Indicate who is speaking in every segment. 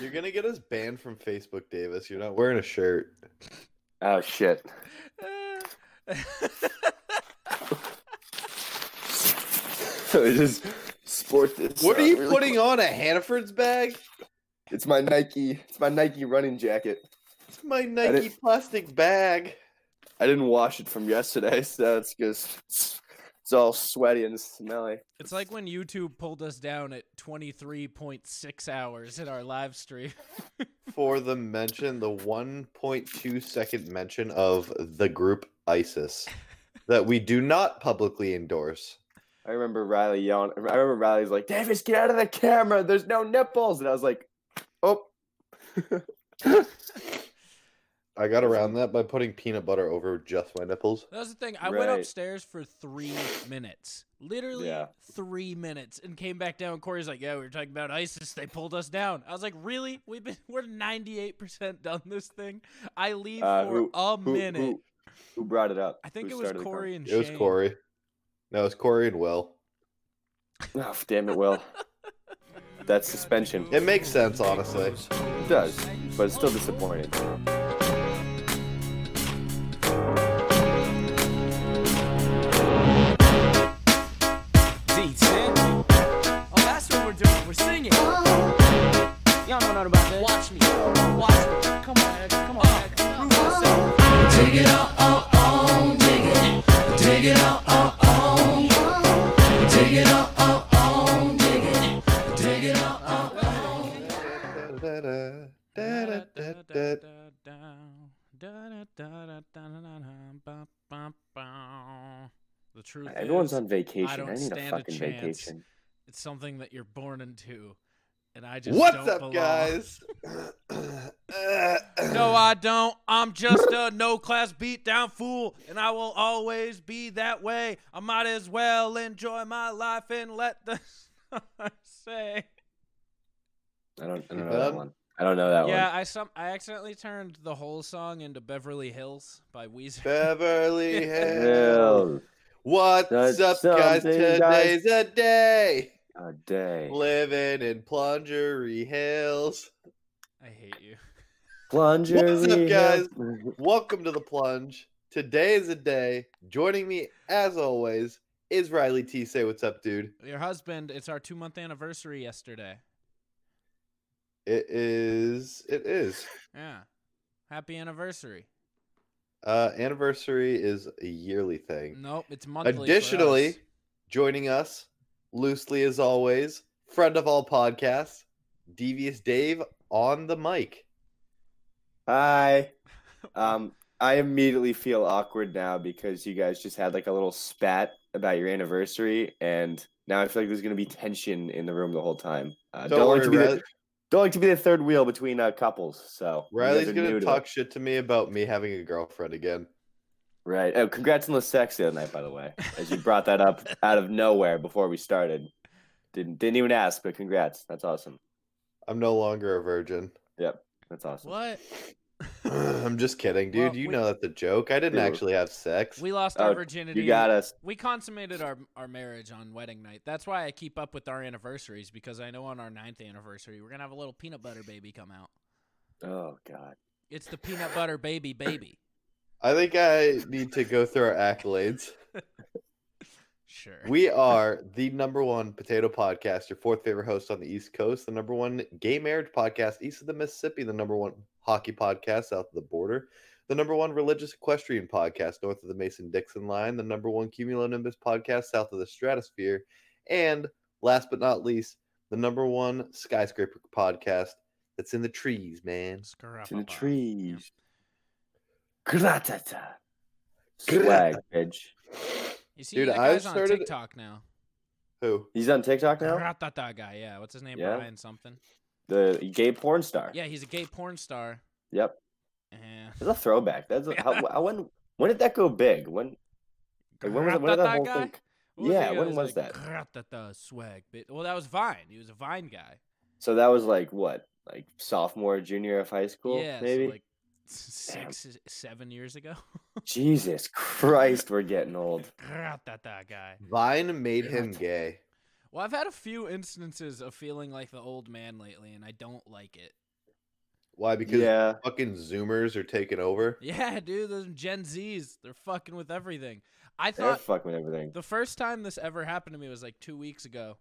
Speaker 1: You're gonna get us banned from Facebook, Davis. You're not wearing a shirt.
Speaker 2: Oh shit. So it is sport this.
Speaker 1: What
Speaker 2: uh,
Speaker 1: are you
Speaker 2: really
Speaker 1: putting on a Hannaford's bag?
Speaker 2: quick. It's my Nike. It's my Nike running jacket.
Speaker 1: It's my Nike
Speaker 2: didn't-
Speaker 1: plastic bag.
Speaker 2: I didn't wash it from yesterday, so it's just it's all sweaty and smelly.
Speaker 3: It's like when YouTube pulled us down at 23.6 hours in our live stream.
Speaker 1: for the mention, the 1.2 second mention of the group ISIS that we do not publicly endorse.
Speaker 2: I remember Riley yelling. I remember Riley's like, "Davis, get out of the camera. There's no nipples." And I was like, "Oh,
Speaker 1: I got around that by putting peanut butter over just my nipples.
Speaker 3: That was the thing. I went
Speaker 2: Right.
Speaker 3: upstairs for three minutes. Literally
Speaker 2: Yeah.
Speaker 3: three minutes and came back down. Corey's like, Yeah, we were talking about ISIS. They pulled us down. I was like, Really? We've been we're ninety eight percent done this thing. I leave
Speaker 2: Uh,
Speaker 3: for
Speaker 2: who-
Speaker 3: a
Speaker 2: who,
Speaker 3: minute.
Speaker 2: who, who brought it up?
Speaker 3: I think
Speaker 2: Who
Speaker 3: it was
Speaker 2: started the
Speaker 3: Corey and
Speaker 1: It was
Speaker 3: Shane.
Speaker 1: Corey. No, it was Corey and Will.
Speaker 2: conversation? Oh, damn it, Will. That's suspension.
Speaker 1: It makes sense, honestly.
Speaker 2: It does, but it's still disappointing.
Speaker 4: D10. Oh, that's what we're doing. We're singing. Y'all know nothing about Oh, that. Watch me. Watch me. Come on, Eric. Come on, Eric. Prove yourself.
Speaker 3: The truth
Speaker 2: Everyone's
Speaker 3: is,
Speaker 2: on vacation.
Speaker 3: I
Speaker 2: I,
Speaker 3: don't
Speaker 2: need a
Speaker 3: stand a
Speaker 2: fucking
Speaker 3: chance.
Speaker 2: vacation.
Speaker 3: it's something that you're born into, and I just
Speaker 1: What's
Speaker 3: don't
Speaker 1: up,
Speaker 3: belong.
Speaker 1: guys?
Speaker 3: No, I don't. I'm just a no class beatdown fool, and I will always be that way. I might as well enjoy my life and let the stars say.
Speaker 2: I don't. I don't know
Speaker 1: Done?
Speaker 2: that one. I don't know that
Speaker 3: yeah,
Speaker 2: one.
Speaker 3: I some I accidentally turned the whole song into Beverly Hills by Weezer.
Speaker 1: Beverly Hills.
Speaker 2: Hell,
Speaker 1: What's
Speaker 2: That's
Speaker 1: up, guys?
Speaker 2: something, guys.
Speaker 1: Today's a day.
Speaker 2: a day.
Speaker 1: Living in Plungery Hills.
Speaker 3: I hate you.
Speaker 2: Plungers.
Speaker 1: What's up,
Speaker 2: we
Speaker 1: guys?
Speaker 2: have-
Speaker 1: Welcome to the plunge. Today is a day. Joining me, as always, is Riley T. Say what's up, dude.
Speaker 3: Your husband. It's our two month anniversary yesterday.
Speaker 1: It is. It is.
Speaker 3: Yeah, happy anniversary.
Speaker 1: Uh, anniversary is a yearly thing.
Speaker 3: Nope, it's monthly. for
Speaker 1: Additionally,
Speaker 3: us.
Speaker 1: Joining us, loosely as always, friend of all podcasts, Devious Dave on the mic.
Speaker 2: Hi. Um, I immediately feel awkward now because you guys just had like a little spat about your anniversary, and now I feel like there's gonna be tension in the room the whole time. Uh,
Speaker 1: Don't,
Speaker 2: like
Speaker 1: worry,
Speaker 2: to be
Speaker 1: Riley.
Speaker 2: the, don't like to be the third wheel between uh, couples. So you guys
Speaker 1: Riley's
Speaker 2: are
Speaker 1: gonna
Speaker 2: new to
Speaker 1: talk
Speaker 2: it.
Speaker 1: shit to me about me having a girlfriend again.
Speaker 2: Right. Oh, congrats on the sex the other night, by the way. As you brought that up out of nowhere before we started. Didn't didn't even ask, but congrats. That's awesome.
Speaker 1: I'm no longer a virgin.
Speaker 2: That's awesome.
Speaker 3: what?
Speaker 1: I'm just kidding, dude.
Speaker 3: Well,
Speaker 1: you
Speaker 3: we-
Speaker 1: know that's a joke. I didn't
Speaker 2: Dude.
Speaker 1: actually have sex.
Speaker 3: We lost our
Speaker 2: Oh,
Speaker 3: virginity.
Speaker 2: You got us.
Speaker 3: we consummated our our marriage on wedding night. That's why I keep up with our anniversaries because I know on our ninth anniversary we're gonna have a little peanut butter baby come out.
Speaker 2: Oh God.
Speaker 3: It's the peanut butter baby baby.
Speaker 1: I think I need to go through our accolades.
Speaker 3: Sure.
Speaker 1: We are the number one potato podcast, your fourth favorite host on the East Coast, the number one gay marriage podcast east of the Mississippi, the number one hockey podcast south of the border, the number one religious equestrian podcast north of the Mason Dixon line, the number one cumulonimbus podcast south of the stratosphere, and last but not least, the number one skyscraper podcast that's in the trees,
Speaker 2: To
Speaker 1: man.
Speaker 2: the
Speaker 3: Scarababa.
Speaker 2: trees. Gratata. Swag, bitch.
Speaker 3: You see
Speaker 1: Dude,
Speaker 3: that
Speaker 1: I've
Speaker 3: guy's on
Speaker 1: started-
Speaker 3: TikTok now.
Speaker 1: Who?
Speaker 2: He's on TikTok now?
Speaker 3: Gratata guy, yeah. What's his name?
Speaker 2: Yeah.
Speaker 3: Brian something.
Speaker 2: The gay porn star.
Speaker 3: Yeah, he's a gay porn star.
Speaker 2: Yep.
Speaker 3: Yeah.
Speaker 2: That's a throwback. That's a, how,
Speaker 3: Yeah.
Speaker 2: wh- when when did that go big? When like, when was when did that
Speaker 3: Gratata
Speaker 2: whole
Speaker 3: guy?
Speaker 2: thing?
Speaker 3: What was
Speaker 2: Yeah,
Speaker 3: he? It
Speaker 2: when was
Speaker 3: like,
Speaker 2: that?
Speaker 3: Gratata swag. Bit. Well, that was Vine. He was a Vine guy.
Speaker 2: So that was like what? Like sophomore, junior of high school,
Speaker 3: yeah, so,
Speaker 2: maybe.
Speaker 3: like six, seven years ago.
Speaker 2: Jesus Christ, we're getting old.
Speaker 3: Gratata guy.
Speaker 1: Vine made him gay.
Speaker 3: Well, I've had a few instances of feeling like the old man lately, and I don't like it.
Speaker 1: Why? Because
Speaker 2: yeah.
Speaker 1: fucking Zoomers are taking over.
Speaker 3: Yeah, dude, those Gen Zs, they're fucking with everything. I
Speaker 2: They're
Speaker 3: thought
Speaker 2: fucking everything.
Speaker 3: the first time this ever happened to me was like two weeks ago.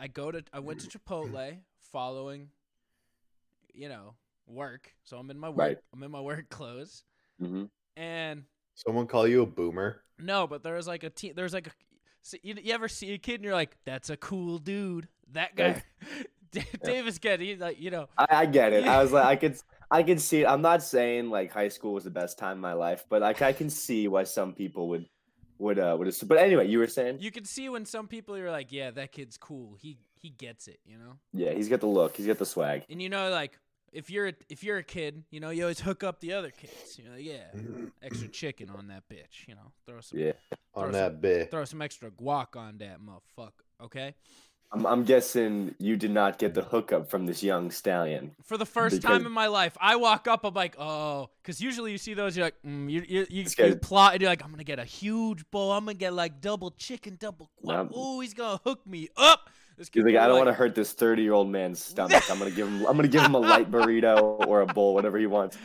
Speaker 3: I go to I went to Chipotle following, you know, work. So I'm in my work.
Speaker 2: Right.
Speaker 3: I'm in my work clothes,
Speaker 2: hmm
Speaker 3: and
Speaker 1: Someone call you a boomer.
Speaker 3: no, but there was like a teen. There's like a see, you, you ever see a kid and you're like, that's a cool dude. That guy, Da- Davis Kid. He's like, you know,
Speaker 2: I, I get it. I was like, I could, I could see. It. I'm not saying like high school was the best time of my life, but like I can see why some people would, would, uh, would. Assume. But anyway, you were saying,
Speaker 3: you can see when some people you're like, yeah, that kid's cool. He he gets it. You know.
Speaker 2: yeah, he's got the look, he's got the swag.
Speaker 3: And you know, like if you're a, if you're a kid, you know you always hook up the other kids. You know, yeah, extra chicken on that bitch. You know, throw some
Speaker 2: Yeah,
Speaker 1: On
Speaker 3: Throw
Speaker 1: that bit.
Speaker 3: throw some extra guac on that motherfucker. Okay,
Speaker 2: I'm, I'm guessing you did not get the hookup from this young stallion.
Speaker 3: for the first time
Speaker 2: Because-
Speaker 3: in my life, I walk up. I'm like, oh, because usually you see those, you're like, mm, you you you,
Speaker 2: This
Speaker 3: you
Speaker 2: guy's-
Speaker 3: plot, and you're like, I'm gonna get a huge bowl. I'm gonna get like double chicken, double guac.
Speaker 2: Nope.
Speaker 3: Oh, he's gonna hook me up. This
Speaker 2: He's
Speaker 3: kid
Speaker 2: like,
Speaker 3: was
Speaker 2: I don't want to hurt this 30 year old man's stomach. I'm gonna give him, I'm gonna give him a light burrito or a bowl, whatever he wants.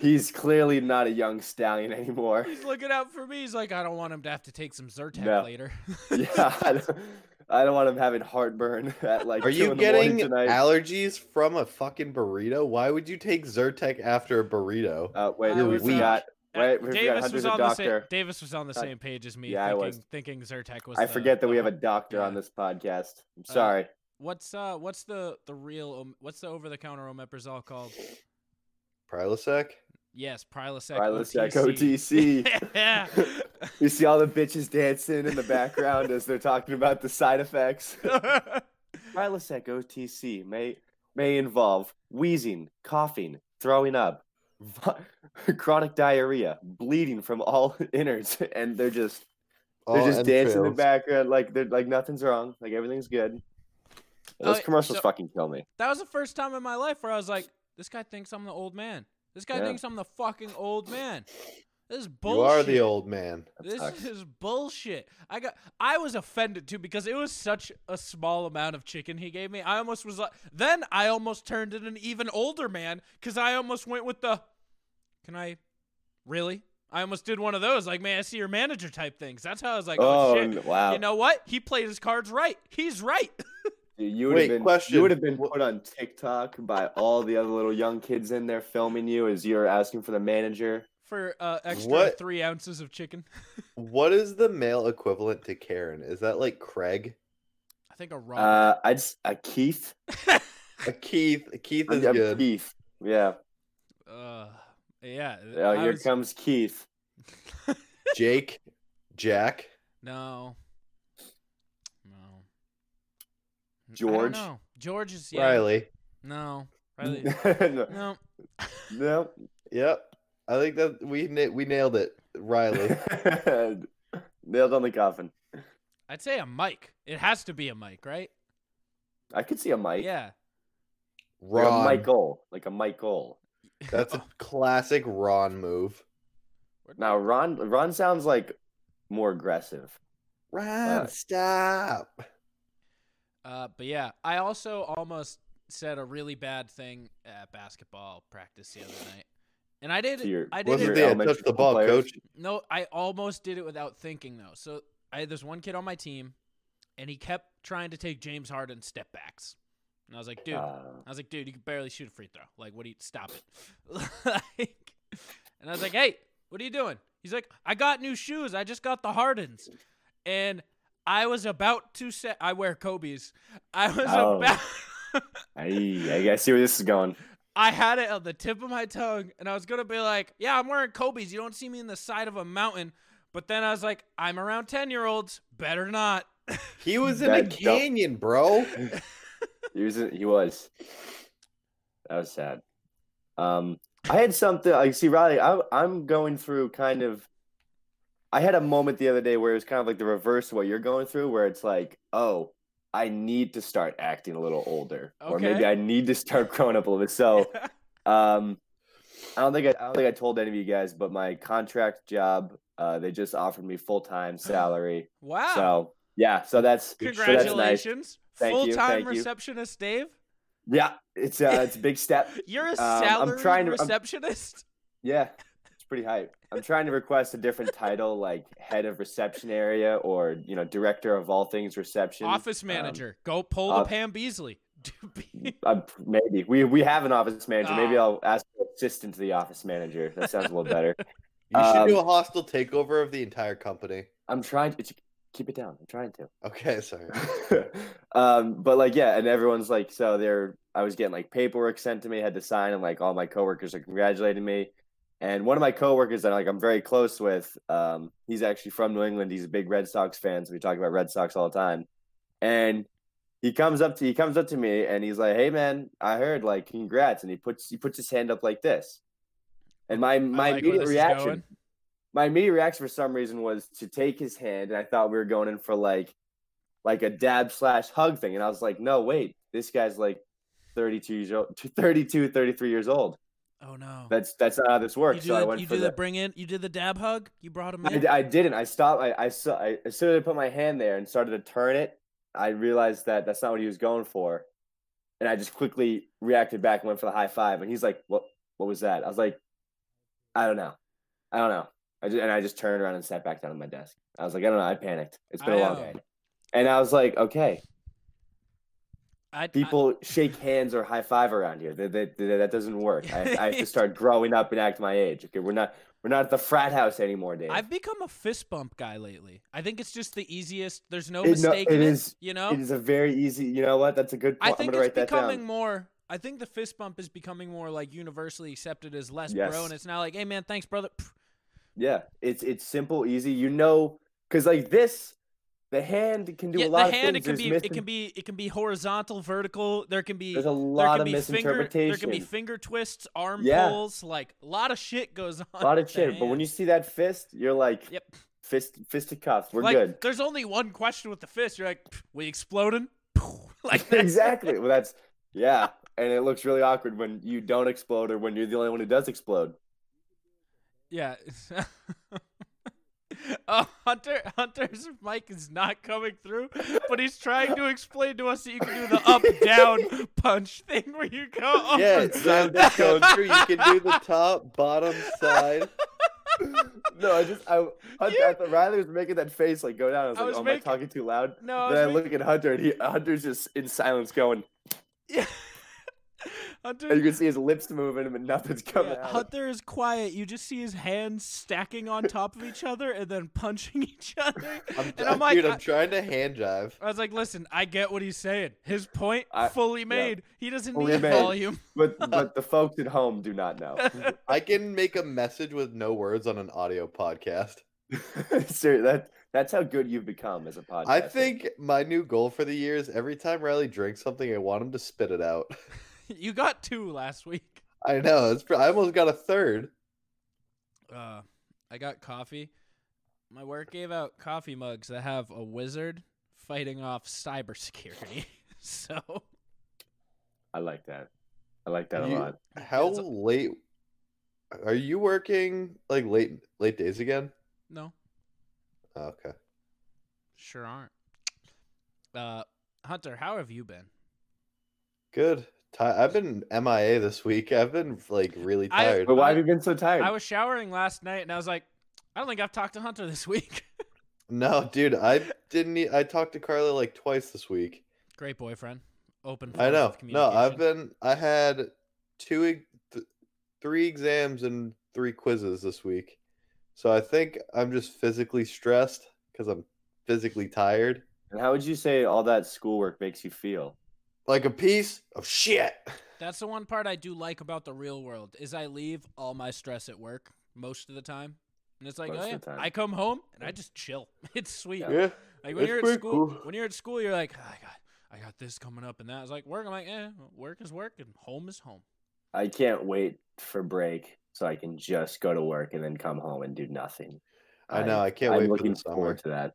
Speaker 2: He's clearly not a young stallion anymore.
Speaker 3: He's looking out for me. He's like, I don't want him to have to take some Zyrtec
Speaker 2: No.
Speaker 3: later.
Speaker 2: Yeah, I don't, I don't want him having heartburn at like.
Speaker 1: Are
Speaker 2: two
Speaker 1: you
Speaker 2: in the morning
Speaker 1: getting
Speaker 2: tonight.
Speaker 1: allergies from a fucking burrito? Why would you take Zyrtec after a burrito?
Speaker 2: Uh, wait,
Speaker 3: I
Speaker 2: we
Speaker 3: was, uh,
Speaker 2: forgot.
Speaker 3: Uh,
Speaker 2: Wait, we forgot
Speaker 3: Davis
Speaker 2: Hunter's
Speaker 3: was
Speaker 2: a
Speaker 3: on the same.
Speaker 2: doctor.
Speaker 3: Davis was on the
Speaker 2: Uh,
Speaker 3: same page as me.
Speaker 2: yeah, I
Speaker 3: thinking,
Speaker 2: was.
Speaker 3: thinking Zyrtec was.
Speaker 2: I
Speaker 3: the-
Speaker 2: forget that
Speaker 3: the
Speaker 2: we have
Speaker 3: hu-
Speaker 2: a doctor on
Speaker 3: yeah.
Speaker 2: this podcast. I'm
Speaker 3: Uh,
Speaker 2: sorry.
Speaker 3: What's uh? What's the the real? om- What's the over the counter omeprazole called?
Speaker 1: Prilosec?
Speaker 3: Yes, Prilosec.
Speaker 2: Prilosec
Speaker 3: OTC.
Speaker 2: OTC.
Speaker 3: yeah.
Speaker 2: you see all the bitches dancing in the background as they're talking about the side effects. Prilosec OTC may may involve wheezing, coughing, throwing up, vi- chronic diarrhea, bleeding from all innards, and they're just they're
Speaker 1: All
Speaker 2: just dancing in the
Speaker 1: entrails.
Speaker 2: background like they're like nothing's wrong, like everything's good. Those
Speaker 3: Okay,
Speaker 2: commercials
Speaker 3: Oh, so-
Speaker 2: fucking kill me.
Speaker 3: that was the first time in my life where I was like, this guy thinks I'm the old man. This guy
Speaker 2: Yeah.
Speaker 3: thinks I'm the fucking old man. This is bullshit.
Speaker 1: You are the old man.
Speaker 2: That
Speaker 3: This
Speaker 2: sucks.
Speaker 3: is bullshit. I got I was offended too because it was such a small amount of chicken he gave me. I almost was like then I almost turned in an even older man cuz I almost went with the can I really? I almost did one of those like may I see your manager type things. That's how I was like oh,
Speaker 2: oh
Speaker 3: shit.
Speaker 2: n- wow!
Speaker 3: You know what? He played his cards right. He's right.
Speaker 2: Dude, you would
Speaker 1: Wait,
Speaker 2: have been
Speaker 1: question.
Speaker 2: you would have been
Speaker 1: Wha-
Speaker 2: put on TikTok by all the other little young kids in there filming you as you're asking for the manager.
Speaker 3: For uh, extra
Speaker 1: What?
Speaker 3: 3 ounces of chicken.
Speaker 1: What is the male equivalent to Karen? Is that like Craig?
Speaker 3: I think a raw.
Speaker 2: Uh, I'd s- a Keith.
Speaker 1: A Uh, Keith. a Keith
Speaker 2: I'm-
Speaker 1: is
Speaker 2: I'm
Speaker 1: good.
Speaker 2: Keith. Yeah.
Speaker 3: Uh, yeah.
Speaker 2: Oh,
Speaker 3: I
Speaker 2: here
Speaker 3: was-
Speaker 2: comes Keith.
Speaker 1: Jake. Jack.
Speaker 3: No. No. N- I don't
Speaker 2: George?
Speaker 3: know. George is yeah.
Speaker 1: Riley.
Speaker 3: No. Riley.
Speaker 2: no,
Speaker 3: no.
Speaker 2: no.
Speaker 1: Yep. I think that we na- we nailed it. Riley.
Speaker 2: Nailed on the coffin.
Speaker 3: I'd say a mic. It has to be a mic, right?
Speaker 2: I could see a Mike.
Speaker 3: Yeah.
Speaker 2: Like a
Speaker 1: Ron.
Speaker 2: Michael. Like a Michael.
Speaker 1: That's a classic Ron move.
Speaker 2: Now Ron Ron sounds like more aggressive.
Speaker 1: Ron,
Speaker 2: Fuck.
Speaker 1: stop.
Speaker 3: Uh, but yeah, I also almost said a really bad thing at basketball practice the other night, and I did.
Speaker 2: To your-
Speaker 3: I did
Speaker 2: Wasn't
Speaker 1: Wasn't
Speaker 3: it.
Speaker 2: your
Speaker 1: it?
Speaker 2: elementary
Speaker 1: Touch the
Speaker 2: school
Speaker 1: ball,
Speaker 2: players?
Speaker 1: coach.
Speaker 3: No, I almost did it without thinking though. So I had this one kid on my team, and he kept trying to take James Harden step backs, and I was like, dude,
Speaker 2: Uh,
Speaker 3: I was like, dude, you can barely shoot a free throw. Like, what do you stop it? like, and I was like, hey, what are you doing? He's like, I got new shoes. I just got the Hardens, and I was about to say, I wear Kobe's. I was
Speaker 2: Oh.
Speaker 3: about.
Speaker 2: I, I see where this is going.
Speaker 3: I had it on the tip of my tongue, and I was gonna be like, "Yeah, I'm wearing Kobe's. You don't see me in the side of a mountain." But then I was like, "I'm around ten year olds. Better not."
Speaker 1: He was in a
Speaker 2: That dumb-
Speaker 1: canyon, bro.
Speaker 2: He was. He was. That was sad. Um, I had something. I see, Riley. I, I'm going through kind of. I had a moment the other day where it was kind of like the reverse of what you're going through, where it's like, oh, I need to start acting a little older, or maybe
Speaker 3: Okay.
Speaker 2: I need to start growing up a little bit. So, um, I don't think I, I don't think I told any of you guys,
Speaker 3: Ah.
Speaker 2: but my contract job, uh, they just offered me full time salary.
Speaker 3: wow.
Speaker 2: So Yeah, so that's so that's nice.
Speaker 3: Congratulations,
Speaker 2: Thank you,
Speaker 3: full-time
Speaker 2: thank you.
Speaker 3: receptionist Dave.
Speaker 2: Yeah, it's uh, it's a big step.
Speaker 3: You're a
Speaker 2: Um, I'm
Speaker 3: salary
Speaker 2: trying to- I'm-
Speaker 3: receptionist.
Speaker 2: Yeah, it's pretty hype. I'm trying to request a different title, like head of reception area, or you know, director of all things reception.
Speaker 3: office
Speaker 2: Um,
Speaker 3: manager. Go pull
Speaker 2: uh,
Speaker 3: the Pam Beasley.
Speaker 2: I'm- maybe we we have an office manager. Maybe
Speaker 3: Oh.
Speaker 2: I'll ask the assistant to the office manager. That sounds a little better.
Speaker 1: You should do a
Speaker 2: Um,
Speaker 1: hostile takeover of the entire company.
Speaker 2: I'm trying to keep it down. I'm trying to.
Speaker 1: Okay, sorry.
Speaker 2: um, but like, yeah, and everyone's like, so they're. I was getting like paperwork sent to me, had to sign, and like all my coworkers are congratulating me. And one of my coworkers that like I'm very close with, um, he's actually from New England. He's a big Red Sox fan, so we talk about Red Sox all the time. And he comes up to he comes up to me and he's like, "Hey man, I heard like congrats." And he puts he puts his hand up like this. And my my
Speaker 3: like
Speaker 2: immediate
Speaker 3: where this is
Speaker 2: reaction
Speaker 3: going.
Speaker 2: my immediate reaction for some reason was to take his hand and I thought we were going in for like like a dab slash hug thing and I was like no wait this guy's like 32 years old 32 33 years old
Speaker 3: Oh no.
Speaker 2: that's that's not how this
Speaker 3: you
Speaker 2: works
Speaker 3: do
Speaker 2: so I
Speaker 3: the,
Speaker 2: went
Speaker 3: you
Speaker 2: for
Speaker 3: do the
Speaker 2: the,
Speaker 3: bring in. You did the dab hug. You brought him in.
Speaker 2: I, I didn't I stopped I, I saw I, as soon as I put my hand there and started to turn it I realized that that's not what he was going for and I just quickly reacted back and went for the high five and he's like what what was that I was like I don't know I don't know I just, and I just turned around and sat back down at my desk I was like I don't know I panicked it's been a
Speaker 3: I,
Speaker 2: long
Speaker 3: uh,
Speaker 2: day and I was like okay
Speaker 3: I- I-
Speaker 2: people shake hands or high five around here. That, that, that, that doesn't work. I, I have to start growing up and act my age. Okay, we're not we're not at the frat house anymore, Dave.
Speaker 3: I've become a fist bump guy lately. I think it's just the easiest. There's no
Speaker 2: It- no,
Speaker 3: mistake.
Speaker 2: it
Speaker 3: in
Speaker 2: is-
Speaker 3: You know.
Speaker 2: It is a very easy. You know what? That's a good
Speaker 3: I
Speaker 2: point. I'm
Speaker 3: think
Speaker 2: gonna
Speaker 3: it's
Speaker 2: write that
Speaker 3: becoming
Speaker 2: down.
Speaker 3: more. I think the fist bump is becoming more like universally accepted as less bro,
Speaker 2: Yes.
Speaker 3: and it's now like, hey man, thanks brother. Pff,
Speaker 2: Yeah, it's it's simple, easy. You know, because like this, the hand can do
Speaker 3: yeah,
Speaker 2: a lot
Speaker 3: the hand
Speaker 2: of
Speaker 3: it can
Speaker 2: things.
Speaker 3: be
Speaker 2: There's
Speaker 3: it can be it can be horizontal, vertical. There can be
Speaker 2: There's a
Speaker 3: there
Speaker 2: lot
Speaker 3: can
Speaker 2: of
Speaker 3: be finger, there can be
Speaker 2: misinterpretation.
Speaker 3: finger twists, arm
Speaker 2: Yeah.
Speaker 3: pulls, like a lot of shit goes on.
Speaker 2: A lot of
Speaker 3: with the
Speaker 2: shit. But when you
Speaker 3: hand.
Speaker 2: see that fist, you're like,
Speaker 3: Yep.
Speaker 2: fist fisticuffs. We're
Speaker 3: like,
Speaker 2: good.
Speaker 3: There's only one question with the fist. You're like, "Pff, we exploding? Pff," like that's-
Speaker 2: exactly. Well, that's yeah, and it looks really awkward when you don't explode or when you're the only one who does explode.
Speaker 3: Yeah. Oh, Hunter! Hunter's mic is not coming through, but he's trying to explain to us that you can do the up-down punch thing where you go. Over.
Speaker 1: Yeah, it's not just going through. You can do the top, bottom, side.
Speaker 2: No, I just I, Hunter,
Speaker 3: You-
Speaker 2: I thought Riley was making that face like go down. I was
Speaker 3: I
Speaker 2: like,
Speaker 3: was
Speaker 2: oh,
Speaker 3: making-
Speaker 2: am I talking too loud?
Speaker 3: No, I
Speaker 2: then
Speaker 3: was
Speaker 2: I look at Hunter and he Hunter's just in silence going,
Speaker 3: Yeah.
Speaker 2: and you
Speaker 3: Hunter,
Speaker 2: can see his lips moving but nothing's coming
Speaker 3: yeah,
Speaker 2: out.
Speaker 3: Hunter is quiet. You just see his hands stacking on top of each other and then punching each other.
Speaker 1: I'm,
Speaker 3: And I'm like,
Speaker 1: dude,
Speaker 3: I-
Speaker 1: I'm trying to hand jive.
Speaker 3: I was like, listen, I get what he's saying. His point
Speaker 2: I-
Speaker 3: fully made. He doesn't
Speaker 2: Fully
Speaker 3: need
Speaker 2: made.
Speaker 3: volume.
Speaker 2: But but the folks at home do not know.
Speaker 1: I can make a message with no words on an audio podcast.
Speaker 2: Seriously, that that's how good you've become as a podcast.
Speaker 1: I think my new goal for the year is every time Riley drinks something, I want him to spit it out.
Speaker 3: you got two last week.
Speaker 1: I know. It's, pr- I almost got a third.
Speaker 3: Uh, I got coffee. My work gave out coffee mugs that have a wizard fighting off cybersecurity. so
Speaker 2: I like that. I like that
Speaker 1: You-
Speaker 2: a lot.
Speaker 1: How
Speaker 3: It's a-
Speaker 1: late are you working? Like late, late days again?
Speaker 3: no,
Speaker 1: Oh, okay.
Speaker 3: sure aren't. Uh, Hunter, how have you been?
Speaker 1: Good. Ti- I've been MIA this week. I've been like really
Speaker 3: I-
Speaker 1: tired.
Speaker 2: But why
Speaker 3: I-
Speaker 2: have you been so tired?
Speaker 3: I was showering last night and I was like, I don't think I've talked to Hunter this week.
Speaker 1: No, dude, I didn't. e- I talked to Carly like twice this week.
Speaker 3: Great boyfriend. Open.
Speaker 1: I
Speaker 3: forms
Speaker 1: know.
Speaker 3: of
Speaker 1: No, I've
Speaker 3: communication.
Speaker 1: been. I had two, e- th- three exams and three quizzes this week, so I think I'm just physically stressed because I'm physically tired.
Speaker 2: and how would you say all that schoolwork makes you feel?
Speaker 1: Like a piece of shit.
Speaker 3: That's the one part I do like about the real world is I leave all my stress at work most of the time. And it's like,
Speaker 2: Most
Speaker 3: oh
Speaker 2: of
Speaker 3: yeah,
Speaker 2: the time.
Speaker 3: I come home and I just chill. It's sweet.
Speaker 2: Yeah.
Speaker 1: Yeah.
Speaker 3: Like when
Speaker 1: It's
Speaker 3: you're at
Speaker 1: pretty
Speaker 3: school,
Speaker 1: cool.
Speaker 3: when you're at school, you're like, "Ah, I got, I got this coming up and that. It's like work. I'm like, eh, work is work and home is home.
Speaker 2: I can't wait for break so I can just go to work and then come home and do nothing.
Speaker 1: I know. I can't
Speaker 2: I'm
Speaker 1: wait for
Speaker 2: looking
Speaker 1: the summer.
Speaker 2: forward to that.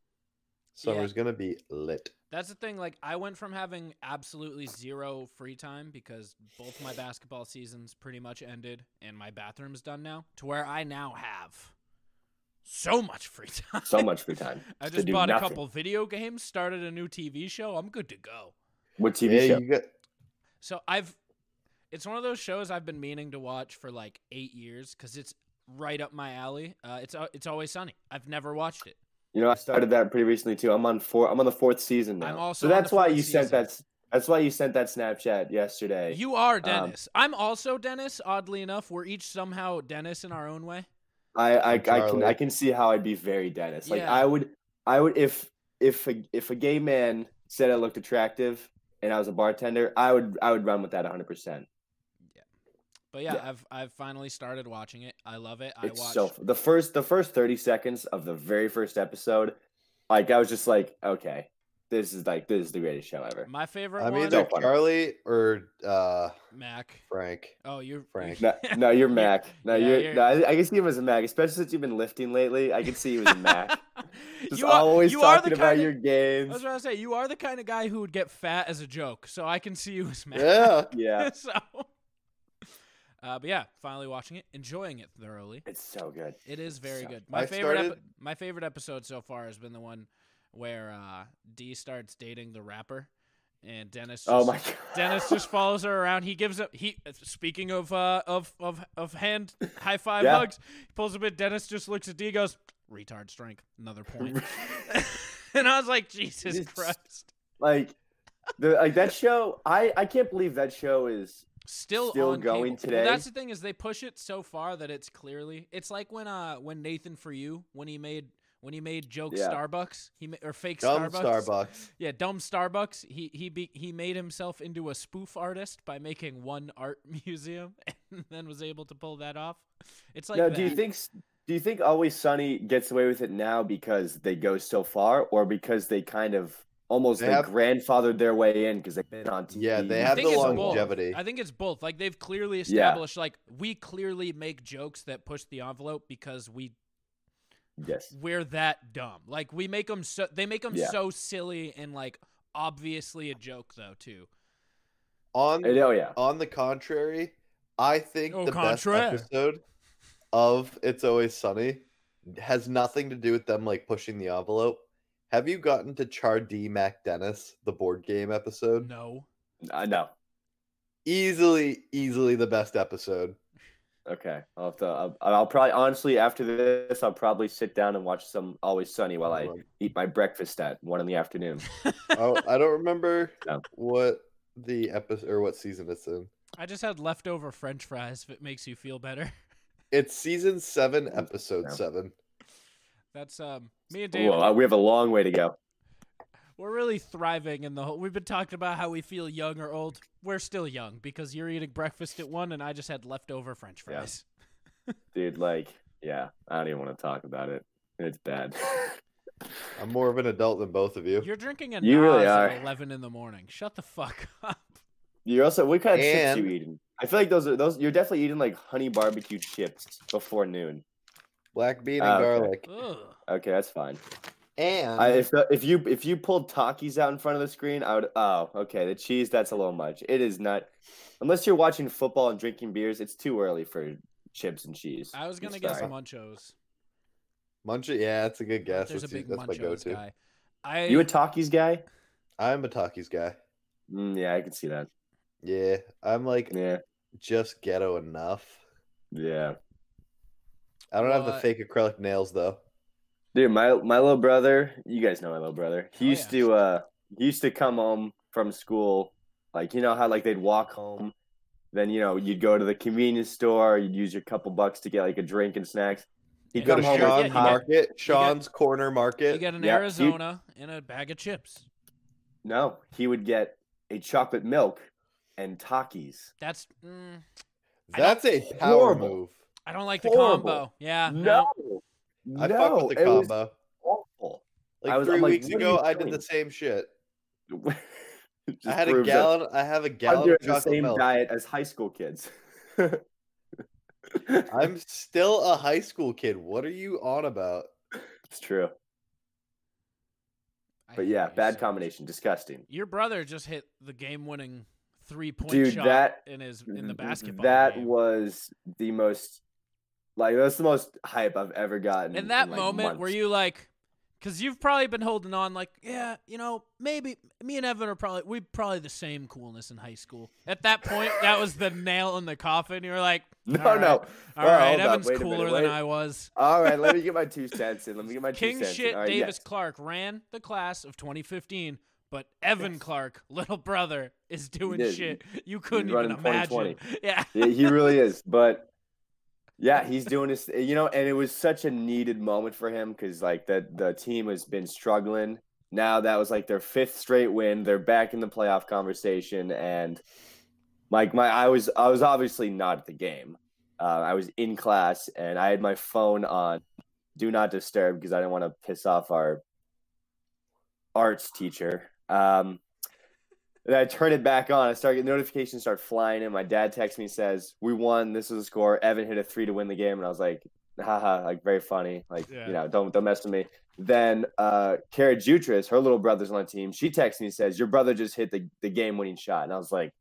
Speaker 1: Summer's gonna be lit.
Speaker 3: That's the thing. Like I went from having absolutely zero free time because both my basketball seasons pretty much ended and my bathroom's done now to where I now have so much free time.
Speaker 2: So much free time.
Speaker 3: I
Speaker 2: to
Speaker 3: just
Speaker 2: do
Speaker 3: bought a
Speaker 2: nothing.
Speaker 3: couple video games, started a new TV show. I'm good to go.
Speaker 2: What TV
Speaker 1: yeah,
Speaker 2: show?
Speaker 1: you got
Speaker 3: So I've it's one of those shows I've been meaning to watch for like 8 years cuz it's right up my alley. Uh, it's al- it's always sunny. I've never watched it.
Speaker 2: You know, I started that pretty recently too. I'm on four. I'm on the fourth season now.
Speaker 3: I'm also
Speaker 2: so
Speaker 3: on the
Speaker 2: that's why
Speaker 3: fourth
Speaker 2: you sent
Speaker 3: season.
Speaker 2: that. s- That's why you sent that Snapchat yesterday.
Speaker 3: You are Dennis. I'm also Dennis, oddly enough. We're each somehow Dennis in our own way.
Speaker 2: I, I, I can
Speaker 1: Charlie.
Speaker 2: I can see how I'd be very Dennis. Like
Speaker 3: Yeah.
Speaker 2: I would I would if if a, if a gay man said I looked attractive and I was a bartender, I would I would run with that 100. percent
Speaker 3: But yeah,
Speaker 2: Yeah.
Speaker 3: I've I've finally started watching it. I love it. I
Speaker 2: It's
Speaker 3: watched
Speaker 2: so the first the first 30 seconds of the very first episode, like I was just like, okay, this is like this is the greatest show ever.
Speaker 3: my favorite
Speaker 1: I'm
Speaker 3: one.
Speaker 1: either
Speaker 2: Don't-
Speaker 1: Charlie or uh,
Speaker 3: Mac.
Speaker 1: Frank.
Speaker 3: Oh, you're
Speaker 1: Frank.
Speaker 2: No, no, you're Mac. No,
Speaker 3: Yeah,
Speaker 2: you're,
Speaker 3: you're-
Speaker 2: no. I, I can see him as a Mac, especially since you've been lifting lately. I can see you as a Mac. Just
Speaker 3: you are,
Speaker 2: always
Speaker 3: you are
Speaker 2: talking
Speaker 3: the
Speaker 2: about
Speaker 3: kind
Speaker 2: your
Speaker 3: Of, I
Speaker 2: games.
Speaker 3: was gonna say you are the kind of guy who would get fat as a joke, so I can see you as Mac.
Speaker 1: Yeah.
Speaker 2: Yeah,
Speaker 3: so, uh, but yeah, finally watching it, enjoying it thoroughly.
Speaker 2: it's so good.
Speaker 3: It is very
Speaker 2: So-
Speaker 3: good. My
Speaker 1: I
Speaker 3: favorite, epi-
Speaker 1: started-
Speaker 3: my favorite episode so far has been the one where uh, D starts dating the rapper, and Dennis. Just,
Speaker 2: Oh my god,
Speaker 3: Dennis just follows her around. He gives up. He speaking of uh of of of hand high five
Speaker 2: Yeah.
Speaker 3: hugs. He pulls a bit. Dennis just looks at D. Goes retard strength. Another point. and I was like, Jesus
Speaker 2: Just-
Speaker 3: Christ.
Speaker 2: like the like that show i i can't believe that show is
Speaker 3: Still,
Speaker 2: still
Speaker 3: on
Speaker 2: going
Speaker 3: cable.
Speaker 2: today?
Speaker 3: Well, that's the thing is they push it so far that it's clearly it's like when uh when Nathan for you when he made when he made joke
Speaker 2: Yeah.
Speaker 3: Starbucks he ma- or fake
Speaker 1: Dumb
Speaker 3: Starbucks.
Speaker 1: Starbucks.
Speaker 3: Yeah, dumb Starbucks. He he be, he made himself into a spoof artist by making one art museum, and then was able to pull that off. It's like
Speaker 2: now
Speaker 3: that.
Speaker 2: do you think s- do you think always sunny gets away with it now because they go so far or because they kind of almost
Speaker 1: They
Speaker 2: they
Speaker 1: have-
Speaker 2: grandfathered their way in because they've been on TV?
Speaker 1: Yeah, they
Speaker 3: I
Speaker 1: have the
Speaker 3: think it's both.
Speaker 1: longevity.
Speaker 3: I think it's both. Like they've clearly established, like we clearly make jokes that push the envelope because we
Speaker 2: yes
Speaker 3: we're that dumb. Like we make them so they make them
Speaker 2: Yeah.
Speaker 3: so silly and like obviously a joke though too.
Speaker 1: On
Speaker 2: And- oh yeah
Speaker 1: on the contrary, I think
Speaker 3: Au
Speaker 1: the
Speaker 3: contraire.
Speaker 1: best episode of It's Always Sunny has nothing to do with them like pushing the envelope. Have you gotten to Char D Mac Dennis, the board game episode?
Speaker 3: No,
Speaker 2: i know
Speaker 1: Easily, easily the best episode.
Speaker 2: okay i'll have to I'll, I'll probably honestly after this i'll probably sit down and watch some always sunny while i
Speaker 1: Hold on.
Speaker 2: eat my breakfast at one in the afternoon
Speaker 1: oh, I don't remember
Speaker 2: No.
Speaker 1: what the episode or what season it's in.
Speaker 3: I just had leftover French fries. If it makes you feel better.
Speaker 1: It's season seven, episode
Speaker 2: Yeah.
Speaker 1: seven.
Speaker 3: That's um me and Dave.
Speaker 2: well uh, we have a long way to go
Speaker 3: We're really thriving in the whole. We've been talking about how we feel young or old. We're still young because you're eating breakfast at one, and I just had leftover French
Speaker 2: Yeah.
Speaker 3: fries.
Speaker 2: dude like yeah i don't even want to talk about it it's bad
Speaker 1: I'm more of an adult than both of you.
Speaker 3: You're drinking a
Speaker 2: You really
Speaker 3: Nas
Speaker 2: are.
Speaker 3: at eleven in the morning. Shut the fuck up.
Speaker 2: you also what kind of chips
Speaker 1: And-
Speaker 2: you eating i feel like those are those you're definitely eating like honey barbecue chips before noon
Speaker 1: Black bean
Speaker 2: Ah,
Speaker 1: and
Speaker 2: okay.
Speaker 1: garlic.
Speaker 3: Ugh.
Speaker 2: okay that's fine
Speaker 1: And
Speaker 2: I, if, if you if you pulled takis out in front of the screen i would oh okay the cheese that's a little much it is not unless you're watching football and drinking beers it's too early for chips and cheese
Speaker 3: I was gonna
Speaker 2: It's
Speaker 3: guess
Speaker 2: fine.
Speaker 3: Munchos.
Speaker 1: Munchie, yeah, that's a good guess.
Speaker 3: There's a
Speaker 1: That's, u-
Speaker 3: big
Speaker 1: that's my
Speaker 3: Munchos
Speaker 1: go-to.
Speaker 3: guy. I
Speaker 2: you a takis guy
Speaker 1: I'm a Takis guy.
Speaker 2: Mm, yeah i can see that
Speaker 1: Yeah, I'm like
Speaker 2: yeah
Speaker 1: just ghetto enough.
Speaker 2: yeah
Speaker 1: I don't have the
Speaker 3: What?
Speaker 1: fake acrylic nails though.
Speaker 2: Dude, my my little brother, you guys know my little brother. He
Speaker 3: Oh,
Speaker 2: used
Speaker 3: yeah.
Speaker 2: to uh he used to come home from school, like you know how like they'd walk home, then you know, you'd go to the convenience store, you'd use your couple bucks to get like a drink and snacks. He'd
Speaker 3: Yeah,
Speaker 1: Go
Speaker 2: come
Speaker 1: to
Speaker 3: you
Speaker 2: home with
Speaker 1: Sean's
Speaker 3: got- you got-
Speaker 2: hot-
Speaker 1: Market, Sean's Corner
Speaker 3: you
Speaker 1: Market.
Speaker 3: get an
Speaker 2: yeah, you-
Speaker 3: Arizona and a bag of chips.
Speaker 2: No, he would get a chocolate milk and Takis.
Speaker 3: That's mm, I
Speaker 1: That's a power
Speaker 2: Horrible.
Speaker 1: move.
Speaker 3: I don't like the
Speaker 2: Horrible.
Speaker 3: combo. Yeah.
Speaker 2: No.
Speaker 1: I fuck
Speaker 2: No,
Speaker 1: with the
Speaker 2: it was
Speaker 1: combo.
Speaker 2: awful.
Speaker 1: Like
Speaker 2: I was-
Speaker 1: 3
Speaker 2: I'm like,
Speaker 1: weeks
Speaker 2: what are
Speaker 1: ago
Speaker 2: you
Speaker 1: I did the
Speaker 2: doing?
Speaker 1: same shit.
Speaker 2: It
Speaker 1: I
Speaker 2: just
Speaker 1: had a
Speaker 2: proves that
Speaker 1: gallon I have a
Speaker 2: I'm
Speaker 1: gallon
Speaker 2: doing
Speaker 1: of
Speaker 2: the
Speaker 1: chocolate
Speaker 2: same
Speaker 1: milk.
Speaker 2: diet as high school kids.
Speaker 1: I'm still a high school kid. What are you on about?
Speaker 2: it's true.
Speaker 3: I
Speaker 2: But
Speaker 3: hate
Speaker 2: yeah,
Speaker 3: you
Speaker 2: bad
Speaker 3: so much.
Speaker 2: combination. Disgusting.
Speaker 3: Your brother just hit the game-winning three-point
Speaker 2: Dude,
Speaker 3: shot
Speaker 2: that-
Speaker 3: in his in the
Speaker 2: Th-
Speaker 3: basketball.
Speaker 2: That
Speaker 3: game.
Speaker 2: was the most Like that's the most hype I've ever gotten.
Speaker 3: in that
Speaker 2: like,
Speaker 3: moment were
Speaker 2: months.
Speaker 3: you like because you've probably been holding on like yeah you know maybe me and evan are probably we probably the same coolness in high school at that point that was the nail in the coffin you were like
Speaker 2: No,
Speaker 3: all right,
Speaker 2: no.
Speaker 3: all
Speaker 2: Well,
Speaker 3: right
Speaker 2: hold up,
Speaker 3: evan's
Speaker 2: wait a minute,
Speaker 3: cooler than
Speaker 2: wait.
Speaker 3: i was
Speaker 2: All right, let me get my two cents in. Let me get my
Speaker 3: king
Speaker 2: two cents. in.
Speaker 3: shit
Speaker 2: All right,
Speaker 3: davis
Speaker 2: yes.
Speaker 3: clark ran the class of 2015 but evan clark little brother is doing
Speaker 2: did.
Speaker 3: shit you couldn't even
Speaker 2: running
Speaker 3: imagine
Speaker 2: 2020.
Speaker 3: yeah
Speaker 2: yeah, he really is. But yeah, he's doing his, you know, and it was such a needed moment for him because like that the team has been struggling. Now that was like their fifth straight win. They're back in the playoff conversation, and like my, I was I was obviously not at the game. Uh, I was in class, and I had my phone on do not disturb because I didn't want to piss off our arts teacher. Um, and I turn it back on. I start getting notifications start flying in. My dad texts me and says, "We won. This is the score. Evan hit a three to win the game." And I was like, "Haha!" Like very funny. Like
Speaker 3: Yeah.
Speaker 2: you know, don't don't mess with me. Then uh, Kara Jutris, her little brother's on the team. She texts me and says, "Your brother just hit the the game winning shot." And I was like,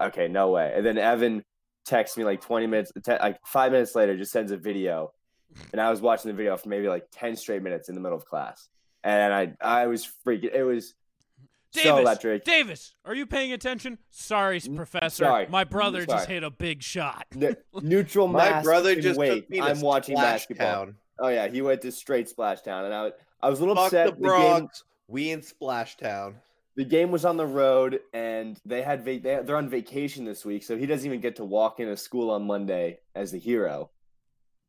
Speaker 2: "Okay, no way." And then Evan texts me like twenty minutes, te- like five minutes later, just sends a video, and I was watching the video for maybe like ten straight minutes in the middle of class, and I I was freaking. It was so
Speaker 3: Davis,
Speaker 2: electric.
Speaker 3: Davis, are you paying attention? Sorry, s-
Speaker 2: N-
Speaker 3: Professor.
Speaker 2: sorry.
Speaker 3: My brother just
Speaker 2: Sorry.
Speaker 3: hit a big shot.
Speaker 2: Ne- neutral
Speaker 1: My
Speaker 2: mass
Speaker 1: brother
Speaker 2: can
Speaker 1: just
Speaker 2: wait.
Speaker 1: took me to
Speaker 2: I'm watching
Speaker 1: Splash
Speaker 2: basketball.
Speaker 1: Town.
Speaker 2: Oh yeah, he went to straight splash town, and I was- I was a little
Speaker 1: Fuck
Speaker 2: upset.
Speaker 1: the
Speaker 2: game,
Speaker 1: Bronx. We in Splash Town.
Speaker 2: the game was on the road, and they had va- they, they're on vacation this week, so he doesn't even get to walk into school on Monday as the hero.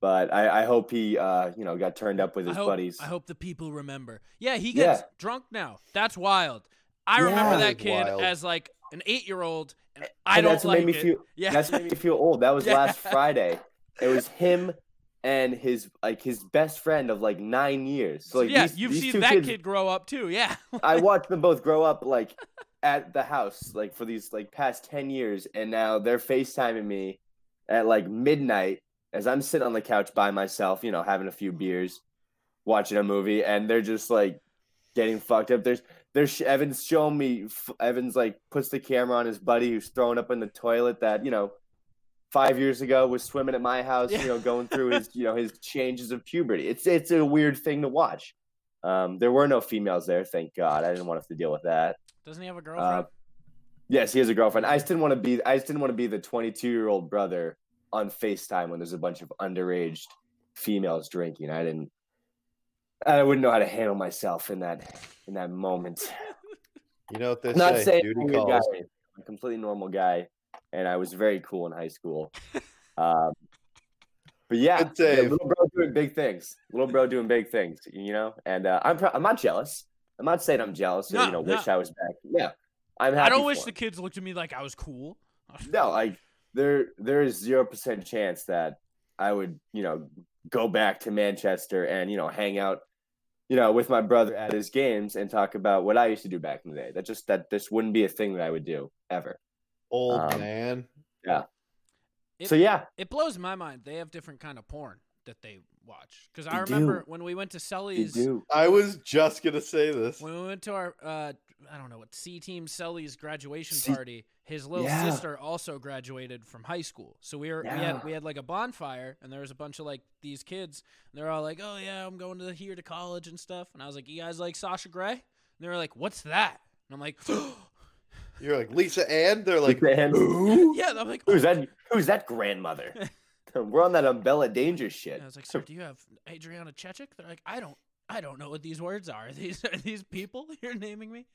Speaker 2: But I, I hope he, uh, you know, got turned up with
Speaker 3: I
Speaker 2: his
Speaker 3: hope,
Speaker 2: buddies.
Speaker 3: I hope the people remember. Yeah, he gets
Speaker 2: Yeah.
Speaker 3: drunk now. That's wild. I remember
Speaker 2: Yeah.
Speaker 3: that kid
Speaker 1: Wild.
Speaker 3: as like an eight year old. And I
Speaker 2: And
Speaker 3: don't
Speaker 2: that's what
Speaker 3: like
Speaker 2: made me
Speaker 3: it.
Speaker 2: feel.
Speaker 3: yeah.
Speaker 2: That's what made me feel old. That was
Speaker 3: Yeah.
Speaker 2: last Friday. It was him and his like his best friend of like nine years. So like
Speaker 3: yeah,
Speaker 2: these,
Speaker 3: you've
Speaker 2: these two
Speaker 3: seen that
Speaker 2: kids,
Speaker 3: kid grow up too. Yeah.
Speaker 2: I watched them both grow up like at the house, like for these like past ten years, and now they're FaceTiming me at like midnight as I'm sitting on the couch by myself, you know, having a few beers, watching a movie, and they're just like getting fucked up. There's there's Evan's showing me f- Evan's like puts the camera on his buddy who's thrown up in the toilet that you know five years ago was swimming at my house,
Speaker 3: Yeah.
Speaker 2: you know, going through his you know his changes of puberty. It's it's a weird thing to watch. Um, there were no females there, thank God. I didn't want to have to deal with that.
Speaker 3: Doesn't he
Speaker 2: Uh,
Speaker 3: have a girlfriend?
Speaker 2: Yes, he has a girlfriend. I just didn't want to be. I just didn't want to be the 22 year old brother on Facetime when there's a bunch of underage females drinking. I didn't. I wouldn't know how to handle myself in that in that moment.
Speaker 1: You know what they
Speaker 2: I'm not
Speaker 1: say?
Speaker 2: saying I'm a
Speaker 1: duty
Speaker 2: weird
Speaker 1: calls.
Speaker 2: guy. I'm a completely normal guy, and I was very cool in high school. Um, but yeah,
Speaker 1: Good
Speaker 2: yeah,
Speaker 1: save.
Speaker 2: little bro doing big things. Little bro doing big things, you know. And uh, I'm pro- I'm not jealous. I'm not saying I'm jealous. Or,
Speaker 3: No,
Speaker 2: you know,
Speaker 3: no.
Speaker 2: wish I was back. Yeah, I'm happy.
Speaker 3: I don't wish
Speaker 2: for
Speaker 3: the
Speaker 2: him.
Speaker 3: kids looked at me like I was cool.
Speaker 2: no. Like there there is zero percent chance that I would you know go back to Manchester and you know hang out you know with my brother at his games and talk about what I used to do back in the day. That just that this wouldn't be a thing that I would do ever.
Speaker 1: Old
Speaker 2: Um,
Speaker 1: man.
Speaker 3: It-
Speaker 2: so yeah,
Speaker 3: It blows my mind. They have different kind of porn that they watch. Because I
Speaker 2: They do.
Speaker 3: remember when we went to
Speaker 2: You
Speaker 3: Sully's.
Speaker 2: do.
Speaker 1: I was just gonna say this.
Speaker 3: When we went to our, uh, I don't know what C Team Sully's graduation
Speaker 2: C-
Speaker 3: party, his little
Speaker 2: Yeah.
Speaker 3: sister also graduated from high school. So we were we had
Speaker 2: Yeah.
Speaker 3: we had like a bonfire, and there was a bunch of like these kids, and they're all like, "Oh yeah, I'm going to here to college and stuff." And I was like, "You guys like Sasha Grey?" And they were like, "What's that?" And I'm like,
Speaker 1: You're like Lisa Ann. They're like,
Speaker 2: Like, man,
Speaker 1: who?
Speaker 3: "Yeah." I'm like, "Oh,
Speaker 2: who's that? Who's that grandmother? We're on that umbrella danger shit.
Speaker 3: And I was like, "Sir, do you have Adriana Chechik?" They're like, "I don't, I don't know what these words are. Are these are these people you're naming me?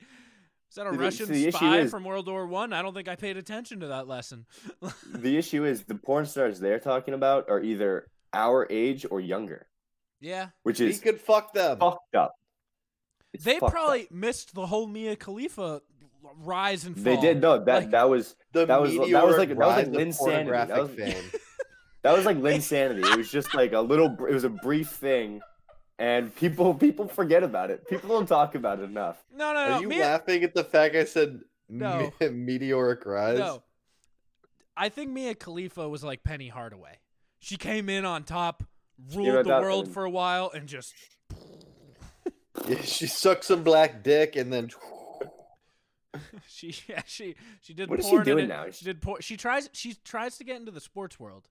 Speaker 3: Is that a
Speaker 2: See, the-
Speaker 3: Russian
Speaker 2: see, the issue
Speaker 3: spy
Speaker 2: is-
Speaker 3: from World War One? I? I don't think I paid attention to that lesson."
Speaker 2: The issue is the porn stars they're talking about are either our age or younger,
Speaker 3: yeah,
Speaker 2: which
Speaker 1: He
Speaker 2: is
Speaker 1: could fuck them.
Speaker 2: fucked up. It's
Speaker 3: they
Speaker 2: fucked
Speaker 3: probably
Speaker 2: up.
Speaker 3: missed the whole Mia Khalifa rise and fall.
Speaker 2: they did no that
Speaker 3: Like,
Speaker 2: that was
Speaker 1: The
Speaker 2: That was- that was
Speaker 1: meteoric
Speaker 2: like- that was like
Speaker 1: rise of
Speaker 2: Lynn Sanity. That
Speaker 1: pornographic
Speaker 2: was-
Speaker 1: fame.
Speaker 2: that was like insanity. It was just like a little. br- It was a brief thing, and people people forget about it. People don't talk about it enough.
Speaker 3: no, no, no.
Speaker 1: Are you
Speaker 3: Mia,
Speaker 1: laughing at the fact I said
Speaker 3: No.
Speaker 1: me- meteoric rise?
Speaker 3: No. I think Mia Khalifa was like Penny Hardaway. She came in on top,
Speaker 2: on
Speaker 3: ruled the
Speaker 2: top
Speaker 3: world
Speaker 2: and-
Speaker 3: for a while, and just
Speaker 1: Yeah, she sucks some black dick and then
Speaker 3: she yeah, she she did
Speaker 2: What is she
Speaker 3: porn and
Speaker 2: doing
Speaker 3: it-
Speaker 2: now?
Speaker 3: She did porn. She tries she tries to get into the sports world.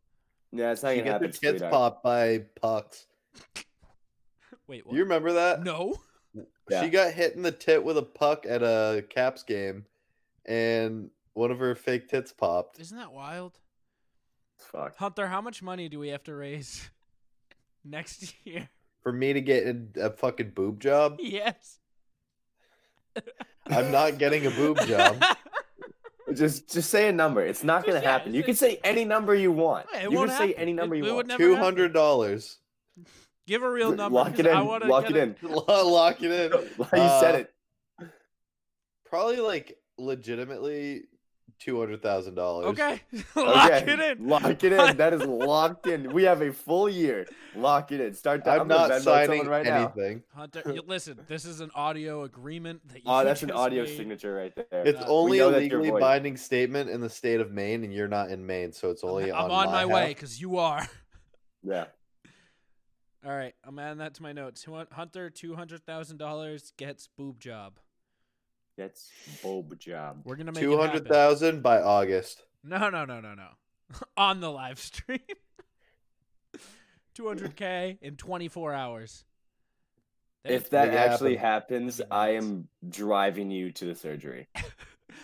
Speaker 2: Yeah, it's not
Speaker 1: She
Speaker 2: gonna
Speaker 1: got
Speaker 2: happen.
Speaker 1: their tits
Speaker 2: sweetheart.
Speaker 1: popped by pucks.
Speaker 3: Wait, what?
Speaker 1: You remember that?
Speaker 3: no.
Speaker 2: Yeah.
Speaker 1: She got hit in the tit with a puck at a Caps game, and one of her fake tits popped.
Speaker 3: Isn't that wild?
Speaker 2: Fuck.
Speaker 3: Hunter, how much money do we have to raise next year?
Speaker 1: For me to get a- a fucking boob job,
Speaker 3: Yes.
Speaker 1: I'm not getting a boob job.
Speaker 2: Just just say a number. It's not
Speaker 3: Just-
Speaker 2: gonna
Speaker 3: yeah,
Speaker 2: happen. You
Speaker 3: it's-
Speaker 2: can say any number you want.
Speaker 3: Yeah, it
Speaker 2: you can
Speaker 3: won't
Speaker 2: say
Speaker 3: happen.
Speaker 2: any
Speaker 3: It-
Speaker 2: number
Speaker 3: we
Speaker 2: you want.
Speaker 3: would never
Speaker 1: Two
Speaker 3: happen.
Speaker 1: hundred dollars.
Speaker 3: Give a real number.
Speaker 2: Lock it
Speaker 3: 'cause I
Speaker 2: in.
Speaker 3: wanna
Speaker 2: Lock
Speaker 3: get
Speaker 2: it
Speaker 3: a-
Speaker 2: in.
Speaker 1: Lock it in.
Speaker 2: you
Speaker 1: Uh,
Speaker 2: said it.
Speaker 1: Probably like legitimately two hundred thousand dollars.
Speaker 3: Okay. Lock it in.
Speaker 2: Lock it in. That is locked in. We have a full year. Lock it in. Start. To,
Speaker 1: I'm,
Speaker 2: gonna
Speaker 1: not
Speaker 2: Venmo
Speaker 1: signing
Speaker 2: someone right now.
Speaker 1: anything.
Speaker 3: Hunter, you, listen, this is an audio agreement that you
Speaker 2: Oh, that's an
Speaker 3: just
Speaker 2: audio
Speaker 3: made.
Speaker 2: signature right there.
Speaker 1: It's
Speaker 3: Uh, we
Speaker 1: only
Speaker 2: know
Speaker 1: a
Speaker 2: that's your
Speaker 1: legally
Speaker 2: voice.
Speaker 1: binding statement in the state of Maine, and you're not in Maine, so it's only
Speaker 3: I'm
Speaker 1: on,
Speaker 3: on my, way
Speaker 1: half.
Speaker 3: because you are.
Speaker 2: yeah.
Speaker 3: All right, I'm adding that to my notes. Who want- Hunter, two hundred thousand dollars gets boob job.
Speaker 2: That's bulb job.
Speaker 3: We're gonna make
Speaker 1: Two
Speaker 3: it
Speaker 1: hundred
Speaker 3: happen.
Speaker 1: thousand by August.
Speaker 3: No, no, no, no, no. on the live stream. Two hundred k in twenty four hours.
Speaker 2: If that
Speaker 1: Make it
Speaker 2: actually happens,
Speaker 3: That'd be
Speaker 2: I
Speaker 3: nuts.
Speaker 2: am driving you to the surgery.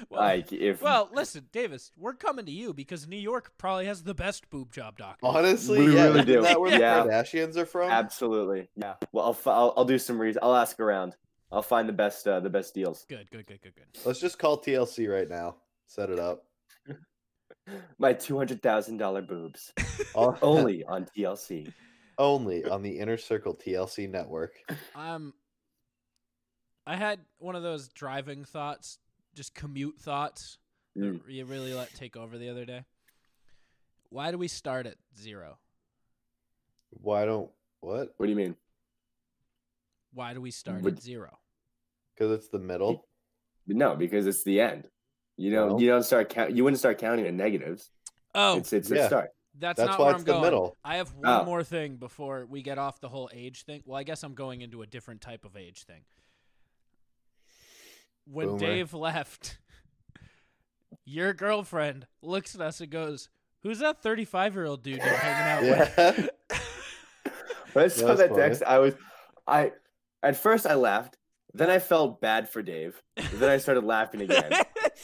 Speaker 3: well,
Speaker 2: like if
Speaker 3: well, listen, Davis, we're coming to you because New York probably has the best boob job doctor.
Speaker 2: Oh,
Speaker 1: Honestly,
Speaker 2: We
Speaker 1: yeah,
Speaker 2: really
Speaker 1: isn't
Speaker 2: do.
Speaker 1: that where
Speaker 2: Yeah.
Speaker 1: the Kardashians are from?
Speaker 2: absolutely, yeah. Well, I'll, fi- I'll I'll do some research. I'll ask around. I'll find the best uh, the best deals.
Speaker 3: Good, good, good, good, good.
Speaker 1: Let's just call TLC right now. Set it up.
Speaker 2: My two hundred thousand dollar boobs
Speaker 1: On-
Speaker 2: only on TLC.
Speaker 1: only on the Inner Circle TLC network.
Speaker 3: Um, I had one of those driving thoughts, just commute thouts. that
Speaker 2: Mm.
Speaker 3: You really let take over the other day. Why do we start at zero?
Speaker 1: Why don't what?
Speaker 2: What do you mean?
Speaker 3: Why do we start
Speaker 2: Would-
Speaker 3: at zero? Because
Speaker 1: Because it's the middle.
Speaker 2: No, because it's the end. You know,
Speaker 1: No.
Speaker 2: you don't start count. You wouldn't start counting the negatives.
Speaker 3: Oh,
Speaker 2: it's it's
Speaker 1: yeah.
Speaker 2: a start.
Speaker 3: that's,
Speaker 1: That's
Speaker 3: not
Speaker 1: why
Speaker 3: where
Speaker 1: it's
Speaker 3: I'm
Speaker 1: the
Speaker 3: going.
Speaker 1: middle.
Speaker 3: I have one
Speaker 2: Oh.
Speaker 3: more thing before we get off the whole age thing. Well, I guess I'm going into a different type of age thing. When
Speaker 1: Boomer.
Speaker 3: Dave left, your girlfriend looks at us and goes, "Who's that 35 year old dude you're hanging out with?"
Speaker 1: Yeah.
Speaker 2: When I saw
Speaker 1: That's
Speaker 2: that
Speaker 1: funny.
Speaker 2: text, I was, I, at first I laughed. Then I felt bad for Dave. Then I started laughing again.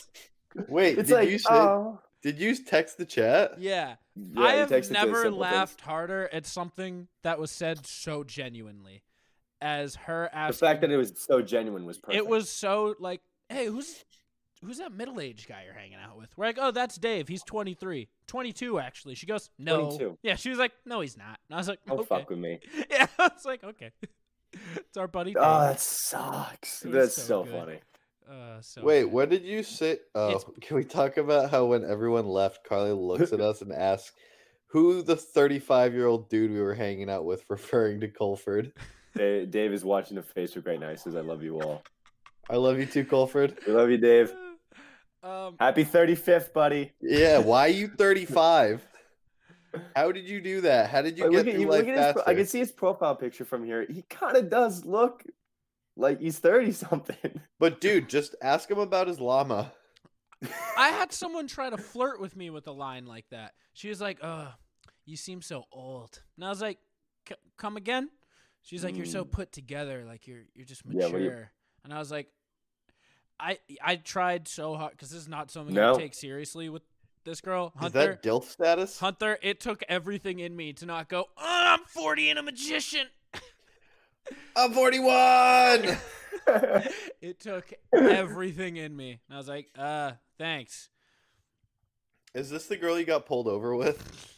Speaker 1: Wait,
Speaker 2: It's
Speaker 1: did
Speaker 2: like,
Speaker 1: you say,
Speaker 2: oh,
Speaker 1: did you text the chat?
Speaker 3: yeah,
Speaker 2: Yeah,
Speaker 3: I
Speaker 2: you texted
Speaker 3: have
Speaker 2: those
Speaker 3: never
Speaker 2: simple things.
Speaker 3: laughed harder at something that was said so genuinely as her
Speaker 2: The
Speaker 3: asking.
Speaker 2: fact that it was so genuine was perfect.
Speaker 3: it was so like, hey, who's who's that middle aged guy you're hanging out with? We're like, oh, that's Dave. He's 23, 22 actually. She goes, no,
Speaker 2: 22.
Speaker 3: yeah. She was like, no, he's not. And I was like,
Speaker 2: Don't
Speaker 3: okay,
Speaker 2: Oh, fuck with me.
Speaker 3: yeah. I was like, okay, it's our buddy. Dave.
Speaker 2: Oh, that sucks.
Speaker 3: It was
Speaker 2: That's so,
Speaker 3: so good.
Speaker 2: funny.
Speaker 3: Uh, so
Speaker 1: Wait,
Speaker 3: good.
Speaker 1: when did you say? Oh,
Speaker 3: It's-
Speaker 1: can we talk about how when everyone left, Carly looks at us and asks who the 35 year old dude we were hanging out with, referring to Colford?
Speaker 2: Da- Dave is watching the Facebook right now. He says, "I love you all.
Speaker 1: I love you too, Colford.
Speaker 2: We love you, Dave.
Speaker 3: Um,
Speaker 2: Happy 35th, buddy."
Speaker 1: Yeah, why you 35? How did you do that? How did you
Speaker 2: Like,
Speaker 1: get
Speaker 2: look at,
Speaker 1: through
Speaker 2: you
Speaker 1: life
Speaker 2: look at his, pro- I
Speaker 1: faster?
Speaker 2: can see his profile picture from here. He kind of does look like he's 30 something.
Speaker 1: But dude, just ask him about his llama.
Speaker 3: I had someone try to flirt with me with a line like that. She was like, "Uh, you seem so old," and I was like, "C- "Come again?" She's like, "You're so put together, like you're you're just
Speaker 2: Yeah,
Speaker 3: mature,"
Speaker 2: well, you-
Speaker 3: and I was like, "I I tried so hard because this is not something
Speaker 2: No.
Speaker 3: I take seriously with this girl,
Speaker 1: Is
Speaker 3: Hunter."
Speaker 1: that DILF status?
Speaker 3: Hunter, it took everything in me to not go. "Oh, I'm 40 and a magician.
Speaker 1: I'm 41.
Speaker 3: it took everything in me, and I was like, "Uh, thanks."
Speaker 1: Is this the girl you got pulled over with?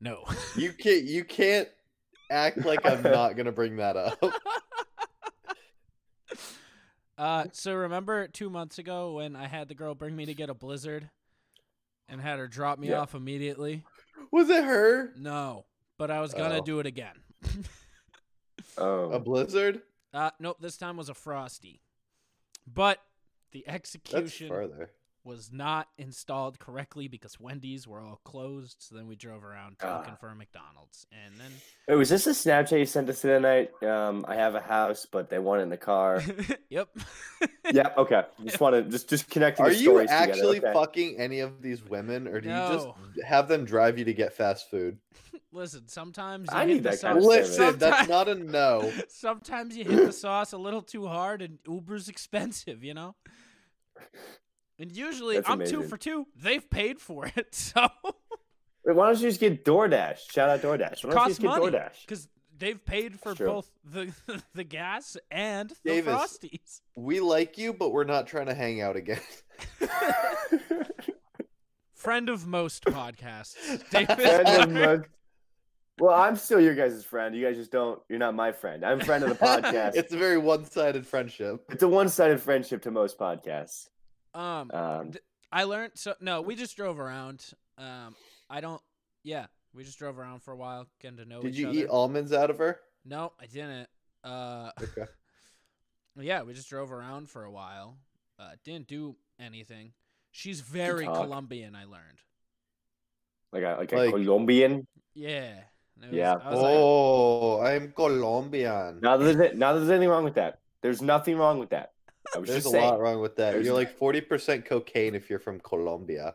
Speaker 3: No.
Speaker 1: You can't. You can't act like I'm not gonna bring that up.
Speaker 3: Uh, so remember two months ago when I had the girl bring me to get a blizzard, and had her drop me
Speaker 2: Yeah.
Speaker 3: off immediately?
Speaker 1: Was it her?
Speaker 3: No, but I was gonna
Speaker 1: Oh.
Speaker 3: do it again.
Speaker 1: A
Speaker 2: oh,
Speaker 1: blizzard?
Speaker 3: Uh, nope, this time was a frosty, but the
Speaker 1: That's
Speaker 3: execution
Speaker 1: farther.
Speaker 3: was not installed correctly because Wendy's were all closed. So then we drove around talking for McDonald's, and then
Speaker 2: Wait, was this a Snapchat you sent us the other night? Um, I have a house, but they want it in the car.
Speaker 3: yep.
Speaker 2: yeah, okay. Just want to just just connecting.
Speaker 1: Are
Speaker 2: the
Speaker 1: you
Speaker 2: stories
Speaker 1: actually
Speaker 2: together. okay.
Speaker 1: fucking any of these women, or do
Speaker 3: no,
Speaker 1: you just have them drive you to get fast food?
Speaker 3: listen. Sometimes
Speaker 2: I
Speaker 3: you hit
Speaker 2: need
Speaker 3: the
Speaker 2: that
Speaker 3: sauce.
Speaker 2: kind of service.
Speaker 1: Listen, that's
Speaker 3: Sometimes-
Speaker 1: not a no.
Speaker 3: Sometimes you hit the sauce a little too hard, and Uber's expensive, you know. And usually,
Speaker 2: That's
Speaker 3: I'm two
Speaker 2: amazing.
Speaker 3: for two. They've paid for it, so
Speaker 2: Wait, why don't you just get DoorDash? Shout out DoorDash. Why don't you
Speaker 3: costs
Speaker 2: just get
Speaker 3: money
Speaker 2: DoorDash?
Speaker 3: because they've paid for
Speaker 2: It's true.
Speaker 3: both the the gas and the
Speaker 1: Davis.
Speaker 3: frosties.
Speaker 1: We like you, but we're not trying to hang out again.
Speaker 3: Friend of most podcasts, Davis.
Speaker 2: Friend of
Speaker 3: Meyer.
Speaker 2: mine. well, I'm still your guys' friend. You guys just don't. You're not my friend. I'm friend of the podcast. it's,
Speaker 1: it's a very one-sided friendship.
Speaker 2: a one-sided friendship to most podcasts.
Speaker 3: um,
Speaker 2: Um,
Speaker 3: D- I learned so no, we just drove around. Um, I don't. Yeah, we just drove around for a while, getting to know
Speaker 1: Did
Speaker 3: each
Speaker 1: you
Speaker 3: other.
Speaker 1: eat almonds out of her?
Speaker 3: no, I didn't. Uh,
Speaker 1: Okay.
Speaker 3: yeah, we just drove around for a while. Uh, didn't do anything. She's very
Speaker 2: talk.
Speaker 3: Colombian. I learned.
Speaker 2: like a like a
Speaker 1: Like-
Speaker 2: Colombian.
Speaker 3: Yeah. And it was-
Speaker 2: Yeah.
Speaker 3: I was like,
Speaker 1: Oh, I'm Colombian.
Speaker 2: Now there's now there's anything wrong with that. There's nothing wrong with that. I was
Speaker 1: There's a
Speaker 2: just saying.
Speaker 1: lot wrong with that.
Speaker 2: There's-
Speaker 1: You're like 40% cocaine if you're from Colombia.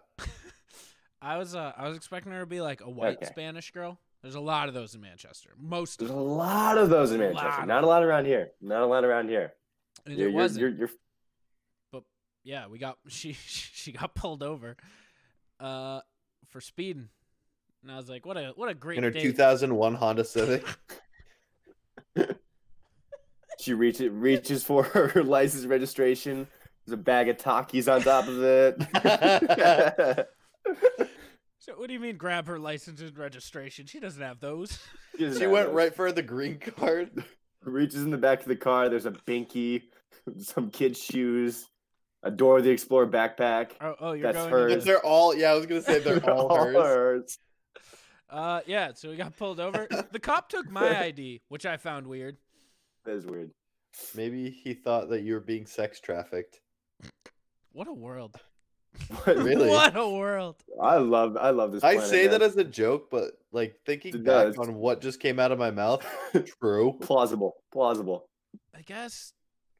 Speaker 3: I was uh, I was expecting her to be like a white
Speaker 2: Okay.
Speaker 3: Spanish girl. There's a lot of those in Manchester. Most of
Speaker 2: There's a
Speaker 3: them.
Speaker 2: lot of those in
Speaker 3: A lot
Speaker 2: Manchester.
Speaker 3: of
Speaker 2: Not a lot around here. Not a lot around here.
Speaker 3: And
Speaker 2: You're,
Speaker 3: it
Speaker 2: you're,
Speaker 3: wasn't.
Speaker 2: you're, you're-
Speaker 3: yeah, we got she she got pulled over uh for speeding. And I was like, what a what a great
Speaker 1: In her
Speaker 3: day.
Speaker 1: 2001 Honda Civic.
Speaker 2: she reaches reaches for her license registration. There's a bag of Takis on top of it.
Speaker 3: So what do you mean grab her license and registration? She doesn't have those.
Speaker 2: doesn't
Speaker 1: she
Speaker 2: have
Speaker 1: went
Speaker 2: those.
Speaker 1: right for the green card.
Speaker 2: reaches in the back of the car. There's a binky, some kid's shoes, a Dora the Explorer backpack.
Speaker 3: Oh, oh you're
Speaker 2: That's
Speaker 3: going
Speaker 2: hers.
Speaker 3: into-
Speaker 1: They're all, yeah, I was going to say they're all hers.
Speaker 2: hers.
Speaker 3: Uh yeah, so we got pulled over. the cop took my ID, which I found weird.
Speaker 2: That is weird.
Speaker 1: Maybe he thought that you were being sex trafficked.
Speaker 3: What a world.
Speaker 1: Really?
Speaker 3: What a world.
Speaker 2: I love I love this.
Speaker 1: I
Speaker 2: planet,
Speaker 1: say that
Speaker 2: man.
Speaker 1: as a joke, but like thinking
Speaker 2: It
Speaker 1: back
Speaker 2: does.
Speaker 1: on what just came out of my mouth, true.
Speaker 2: plausible, plausible.
Speaker 3: I guess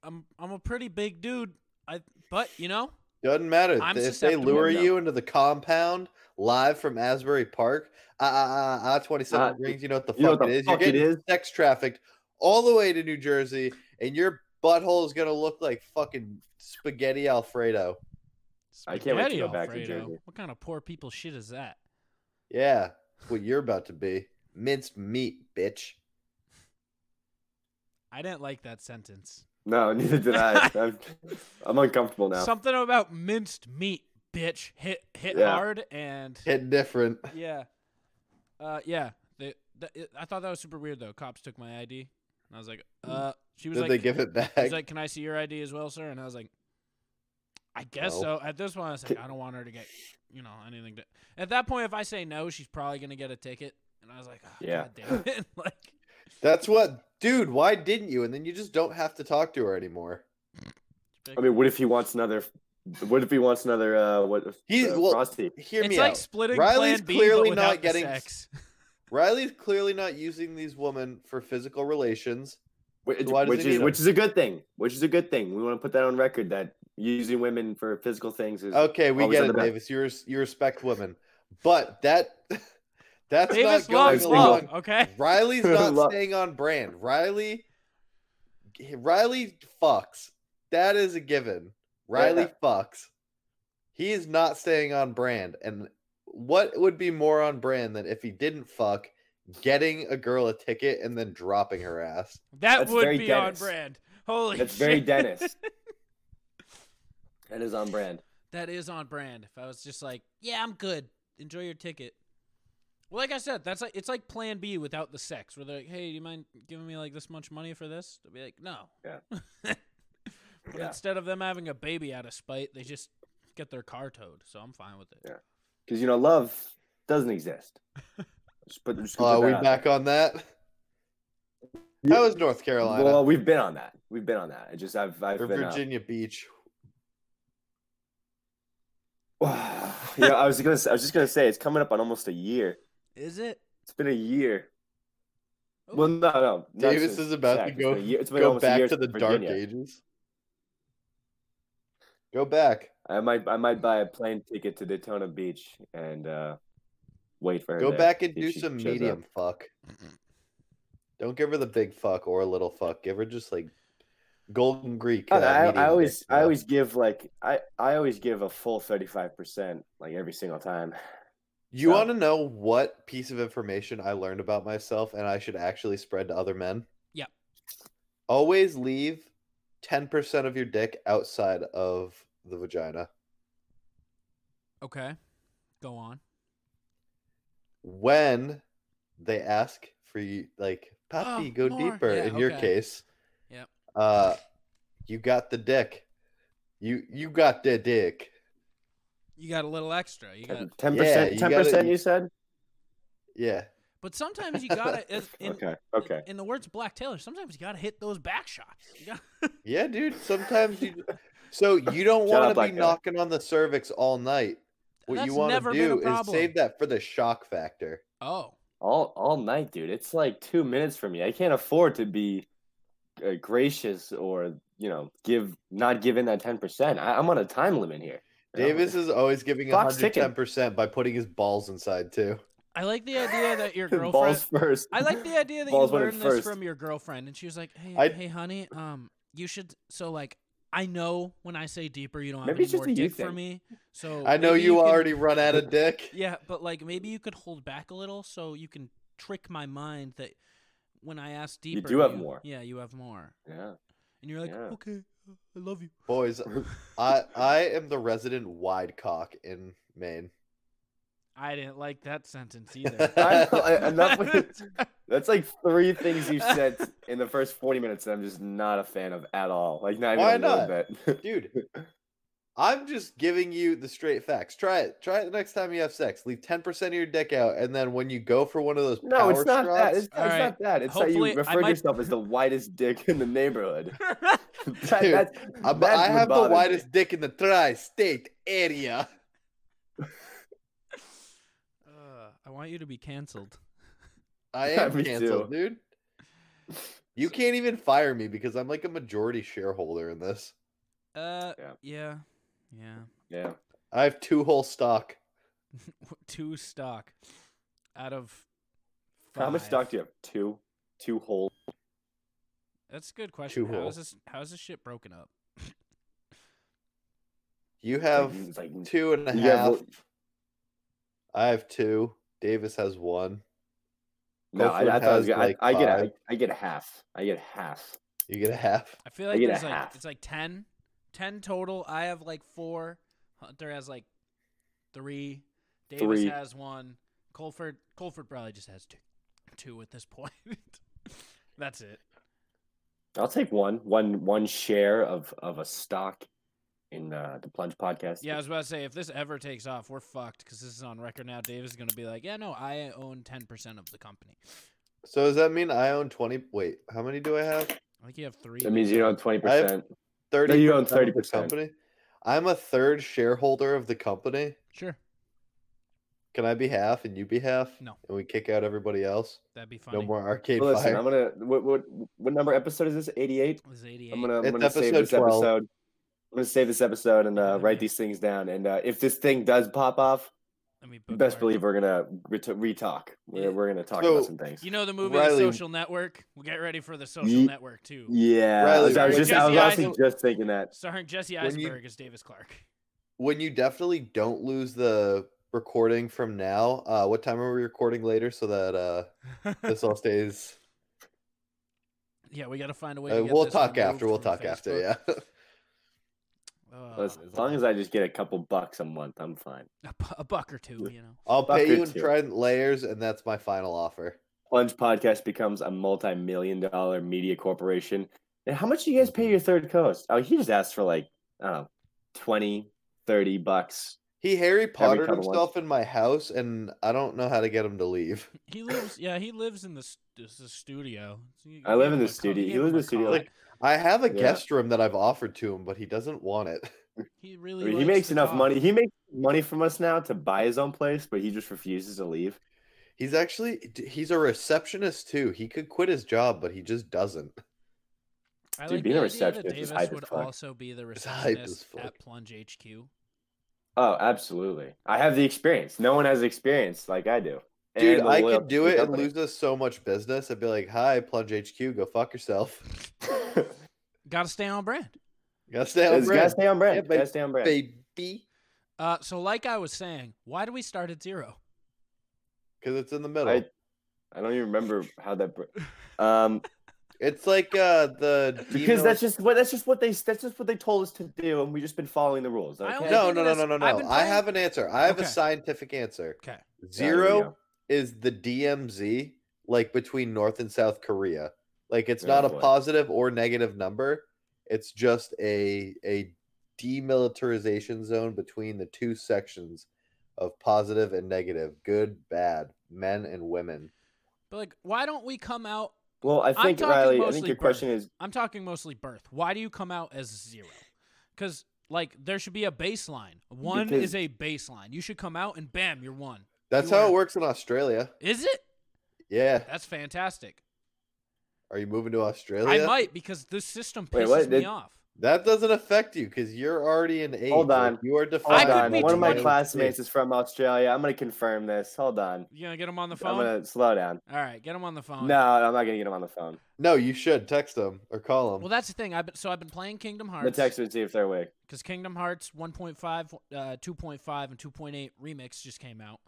Speaker 3: I'm I'm a pretty big dude. I but you know,
Speaker 1: Doesn't matter
Speaker 3: I'm
Speaker 1: if they
Speaker 3: susceptible
Speaker 1: lure
Speaker 2: now.
Speaker 1: you into the compound live from Asbury Park. Ah, ah, ah, ah, twenty-seven
Speaker 2: Ah,
Speaker 1: rings. You know what the
Speaker 2: you know
Speaker 1: fuck
Speaker 2: what the
Speaker 1: it is.
Speaker 2: fuck it
Speaker 1: You're getting
Speaker 2: is.
Speaker 1: sex trafficked all the way to New Jersey, and your butthole is gonna look like fucking spaghetti Alfredo.
Speaker 2: I can't wait to
Speaker 3: Spaghetti
Speaker 2: go back to
Speaker 3: Alfredo.
Speaker 2: Jersey.
Speaker 3: What kind of poor people shit is that?
Speaker 1: Yeah, that's what you're about to be minced meat, bitch.
Speaker 3: I didn't like that sentence.
Speaker 2: No, neither did I. I'm, I'm uncomfortable now.
Speaker 3: Something about minced meat, bitch. Hit hit
Speaker 2: Yeah.
Speaker 3: hard and
Speaker 1: Hit different.
Speaker 3: yeah, uh, yeah. They, th- it- I thought that was super weird though. Cops took my ID, and I was like, uh, she was
Speaker 1: Did
Speaker 3: like,
Speaker 1: they give it back?
Speaker 3: she's like, can I see your ID as well, sir? And I was like, I guess
Speaker 1: No.
Speaker 3: so. At this point, I was like, I don't want her to get, you know, anything. To- At that point, if I say no, she's probably gonna get a ticket. And I was like, oh,
Speaker 2: Yeah.
Speaker 3: God damn it, like.
Speaker 1: That's what, dude. Why didn't you? And then you just don't have to talk to her anymore.
Speaker 2: I mean, what if he wants another? What if he wants another? Uh, what?
Speaker 1: He-
Speaker 2: uh,
Speaker 1: well-
Speaker 2: Frosty.
Speaker 1: Hear
Speaker 3: it's
Speaker 1: me
Speaker 3: like
Speaker 1: out.
Speaker 3: splitting
Speaker 1: Riley's
Speaker 3: Plan B,
Speaker 1: clearly
Speaker 3: but without
Speaker 1: not
Speaker 3: the
Speaker 1: getting
Speaker 3: sex.
Speaker 1: Riley's clearly not using these women for physical relations.
Speaker 2: Which,
Speaker 1: Why does
Speaker 2: which
Speaker 1: he need
Speaker 2: is
Speaker 1: him?
Speaker 2: which is a good thing. Which is a good thing. We want to put that on record that using women for physical things is
Speaker 1: Okay, we
Speaker 2: Always
Speaker 1: get
Speaker 2: on
Speaker 1: it,
Speaker 2: the back.
Speaker 1: Davis. You, res- you respect women, but that that's
Speaker 3: Davis
Speaker 1: not
Speaker 3: loves
Speaker 1: going
Speaker 3: love,
Speaker 1: along.
Speaker 3: okay?
Speaker 1: Riley's not
Speaker 2: Love.
Speaker 1: staying on brand. Riley, Riley fucks. That is a given. Riley fucks. He is not staying on brand. And what would be more on brand than if he didn't fuck, getting a girl a ticket and then dropping her ass?
Speaker 3: That
Speaker 2: That's
Speaker 3: would
Speaker 2: very
Speaker 3: be
Speaker 2: Dennis.
Speaker 3: on brand. Holy
Speaker 2: That's
Speaker 3: shit.
Speaker 2: very Dennis. that is on brand.
Speaker 3: That is on brand. If I was just like, yeah, I'm good. Enjoy your ticket. Well, like I said, that's like it's like Plan B without the sex, where they're like, "Hey, do you mind giving me like this much money for this?" They'll be like, "No."
Speaker 2: Yeah.
Speaker 3: but
Speaker 2: Yeah.
Speaker 3: instead of them having a baby out of spite, they just get their car towed. So I'm fine with it.
Speaker 2: Yeah. Because you know, love doesn't exist. Just put, just
Speaker 1: Oh,
Speaker 2: put
Speaker 1: we
Speaker 2: that out
Speaker 1: back on that?
Speaker 2: Yeah.
Speaker 1: That was North
Speaker 2: there.
Speaker 1: Carolina
Speaker 2: Well, we've been on uh, that. We've been on that. I just I've I've
Speaker 1: or
Speaker 2: been uh,
Speaker 1: Virginia Beach.
Speaker 2: yeah, I was gonna. s- I was just gonna say it's coming up on almost a year.
Speaker 3: Is it?
Speaker 2: It's been a year.
Speaker 3: Oh.
Speaker 2: Well, no, no. not
Speaker 1: Davis
Speaker 2: since
Speaker 1: is about to
Speaker 2: Zach. It's
Speaker 1: go-
Speaker 2: been a year- it's been
Speaker 1: Go
Speaker 2: almost a
Speaker 1: back
Speaker 2: year
Speaker 1: to the
Speaker 2: since
Speaker 1: dark
Speaker 2: Virginia.
Speaker 1: ages. Go back.
Speaker 2: I might. I might buy a plane ticket to Daytona Beach and uh, wait for her.
Speaker 1: Go
Speaker 2: there,
Speaker 1: back and
Speaker 2: see
Speaker 1: do
Speaker 2: if she
Speaker 1: some
Speaker 2: shows up.
Speaker 1: medium fuck. Don't give her the big fuck or a little fuck. Give her just like golden Greek.
Speaker 2: I,
Speaker 1: uh,
Speaker 2: I,
Speaker 1: medium
Speaker 2: I always,
Speaker 1: dick, you
Speaker 2: I
Speaker 1: know?
Speaker 2: always give like I, I always give a full thirty five percent like every single time.
Speaker 1: You
Speaker 2: so-
Speaker 1: want to know what piece of information I learned about myself and I should actually spread to other men?
Speaker 3: Yep.
Speaker 1: Always leave ten percent of your dick outside of the vagina.
Speaker 3: Okay. Go on.
Speaker 1: When they ask for you, like Papi, go
Speaker 3: Oh, more."
Speaker 1: deeper.
Speaker 3: Yeah,
Speaker 1: in your
Speaker 3: okay.
Speaker 1: case,
Speaker 3: Yep.
Speaker 1: Uh, you got the dick. You you got the dick.
Speaker 3: You got a little extra. You got,
Speaker 2: Ten
Speaker 1: Yeah, you
Speaker 2: percent, ten percent.
Speaker 1: gotta-
Speaker 2: You said
Speaker 1: Yeah.
Speaker 3: but sometimes you gotta. as- In,
Speaker 2: okay, okay.
Speaker 3: In the words of Black Taylor, sometimes you gotta hit those back shots. You gotta-
Speaker 1: Yeah, dude. Sometimes you. So you don't
Speaker 2: Shout out
Speaker 1: want to
Speaker 2: Black
Speaker 1: be
Speaker 2: Taylor.
Speaker 1: knocking on the cervix all night. What
Speaker 3: That's
Speaker 1: you want
Speaker 3: never
Speaker 1: to
Speaker 3: been a
Speaker 1: do is
Speaker 3: problem.
Speaker 1: save that for the shock factor.
Speaker 3: oh,
Speaker 2: All, all night, dude. It's like two minutes for me. I can't afford to be uh, gracious or you know give not give in that ten percent. I'm on a time limit here. you know?
Speaker 1: Davis is always giving
Speaker 2: Clock's ticking.
Speaker 1: 110% by putting his balls inside too.
Speaker 3: I like the idea that your girlfriend.
Speaker 2: balls first.
Speaker 3: I like the idea that
Speaker 2: Balls
Speaker 3: you
Speaker 2: went in
Speaker 3: learned this
Speaker 2: first.
Speaker 3: from your girlfriend, and she was like, "Hey,
Speaker 1: I-
Speaker 3: hey, honey, um, you should." So like, I know when I say deeper, you don't have
Speaker 2: Maybe
Speaker 3: any
Speaker 2: it's just
Speaker 3: more
Speaker 2: a you
Speaker 3: dick for
Speaker 2: thing.
Speaker 3: me. So
Speaker 1: I know
Speaker 3: Oh, maybe
Speaker 1: you,
Speaker 3: can-
Speaker 1: already run out of dick.
Speaker 3: Yeah, but like maybe you could hold back a little so you can trick my mind that when I ask deeper,
Speaker 2: do have more.
Speaker 3: Yeah, you have more,
Speaker 2: Yeah.
Speaker 3: and you're like,
Speaker 2: Yeah.
Speaker 3: "Okay, I love you."
Speaker 1: Boys, I I am the resident wide cock in Maine.
Speaker 3: I didn't like that sentence either.
Speaker 2: I know, I- enough with- That's like three things you said in the first 40 minutes that I'm just not a fan of at all. Like, not even
Speaker 1: Why
Speaker 2: a
Speaker 1: not?
Speaker 2: little bit.
Speaker 1: Dude, I'm just giving you the straight facts. Try it. Try it the next time you have sex. Leave 10% of your dick out, and then when you go for one of those
Speaker 2: No,
Speaker 1: power
Speaker 2: it's not
Speaker 1: struts,
Speaker 2: that. It's, it's
Speaker 3: Alright,
Speaker 2: not that. It's that
Speaker 3: hopefully
Speaker 2: you
Speaker 3: I
Speaker 2: refer to
Speaker 3: might-
Speaker 2: yourself as the widest dick in the neighborhood. That,
Speaker 1: Dude,
Speaker 2: that's,
Speaker 1: I,
Speaker 2: that
Speaker 1: I
Speaker 2: would
Speaker 1: have the
Speaker 2: bother me.
Speaker 1: widest dick in the tri-state area.
Speaker 3: uh, I want you to be canceled.
Speaker 1: I
Speaker 2: Yeah,
Speaker 1: am
Speaker 2: me
Speaker 1: canceled, dude. You can't even fire me because I'm like a majority shareholder in this.
Speaker 3: Uh,
Speaker 2: Yeah.
Speaker 3: yeah, yeah.
Speaker 2: Yeah.
Speaker 1: I have two whole stock.
Speaker 3: two stock out of
Speaker 2: How much
Speaker 3: five.
Speaker 2: stock do you have? Two? Two whole?
Speaker 3: That's a good question.
Speaker 1: Two
Speaker 3: How
Speaker 1: whole.
Speaker 3: is this how is this shit broken up?
Speaker 1: You
Speaker 2: Like,
Speaker 1: have
Speaker 2: it's like,
Speaker 1: two and a
Speaker 2: you
Speaker 1: half.
Speaker 2: have-
Speaker 1: I have two. Davis has one.
Speaker 2: no,
Speaker 1: Goldford
Speaker 2: I, I thought I was
Speaker 1: has,
Speaker 2: gonna,
Speaker 1: like,
Speaker 2: I, I get a, I,
Speaker 1: five.
Speaker 2: I get a half. I get a half.
Speaker 1: You get a half.
Speaker 3: I feel
Speaker 2: I
Speaker 3: like
Speaker 2: get a
Speaker 3: there's like
Speaker 2: half.
Speaker 3: it's like 10 10 total. I have like 4. Hunter has like 3. Davis
Speaker 2: Three.
Speaker 3: has 1. Colford Colford probably just has 2 two at this point. That's it.
Speaker 2: I'll take one, one, one share of of a stock in uh, the Plunge podcast.
Speaker 3: Yeah, I was about to say if this ever takes off, we're fucked cuz this is on record now. Davis is going to be like, "Yeah, no, I own 10% of the company."
Speaker 1: So does that mean I own 20? Wait, how many do I have?
Speaker 3: I think you have 3.
Speaker 2: That means you own twenty percent.
Speaker 1: 30.
Speaker 2: you own
Speaker 1: of the
Speaker 2: 30%.
Speaker 1: company. I'm a third shareholder of the company.
Speaker 3: Sure.
Speaker 1: Can I be half and you be half?
Speaker 3: No.
Speaker 1: And we kick out everybody else?
Speaker 3: That'd be funny.
Speaker 1: No more arcade
Speaker 2: Well, listen,
Speaker 1: fire.
Speaker 2: I'm gonna. What, what what number episode is this? 88.
Speaker 3: It was 88.
Speaker 2: I'm gonna. I'm
Speaker 1: It's
Speaker 2: gonna save
Speaker 1: episode
Speaker 2: this
Speaker 1: 12.
Speaker 2: episode. I'm gonna save this episode and
Speaker 3: Yeah.
Speaker 2: uh, write these things down. And uh, if this thing does pop off,
Speaker 3: Let me bookmark
Speaker 2: best
Speaker 3: it.
Speaker 2: believe we're gonna ret- retalk. We're,
Speaker 3: Yeah.
Speaker 2: we're gonna talk
Speaker 1: So,
Speaker 2: about some things.
Speaker 3: You know the movie
Speaker 1: Riley-
Speaker 3: The Social Network? We'll get ready for The Social
Speaker 2: Ye-
Speaker 3: Network too.
Speaker 2: yeah, I
Speaker 1: Riley,
Speaker 2: was, I was
Speaker 1: sorry,
Speaker 2: just. I was
Speaker 3: Jesse
Speaker 2: honestly
Speaker 1: Eisenberg-
Speaker 2: just thinking that.
Speaker 3: Starring Jesse
Speaker 1: When you-
Speaker 3: Eisenberg as Davis Clark.
Speaker 1: when you definitely don't lose the recording from now uh what time are we recording later so that uh this all stays
Speaker 3: yeah, we got to find a way. To
Speaker 1: uh,
Speaker 3: get
Speaker 1: we'll
Speaker 3: this
Speaker 1: talk
Speaker 3: removed
Speaker 1: after we'll
Speaker 3: from
Speaker 1: talk after
Speaker 3: Facebook.
Speaker 1: yeah
Speaker 3: Uh,
Speaker 2: As long as I just get a couple bucks a month, I'm fine.
Speaker 3: a, bu- a buck or two, you know.
Speaker 1: i'll
Speaker 2: Fuck
Speaker 1: pay
Speaker 2: it
Speaker 1: you in
Speaker 2: too.
Speaker 1: trident layers and that's my final offer
Speaker 2: Plunge Podcast becomes a multi-million dollar media corporation. And how much do you guys pay your third co-host? Oh, he just asked for like, I don't know, 20, 30 bucks.
Speaker 1: he harry pottered
Speaker 2: couple ones.
Speaker 1: himself in my house and i don't know how to get him to leave
Speaker 3: He lives. Yeah, he lives in the s- this- the studio. So you-
Speaker 2: I
Speaker 3: you
Speaker 2: live
Speaker 3: give
Speaker 2: in the
Speaker 3: him a call-
Speaker 2: studio.
Speaker 3: you
Speaker 2: He
Speaker 3: give
Speaker 2: lives
Speaker 3: him
Speaker 2: in
Speaker 3: a
Speaker 2: the studio,
Speaker 3: call.
Speaker 2: like-
Speaker 1: i have a
Speaker 2: Yeah.
Speaker 1: guest room that i've offered to him but he doesn't want it
Speaker 3: He really.
Speaker 2: I mean, he
Speaker 3: likes
Speaker 2: makes
Speaker 3: to
Speaker 2: enough
Speaker 3: talk.
Speaker 2: money. He makes money from us now to buy his own place, but he just refuses to leave.
Speaker 1: He's actually d- he's a receptionist too. He could quit his job, but he just doesn't.
Speaker 3: I
Speaker 2: Dude,
Speaker 3: like
Speaker 2: being
Speaker 3: the
Speaker 2: a
Speaker 3: idea that
Speaker 2: receptionist is
Speaker 3: Davis
Speaker 2: hype as
Speaker 3: would
Speaker 2: fuck.
Speaker 3: also be the
Speaker 1: It's hype as
Speaker 3: receptionist
Speaker 1: fuck.
Speaker 3: at Plunge HQ.
Speaker 2: Oh, absolutely. I have the experience. No one has experience like I do.
Speaker 1: Dude,
Speaker 2: And the
Speaker 1: I
Speaker 2: loyalty
Speaker 1: could do
Speaker 2: to the
Speaker 1: it and
Speaker 2: company.
Speaker 1: lose us so much business. I'd be like, "Hi, Plunge HQ, go fuck yourself."
Speaker 3: Got to stay on brand.
Speaker 1: Gotta stay on
Speaker 2: It's gotta
Speaker 1: brand,
Speaker 2: stay on brand.
Speaker 1: Yeah, but-
Speaker 2: gotta stay on brand.
Speaker 1: baby,
Speaker 3: Uh, so like I was saying, why do we start at zero?
Speaker 1: because it's in the middle.
Speaker 2: I, I don't even remember how that. br- Um,
Speaker 1: It's like uh the
Speaker 2: because
Speaker 1: Dino-
Speaker 2: that's just what that's just what they that's just what they told us to do, and we've just been following the rules. Okay?
Speaker 3: I only
Speaker 1: no,
Speaker 3: think
Speaker 1: no,
Speaker 3: of
Speaker 1: no,
Speaker 3: this-
Speaker 1: no, no,
Speaker 3: I've
Speaker 1: no.
Speaker 3: been
Speaker 1: I
Speaker 3: playing-
Speaker 1: have an answer. I have
Speaker 3: Okay.
Speaker 1: a scientific answer.
Speaker 3: Okay.
Speaker 2: Yeah, there you
Speaker 1: Zero
Speaker 2: go.
Speaker 1: is the DMZ, like between North and South Korea. Like it's
Speaker 2: Oh,
Speaker 1: not a
Speaker 2: boy.
Speaker 1: positive or negative number. It's just a a demilitarization zone between the two sections of positive and negative, good, bad, men and women.
Speaker 3: But like, why don't we come out?
Speaker 2: Well, I think
Speaker 3: talking
Speaker 2: Riley, I think
Speaker 3: mostly
Speaker 2: your question is
Speaker 3: I'm talking mostly birth. Why do you come out as zero? Because like there should be a baseline. One
Speaker 2: Because-
Speaker 3: is a baseline. You should come out and bam, you're one.
Speaker 1: That's
Speaker 3: You
Speaker 1: how
Speaker 3: are-
Speaker 1: it works in Australia.
Speaker 3: Is it?
Speaker 1: Yeah.
Speaker 3: That's fantastic.
Speaker 1: Are you moving to Australia?
Speaker 3: I might because this system
Speaker 2: Wait,
Speaker 3: pisses
Speaker 2: what?
Speaker 3: me
Speaker 2: Did-
Speaker 3: off.
Speaker 1: That doesn't affect you because you're already an age.
Speaker 2: Hold
Speaker 1: like,
Speaker 2: on.
Speaker 1: you are
Speaker 2: Hold
Speaker 1: defined.
Speaker 3: could
Speaker 2: on.
Speaker 1: by
Speaker 3: be
Speaker 2: One of my
Speaker 1: age.
Speaker 3: 20.
Speaker 2: classmates is from Australia. I'm gonna confirm this. Hold on.
Speaker 3: You gonna get him on the
Speaker 2: I'm
Speaker 3: phone?
Speaker 2: gonna slow down.
Speaker 3: All right, get him on the phone.
Speaker 2: No, I'm not gonna get him on the phone.
Speaker 1: No, you should text them or call them.
Speaker 3: Well, that's the thing. I've been so I've been playing Kingdom
Speaker 2: I'm gonna
Speaker 3: Hearts.
Speaker 2: text him and see if they're awake.
Speaker 3: because Kingdom Hearts 1.5, uh, 2.5, and 2.8 remix just came out,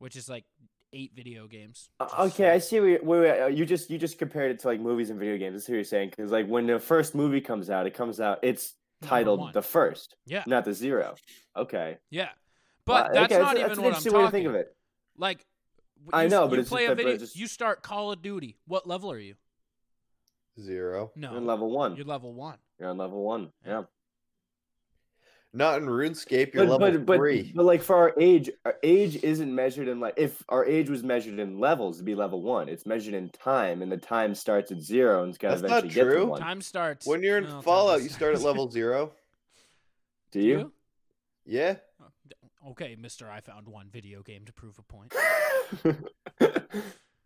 Speaker 3: which is like eight video games.
Speaker 2: Uh,
Speaker 3: which is
Speaker 2: Okay, I
Speaker 3: sick.
Speaker 2: see. Where you, where you- uh, you just you just compared it to like movies and video games. That's what you're saying. Because like when the first movie comes out, it comes out. It's
Speaker 3: Number
Speaker 2: titled
Speaker 3: one.
Speaker 2: the first,
Speaker 3: Yeah,
Speaker 2: not the zero. Okay,
Speaker 3: yeah, but
Speaker 2: Wow,
Speaker 3: that's
Speaker 2: okay,
Speaker 3: not
Speaker 2: that's
Speaker 3: even
Speaker 2: an
Speaker 3: what I'm
Speaker 2: interesting
Speaker 3: talking.
Speaker 2: way to think of it.
Speaker 3: Like, w-
Speaker 2: I
Speaker 3: you, s-
Speaker 2: know, but
Speaker 3: you
Speaker 2: it's just
Speaker 3: play
Speaker 2: that-
Speaker 3: a
Speaker 2: but
Speaker 3: video.
Speaker 2: just-
Speaker 3: You start Call of Duty. What level are you?
Speaker 1: Zero.
Speaker 3: No,
Speaker 2: You're on level one.
Speaker 3: you're level one.
Speaker 2: You're on level one. Yeah,
Speaker 1: Not in RuneScape. You're
Speaker 2: but
Speaker 1: level
Speaker 2: but, but
Speaker 1: three.
Speaker 2: but like for our age, our age isn't measured in like if our age was measured in levels to be level one. It's measured in time, and the time starts at zero, and it's got to
Speaker 1: That's not
Speaker 2: eventually get to
Speaker 1: true.
Speaker 2: one.
Speaker 3: Time starts
Speaker 1: when you're in
Speaker 3: well, time
Speaker 1: Fallout,
Speaker 3: doesn't
Speaker 1: you start at
Speaker 3: start.
Speaker 1: level zero.
Speaker 2: Do
Speaker 3: Do
Speaker 2: you?
Speaker 1: Yeah.
Speaker 3: Okay, Mister. I found one video game to prove a point.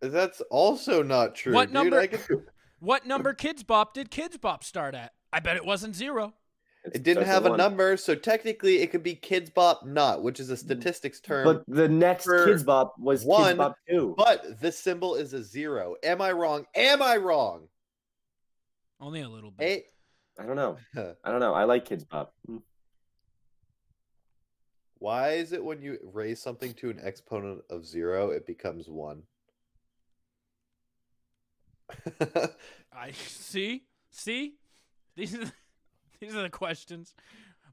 Speaker 1: That's also not true.
Speaker 3: What
Speaker 1: dude.
Speaker 3: number-
Speaker 1: I could-
Speaker 3: What number Kids Bop did Kids Bop start at? I bet it wasn't zero.
Speaker 1: it didn't
Speaker 2: Starts at
Speaker 1: have a
Speaker 2: one.
Speaker 1: number, so technically it could be Kids Bop Not, which is a statistics term.
Speaker 2: Mm, But the next
Speaker 1: for
Speaker 2: Kids Bop was
Speaker 1: one,
Speaker 2: Kids Bop two.
Speaker 1: but this symbol is a zero. Am I wrong? Am I wrong?
Speaker 3: Only a little bit.
Speaker 1: Eh?
Speaker 2: I don't know. I don't know. I like Kids Bop.
Speaker 1: Mm. Why is it when you raise something to an exponent of zero, it becomes one?
Speaker 3: I see. See, these are the, these are the questions.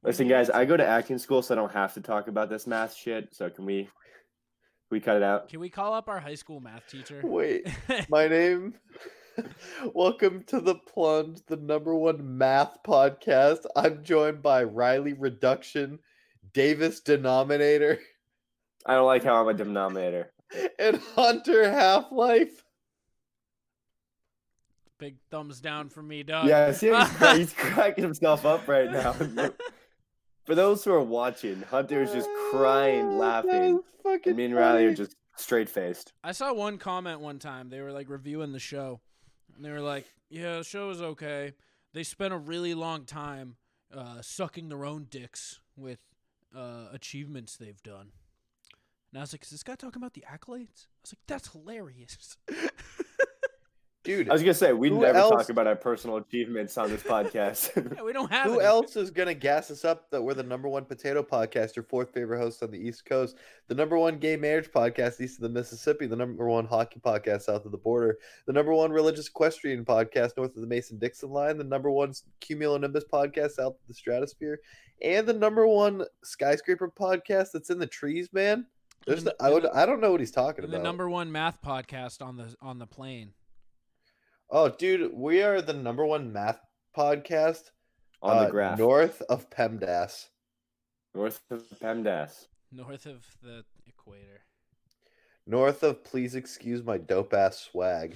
Speaker 3: We
Speaker 2: Listen,
Speaker 3: need
Speaker 2: guys,
Speaker 3: to-
Speaker 2: I go to acting school, so I don't have to talk about this math shit. So can we, can we cut it out?
Speaker 3: Can we call up our high school math teacher?
Speaker 1: Wait. My name. Welcome to the plunge, the number one math podcast. I'm joined by Riley Reduction, Davis Denominator,
Speaker 2: I don't like how I'm a denominator.
Speaker 1: and Hunter Half Life.
Speaker 3: Big thumbs down for me, dog.
Speaker 2: yeah, see, he's, cra- he's cracking himself up right now. For those who are watching, Hunter is just
Speaker 1: Ah,
Speaker 2: crying, laughing. And me and Riley are just straight faced.
Speaker 3: I saw one comment one time. They were like reviewing the show, and they were like, "Yeah, the show is okay. They spent a really long time uh, sucking their own dicks with uh, achievements they've done." And I was like, "Is this guy talking about the accolades?" I was like, "That's hilarious."
Speaker 1: dude.
Speaker 2: I was gonna say we
Speaker 1: Who
Speaker 2: never
Speaker 1: else-
Speaker 2: talk about our personal achievements on this podcast.
Speaker 3: yeah, we don't have
Speaker 1: Who
Speaker 3: any.
Speaker 1: else is gonna gas us up that we're the number one potato podcast, your fourth favorite host on the East Coast, the number one gay marriage podcast east of the Mississippi, the number one hockey podcast south of the border, the number one religious equestrian podcast north of the Mason Dixon line, the number one cumulonimbus podcast south of the stratosphere, and the number one skyscraper podcast that's in the trees, man. There's
Speaker 3: the-
Speaker 1: no- I
Speaker 3: and
Speaker 1: would
Speaker 3: the-
Speaker 1: I don't know what he's talking
Speaker 3: And
Speaker 1: about.
Speaker 3: the number one math podcast on the on the plane.
Speaker 1: oh, dude, we are the number one math podcast
Speaker 2: on
Speaker 1: uh,
Speaker 2: the graph,
Speaker 1: north of PEMDAS.
Speaker 2: north of PEMDAS.
Speaker 3: north of the equator.
Speaker 1: North of please excuse my dope ass swag.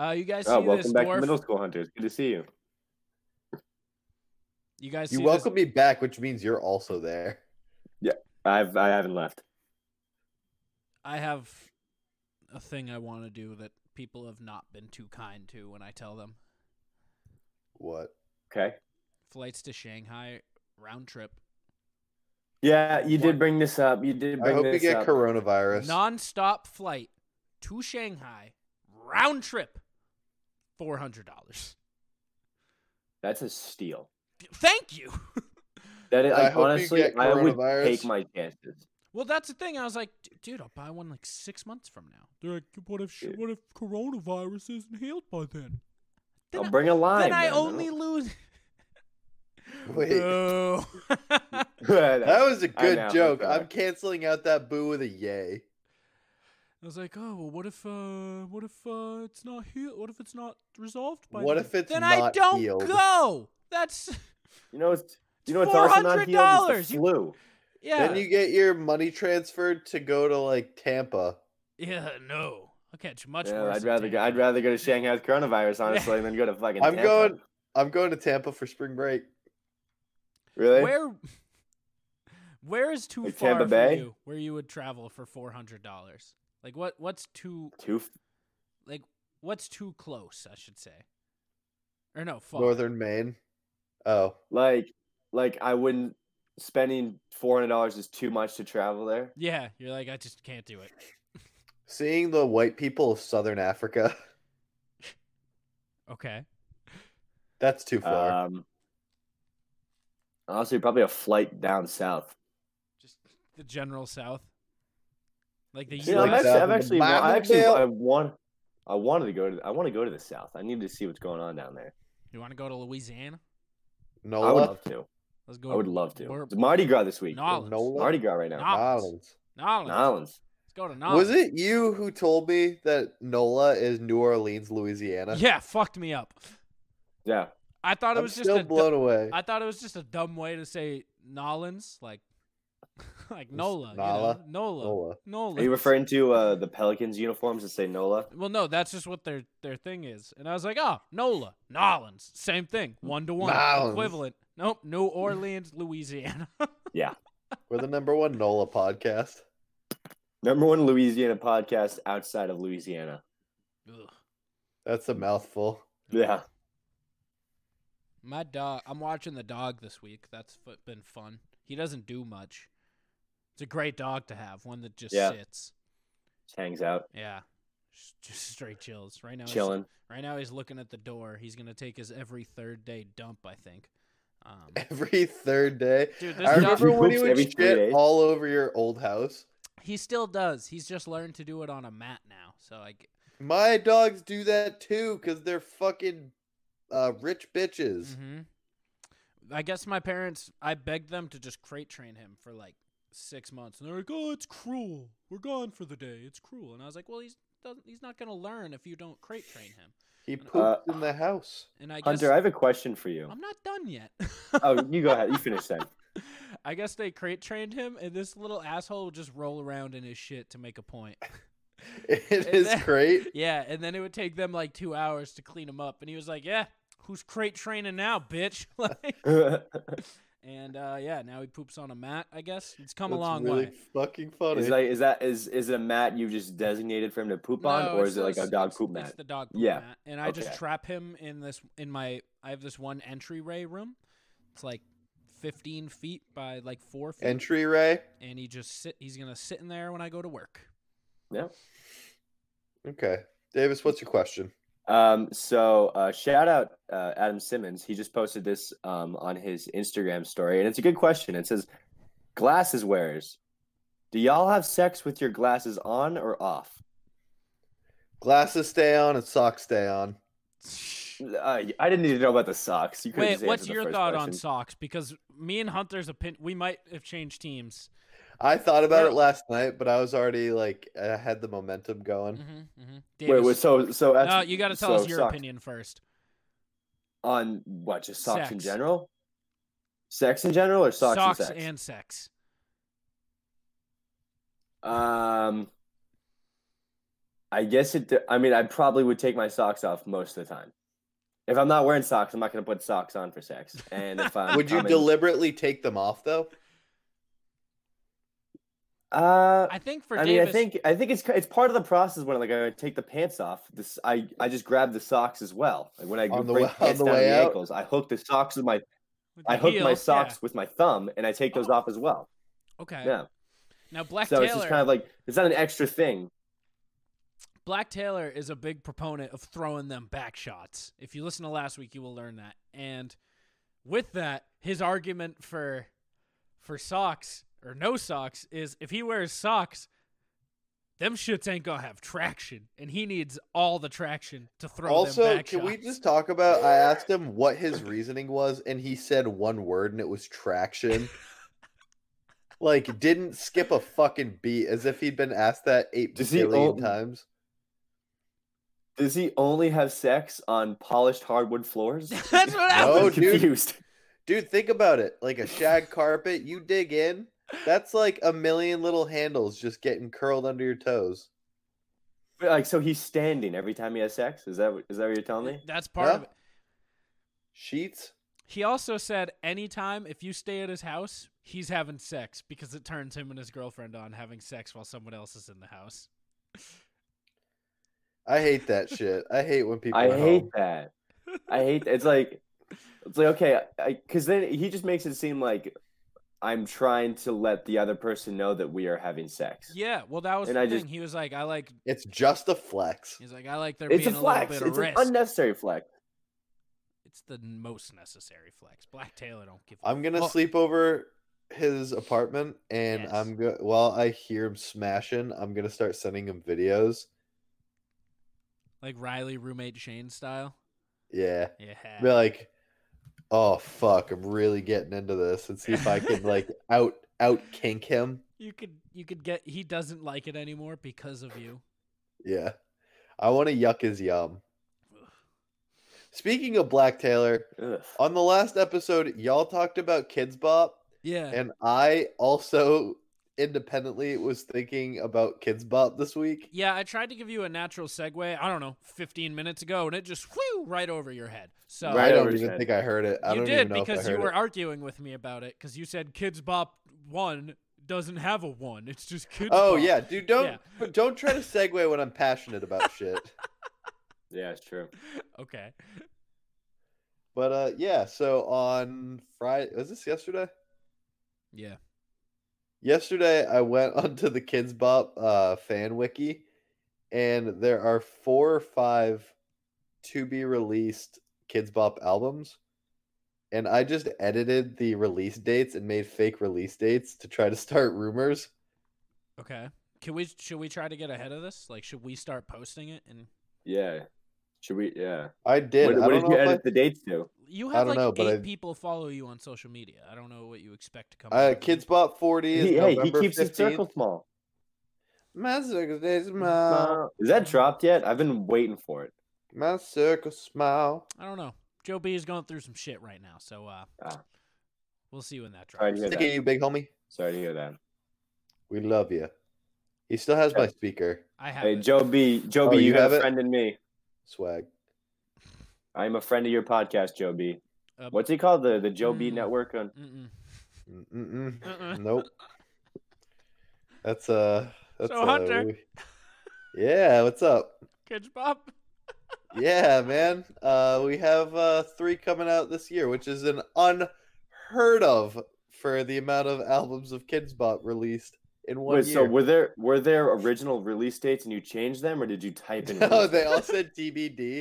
Speaker 3: Uh, you guys see
Speaker 2: Oh,
Speaker 3: this
Speaker 2: welcome back
Speaker 3: dwarf?
Speaker 2: to middle school, Hunters. Good to see you.
Speaker 3: You guys,
Speaker 1: You
Speaker 3: see
Speaker 1: welcome me back, which means you're also there.
Speaker 2: I've I haven't left.
Speaker 3: This? I have a thing I want to do that people have not been too kind to when I tell them.
Speaker 1: What?
Speaker 2: Okay.
Speaker 3: Flights to Shanghai round trip,
Speaker 2: Yeah, you did bring this up. You did
Speaker 1: I
Speaker 2: bring
Speaker 1: hope you
Speaker 2: this
Speaker 1: get
Speaker 2: up.
Speaker 1: coronavirus.
Speaker 3: non-stop flight to Shanghai, round trip, four hundred dollars.
Speaker 2: That's a steal.
Speaker 3: Thank you.
Speaker 2: That is,
Speaker 1: I
Speaker 2: like,
Speaker 1: hope you
Speaker 2: honestly,
Speaker 1: get
Speaker 2: I would
Speaker 1: coronavirus.
Speaker 2: take my chances.
Speaker 3: well, that's the thing. I was like, "D- dude, I'll buy one like six months from now. They're like, what if sh-
Speaker 2: Yeah.
Speaker 3: what if coronavirus isn't healed by then? Then,
Speaker 2: I'll
Speaker 3: I,
Speaker 2: bring a line.
Speaker 3: then I only lose.
Speaker 1: Wait.
Speaker 3: No.
Speaker 1: That was a
Speaker 2: I
Speaker 1: good
Speaker 2: know, I'm
Speaker 1: joke.
Speaker 2: sorry.
Speaker 1: I'm canceling out that boo with a yay.
Speaker 3: I was like, oh well, what if uh, what if uh, it's not healed? What if it's not resolved by
Speaker 1: What
Speaker 3: then?
Speaker 1: if it's
Speaker 3: then I
Speaker 1: not
Speaker 3: don't
Speaker 1: healed?
Speaker 3: go? That's
Speaker 2: You know, it's, you know, it's also not healed.
Speaker 3: $400.
Speaker 2: It's the
Speaker 3: You-
Speaker 2: flu.
Speaker 3: yeah,
Speaker 1: Then you get your money transferred to go to like Tampa.
Speaker 3: yeah, no. I'll catch much
Speaker 2: Yeah,
Speaker 3: worse.
Speaker 2: I'd
Speaker 3: than
Speaker 2: rather go,
Speaker 3: Tampa.
Speaker 2: I'd rather go to Shanghai with coronavirus, honestly, than go to fucking.
Speaker 1: I'm
Speaker 2: Tampa.
Speaker 1: going- I'm going to Tampa for spring break.
Speaker 2: Really?
Speaker 3: Where where is too
Speaker 2: Like
Speaker 3: far
Speaker 2: Tampa
Speaker 3: for
Speaker 2: Bay?
Speaker 3: you where you would travel for four hundred dollars? Like what what's too
Speaker 2: Too f-
Speaker 3: like what's too close, I should say. Or no, far.
Speaker 1: Northern Maine. Oh,
Speaker 2: like, like I wouldn't. Spending four hundred dollars is too much to travel there.
Speaker 3: Yeah, you're like, I just can't do it.
Speaker 1: seeing the white people of Southern Africa.
Speaker 3: Okay.
Speaker 1: That's too far.
Speaker 2: Um, honestly, probably a flight down south.
Speaker 3: Just the general south. Like the
Speaker 1: See,
Speaker 2: Yeah, I'm
Speaker 1: like
Speaker 3: US.
Speaker 2: actually, I'm actually,
Speaker 1: south of the
Speaker 2: wa- I
Speaker 1: Bible
Speaker 2: actually,
Speaker 1: Belt?
Speaker 2: I want, I wanted to go to, I want to go to the south. I need to see what's going on down there.
Speaker 3: you want to go to Louisiana?
Speaker 2: I would
Speaker 1: Nola.
Speaker 2: love to.
Speaker 3: Let's go
Speaker 2: I would
Speaker 3: to
Speaker 2: love to.
Speaker 3: Bur-
Speaker 2: It's Mardi Gras this week.
Speaker 3: Nolens.
Speaker 1: Nola.
Speaker 2: Mardi Gras right now.
Speaker 3: Nolens.
Speaker 1: Islands.
Speaker 3: Nolens.
Speaker 2: Nolens.
Speaker 3: Let's go to Nolens.
Speaker 1: Was it you who told me that NOLA is New Orleans, Louisiana?
Speaker 3: Yeah, fucked me up.
Speaker 2: Yeah.
Speaker 3: I thought it
Speaker 1: I'm
Speaker 3: was just
Speaker 1: still
Speaker 3: a du-
Speaker 1: blown away.
Speaker 3: I thought it was just a dumb way to say Nolans, like like
Speaker 1: Just
Speaker 3: Nola,
Speaker 1: Nala,
Speaker 3: you know? Nola,
Speaker 1: NOLA.
Speaker 3: Nola.
Speaker 2: Are you referring to uh, the Pelicans uniforms that say NOLA?
Speaker 3: Well, no, that's just what their their thing is. And I was like, oh, Nola, Nolans, same thing, one to one,
Speaker 1: Nolans.
Speaker 3: equivalent. Nope, New Orleans, Louisiana.
Speaker 1: We're the number one NOLA podcast.
Speaker 2: Number one Louisiana podcast outside of Louisiana.
Speaker 3: Ugh.
Speaker 1: That's a mouthful.
Speaker 2: Yeah.
Speaker 3: My dog. I'm watching the dog this week. That's fu- been fun. He doesn't do much. It's a great dog to have, one that just
Speaker 2: Yeah.
Speaker 3: sits.
Speaker 2: Just hangs out,
Speaker 3: Yeah, just, just straight chills. Right now, he's-
Speaker 2: chilling.
Speaker 3: Right now he's looking at the door. He's gonna take his every third day dump, I think. Um,
Speaker 1: Every third day.
Speaker 3: dude,
Speaker 1: I
Speaker 3: this
Speaker 1: remember
Speaker 3: dog,
Speaker 2: He
Speaker 1: when you
Speaker 2: poops
Speaker 1: would
Speaker 2: every three
Speaker 1: shit
Speaker 2: days.
Speaker 1: all over your old house.
Speaker 3: he still does. He's just learned to do it on a mat now. So like,
Speaker 1: My dogs do that too because they're fucking uh, rich bitches.
Speaker 3: mhm. Mm-hmm. I guess my parents. I begged them to just crate train him for like six months, and they're like, "Oh, it's cruel. We're gone for the day. It's cruel." And I was like, "Well, he's doesn't. He's not gonna learn if you don't crate train him."
Speaker 1: He
Speaker 3: Uh,
Speaker 1: pooped in the house.
Speaker 3: And I guess
Speaker 2: Hunter, I have a question for you.
Speaker 3: I'm not done yet.
Speaker 2: Oh, you go ahead. You finish that.
Speaker 3: I guess they crate trained him, and this little asshole would just roll around in his shit to make a point.
Speaker 1: It
Speaker 3: And
Speaker 1: is
Speaker 3: then-
Speaker 1: great.
Speaker 3: Yeah, and then it would take them like two hours to clean him up. And he was like, "Yeah, who's crate training now, bitch?" Like, and uh, yeah, now he poops on a mat. I guess it's come
Speaker 1: That's
Speaker 3: a long
Speaker 1: really
Speaker 3: way.
Speaker 1: fucking funny.
Speaker 2: is like is that is is it a mat you just designated for him to poop on,
Speaker 3: No,
Speaker 2: or
Speaker 3: it's
Speaker 2: is it like
Speaker 3: those-
Speaker 2: a dog
Speaker 3: it's-
Speaker 2: poop
Speaker 3: It's
Speaker 2: mat?
Speaker 3: the dog poop
Speaker 2: Yeah.
Speaker 3: mat. And I just
Speaker 2: Okay.
Speaker 3: trap him in this in my. I have this one entryway room. It's like fifteen feet by like four feet,
Speaker 1: Entry Ray.
Speaker 3: and he just sit. He's gonna sit in there when I go to work.
Speaker 1: Okay. Davis, what's your question?
Speaker 2: Um, so uh, shout out uh, Adam Simmons. He just posted this um, on his Instagram story, and it's a good question. It says, "Glasses wearers, do y'all have sex with your glasses on or off?"
Speaker 1: Glasses stay on and socks stay on.
Speaker 2: Uh, I didn't need to know about the socks. You could've
Speaker 3: Wait,
Speaker 2: just
Speaker 3: what's
Speaker 2: answered the
Speaker 3: your
Speaker 2: first
Speaker 3: thought on
Speaker 2: question.
Speaker 3: socks? Because me and Hunter's opinion, we might have changed teams.
Speaker 1: I thought about
Speaker 3: Where-
Speaker 1: it last night, but I was already like, I had the momentum going.
Speaker 2: Um, Wait, wait, so so that's,
Speaker 3: Mm-hmm, no, you got to tell
Speaker 2: so
Speaker 3: us your
Speaker 2: socks-
Speaker 3: opinion first.
Speaker 2: on what? Just socks in
Speaker 3: Sex.
Speaker 2: general? Sex in general, or socks, and sex?
Speaker 3: sex.
Speaker 2: Um, I guess it. I mean, I probably would take my socks off most of the time. If I'm not wearing socks, I'm not gonna put socks on for sex. And if
Speaker 3: Mm.
Speaker 2: I'm
Speaker 1: Would you
Speaker 2: I'm in-
Speaker 1: deliberately take them off though?
Speaker 2: Uh,
Speaker 3: I think for
Speaker 2: I mean,
Speaker 3: Davis,
Speaker 2: I think I think it's it's part of the process when like I take the pants off. This I I just grab the socks as well. Like when I
Speaker 1: On the
Speaker 2: bring
Speaker 1: way- on
Speaker 2: pants
Speaker 1: the
Speaker 2: down to
Speaker 1: way
Speaker 2: the
Speaker 1: out?
Speaker 2: ankles, I hook the socks with my
Speaker 3: with
Speaker 2: I
Speaker 3: the
Speaker 2: hook my
Speaker 3: heels,
Speaker 2: socks
Speaker 3: yeah.
Speaker 2: with my thumb, and I take those
Speaker 3: Oh.
Speaker 2: off as well.
Speaker 3: Okay.
Speaker 2: Yeah,
Speaker 3: Now Black
Speaker 2: so
Speaker 3: Taylor.
Speaker 2: it's just kind of like it's not an extra thing.
Speaker 3: Black Taylor is a big proponent of throwing them back shots. If you listen to last week, you will learn that. And with that, his argument for for socks or no socks is if he wears socks, them shits ain't gonna have traction, and he needs all the traction to throw them
Speaker 1: also,
Speaker 3: back
Speaker 1: can we
Speaker 3: shots.
Speaker 1: just talk about? I asked him what his reasoning was, and he said one word, and it was traction. like, didn't skip a fucking beat, as if he'd been asked that eight
Speaker 2: Does he
Speaker 1: billion
Speaker 2: own-
Speaker 1: times.
Speaker 2: Does he only have sex on polished hardwood floors?
Speaker 3: That's what I
Speaker 1: No,
Speaker 2: I'm
Speaker 3: was.
Speaker 1: dude.
Speaker 2: confused.
Speaker 1: Dude, think about it. Like a shag carpet, you dig in. That's like a million little handles just getting curled under your toes.
Speaker 2: But, Like so, he's standing every time he has sex. Is that what- is that what you're telling me?
Speaker 3: That's part of
Speaker 1: Yeah.
Speaker 3: it.
Speaker 1: Sheets.
Speaker 3: He also said anytime if you stay at his house, he's having sex because it turns him and his girlfriend on having sex while someone else is in the house.
Speaker 1: I hate that shit. I hate when people.
Speaker 2: I
Speaker 1: are
Speaker 2: hate
Speaker 1: home.
Speaker 2: that. I hate it's like it's like okay, because then he just makes it seem like I'm trying to let the other person know that we are having sex.
Speaker 3: Yeah, well, that was
Speaker 2: And
Speaker 3: the
Speaker 2: I
Speaker 3: thing.
Speaker 2: just-
Speaker 3: he was like, I like.
Speaker 1: It's just a flex.
Speaker 3: He's like, I like there
Speaker 2: It's a
Speaker 3: being a,
Speaker 2: flex.
Speaker 3: little bit
Speaker 2: it's
Speaker 3: of risk.
Speaker 2: an unnecessary flex.
Speaker 3: it's the most necessary flex. Black Taylor don't give. a
Speaker 1: I'm gonna
Speaker 3: fuck.
Speaker 1: sleep over his apartment, and
Speaker 3: Yes.
Speaker 1: I'm go- while I hear him smashing, I'm gonna start sending him videos.
Speaker 3: like Riley roommate Shane style.
Speaker 1: Yeah,
Speaker 3: Yeah.
Speaker 1: be like, oh fuck, I'm really getting into this, and see if I can like out out kink him.
Speaker 3: You could you could get he doesn't like it anymore because of you.
Speaker 1: Yeah, I want to yuck his yum. Speaking of Black Taylor,
Speaker 2: Ugh.
Speaker 1: on the last episode, y'all talked about Kids Bop,
Speaker 3: Yeah.
Speaker 1: and I also independently was thinking about Kids Bop this week.
Speaker 3: yeah, I tried to give you a natural segue, I don't know, 15 minutes ago, and it just whew right over your head. So
Speaker 2: Right
Speaker 1: I don't
Speaker 2: over his
Speaker 1: even
Speaker 2: head.
Speaker 1: think I heard it. I
Speaker 3: you
Speaker 1: don't
Speaker 3: did
Speaker 1: even know
Speaker 3: because
Speaker 1: if I
Speaker 3: you
Speaker 1: heard
Speaker 3: were
Speaker 1: it.
Speaker 3: arguing with me about it because you said Kids Bop 1 doesn't have a 1. It's just Kids
Speaker 1: Oh
Speaker 3: Bop.
Speaker 1: yeah, dude, don't
Speaker 3: Yeah.
Speaker 1: but don't try to segue when I'm passionate about shit.
Speaker 2: Yeah, it's true.
Speaker 3: Okay.
Speaker 1: But uh, yeah, so on Friday was this yesterday?
Speaker 3: Yeah.
Speaker 1: Yesterday, I went onto the Kids Bop uh, fan wiki, and there are four or five to be released Kids Bop albums. And I just edited the release dates and made fake release dates to try to start rumors.
Speaker 3: Okay. Can we should we try to get ahead of this? Like should we start posting it and
Speaker 2: Yeah. Should we? Yeah.
Speaker 1: I did.
Speaker 2: what
Speaker 1: I
Speaker 2: what
Speaker 1: don't
Speaker 2: did
Speaker 1: know
Speaker 2: you
Speaker 1: if I-
Speaker 2: edit the dates to?
Speaker 3: you
Speaker 1: I
Speaker 3: have
Speaker 1: don't
Speaker 3: like
Speaker 1: know, but I-
Speaker 3: eight people follow you on social media. I don't know what you expect to come out
Speaker 1: Uh,
Speaker 3: of it.
Speaker 1: Kids Bop 40 is
Speaker 2: He, hey, he
Speaker 1: November
Speaker 2: keeps
Speaker 1: 15th.
Speaker 2: his circle Mm, small.
Speaker 1: My circle days, smile.
Speaker 2: Is that dropped yet? I've been waiting for it.
Speaker 1: My circle smile.
Speaker 3: I don't know. Joe B is going through some shit right now, so uh
Speaker 2: Ah.
Speaker 3: we'll see when that drops.
Speaker 2: Sorry to hear
Speaker 1: Look
Speaker 2: that.
Speaker 1: at you, big homie.
Speaker 2: Sorry to hear that.
Speaker 1: We love you. He still has my speaker
Speaker 3: I have
Speaker 2: Hey,
Speaker 3: it.
Speaker 2: Joe B. Joe
Speaker 1: Oh,
Speaker 2: B.
Speaker 1: you
Speaker 2: You, got
Speaker 1: have
Speaker 2: a
Speaker 1: it?
Speaker 2: friend in me.
Speaker 1: swag.
Speaker 2: I'm a friend of your podcast, Joe B.
Speaker 3: Uh,
Speaker 2: What's it called? The the Joe B.
Speaker 3: Mm.
Speaker 2: Network on
Speaker 3: mm-mm.
Speaker 1: Mm-mm.
Speaker 3: Uh-uh.
Speaker 1: Nope. That's uh that's
Speaker 3: So,
Speaker 1: uh,
Speaker 3: Hunter.
Speaker 1: we- Yeah, what's up?
Speaker 3: Kids Bop.
Speaker 1: Yeah, man. Uh we have uh three coming out this year, which is an unheard of for the amount of albums of Kids Bop released in one
Speaker 2: Wait,
Speaker 1: year.
Speaker 2: so were there were there original release dates and you changed them, or did you type in?
Speaker 1: no,
Speaker 2: release
Speaker 1: they
Speaker 2: date?
Speaker 1: all said TBD,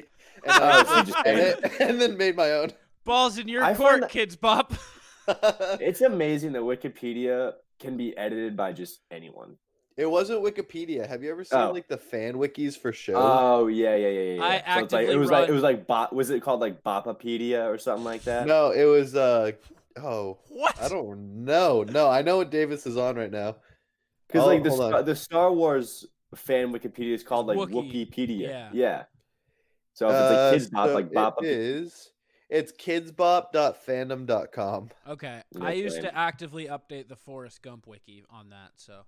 Speaker 2: Oh,
Speaker 1: and I
Speaker 2: so you just
Speaker 1: edit and then made my own.
Speaker 3: Balls in your
Speaker 2: I
Speaker 3: court,
Speaker 2: find that-
Speaker 3: Kids Bop.
Speaker 2: It's amazing that Wikipedia can be edited by just anyone.
Speaker 1: it wasn't Wikipedia. Have you ever seen
Speaker 2: Oh.
Speaker 1: like the fan wikis for shows?
Speaker 2: Oh yeah, yeah, yeah, yeah. yeah.
Speaker 3: I
Speaker 2: So it's like,
Speaker 3: actively
Speaker 2: it was like it
Speaker 3: run-
Speaker 2: was like bot. Was it called like Bopapedia or something like that?
Speaker 1: no, it was uh oh
Speaker 3: What?
Speaker 1: I don't know. No, I know what Davis is on right now.
Speaker 2: because
Speaker 1: Oh,
Speaker 2: like the
Speaker 1: hold on.
Speaker 2: Star, the Star Wars fan Wikipedia is called like
Speaker 3: Wookie,
Speaker 2: Wikipedia.
Speaker 3: yeah.
Speaker 2: Yeah. So if it's
Speaker 1: Uh,
Speaker 2: like kids bop,
Speaker 1: so
Speaker 2: like bop.
Speaker 1: It is. It's kidsbop.fandom.com.
Speaker 3: Okay.
Speaker 2: No
Speaker 3: I used
Speaker 2: blame.
Speaker 3: to actively update the Forrest Gump wiki on that, so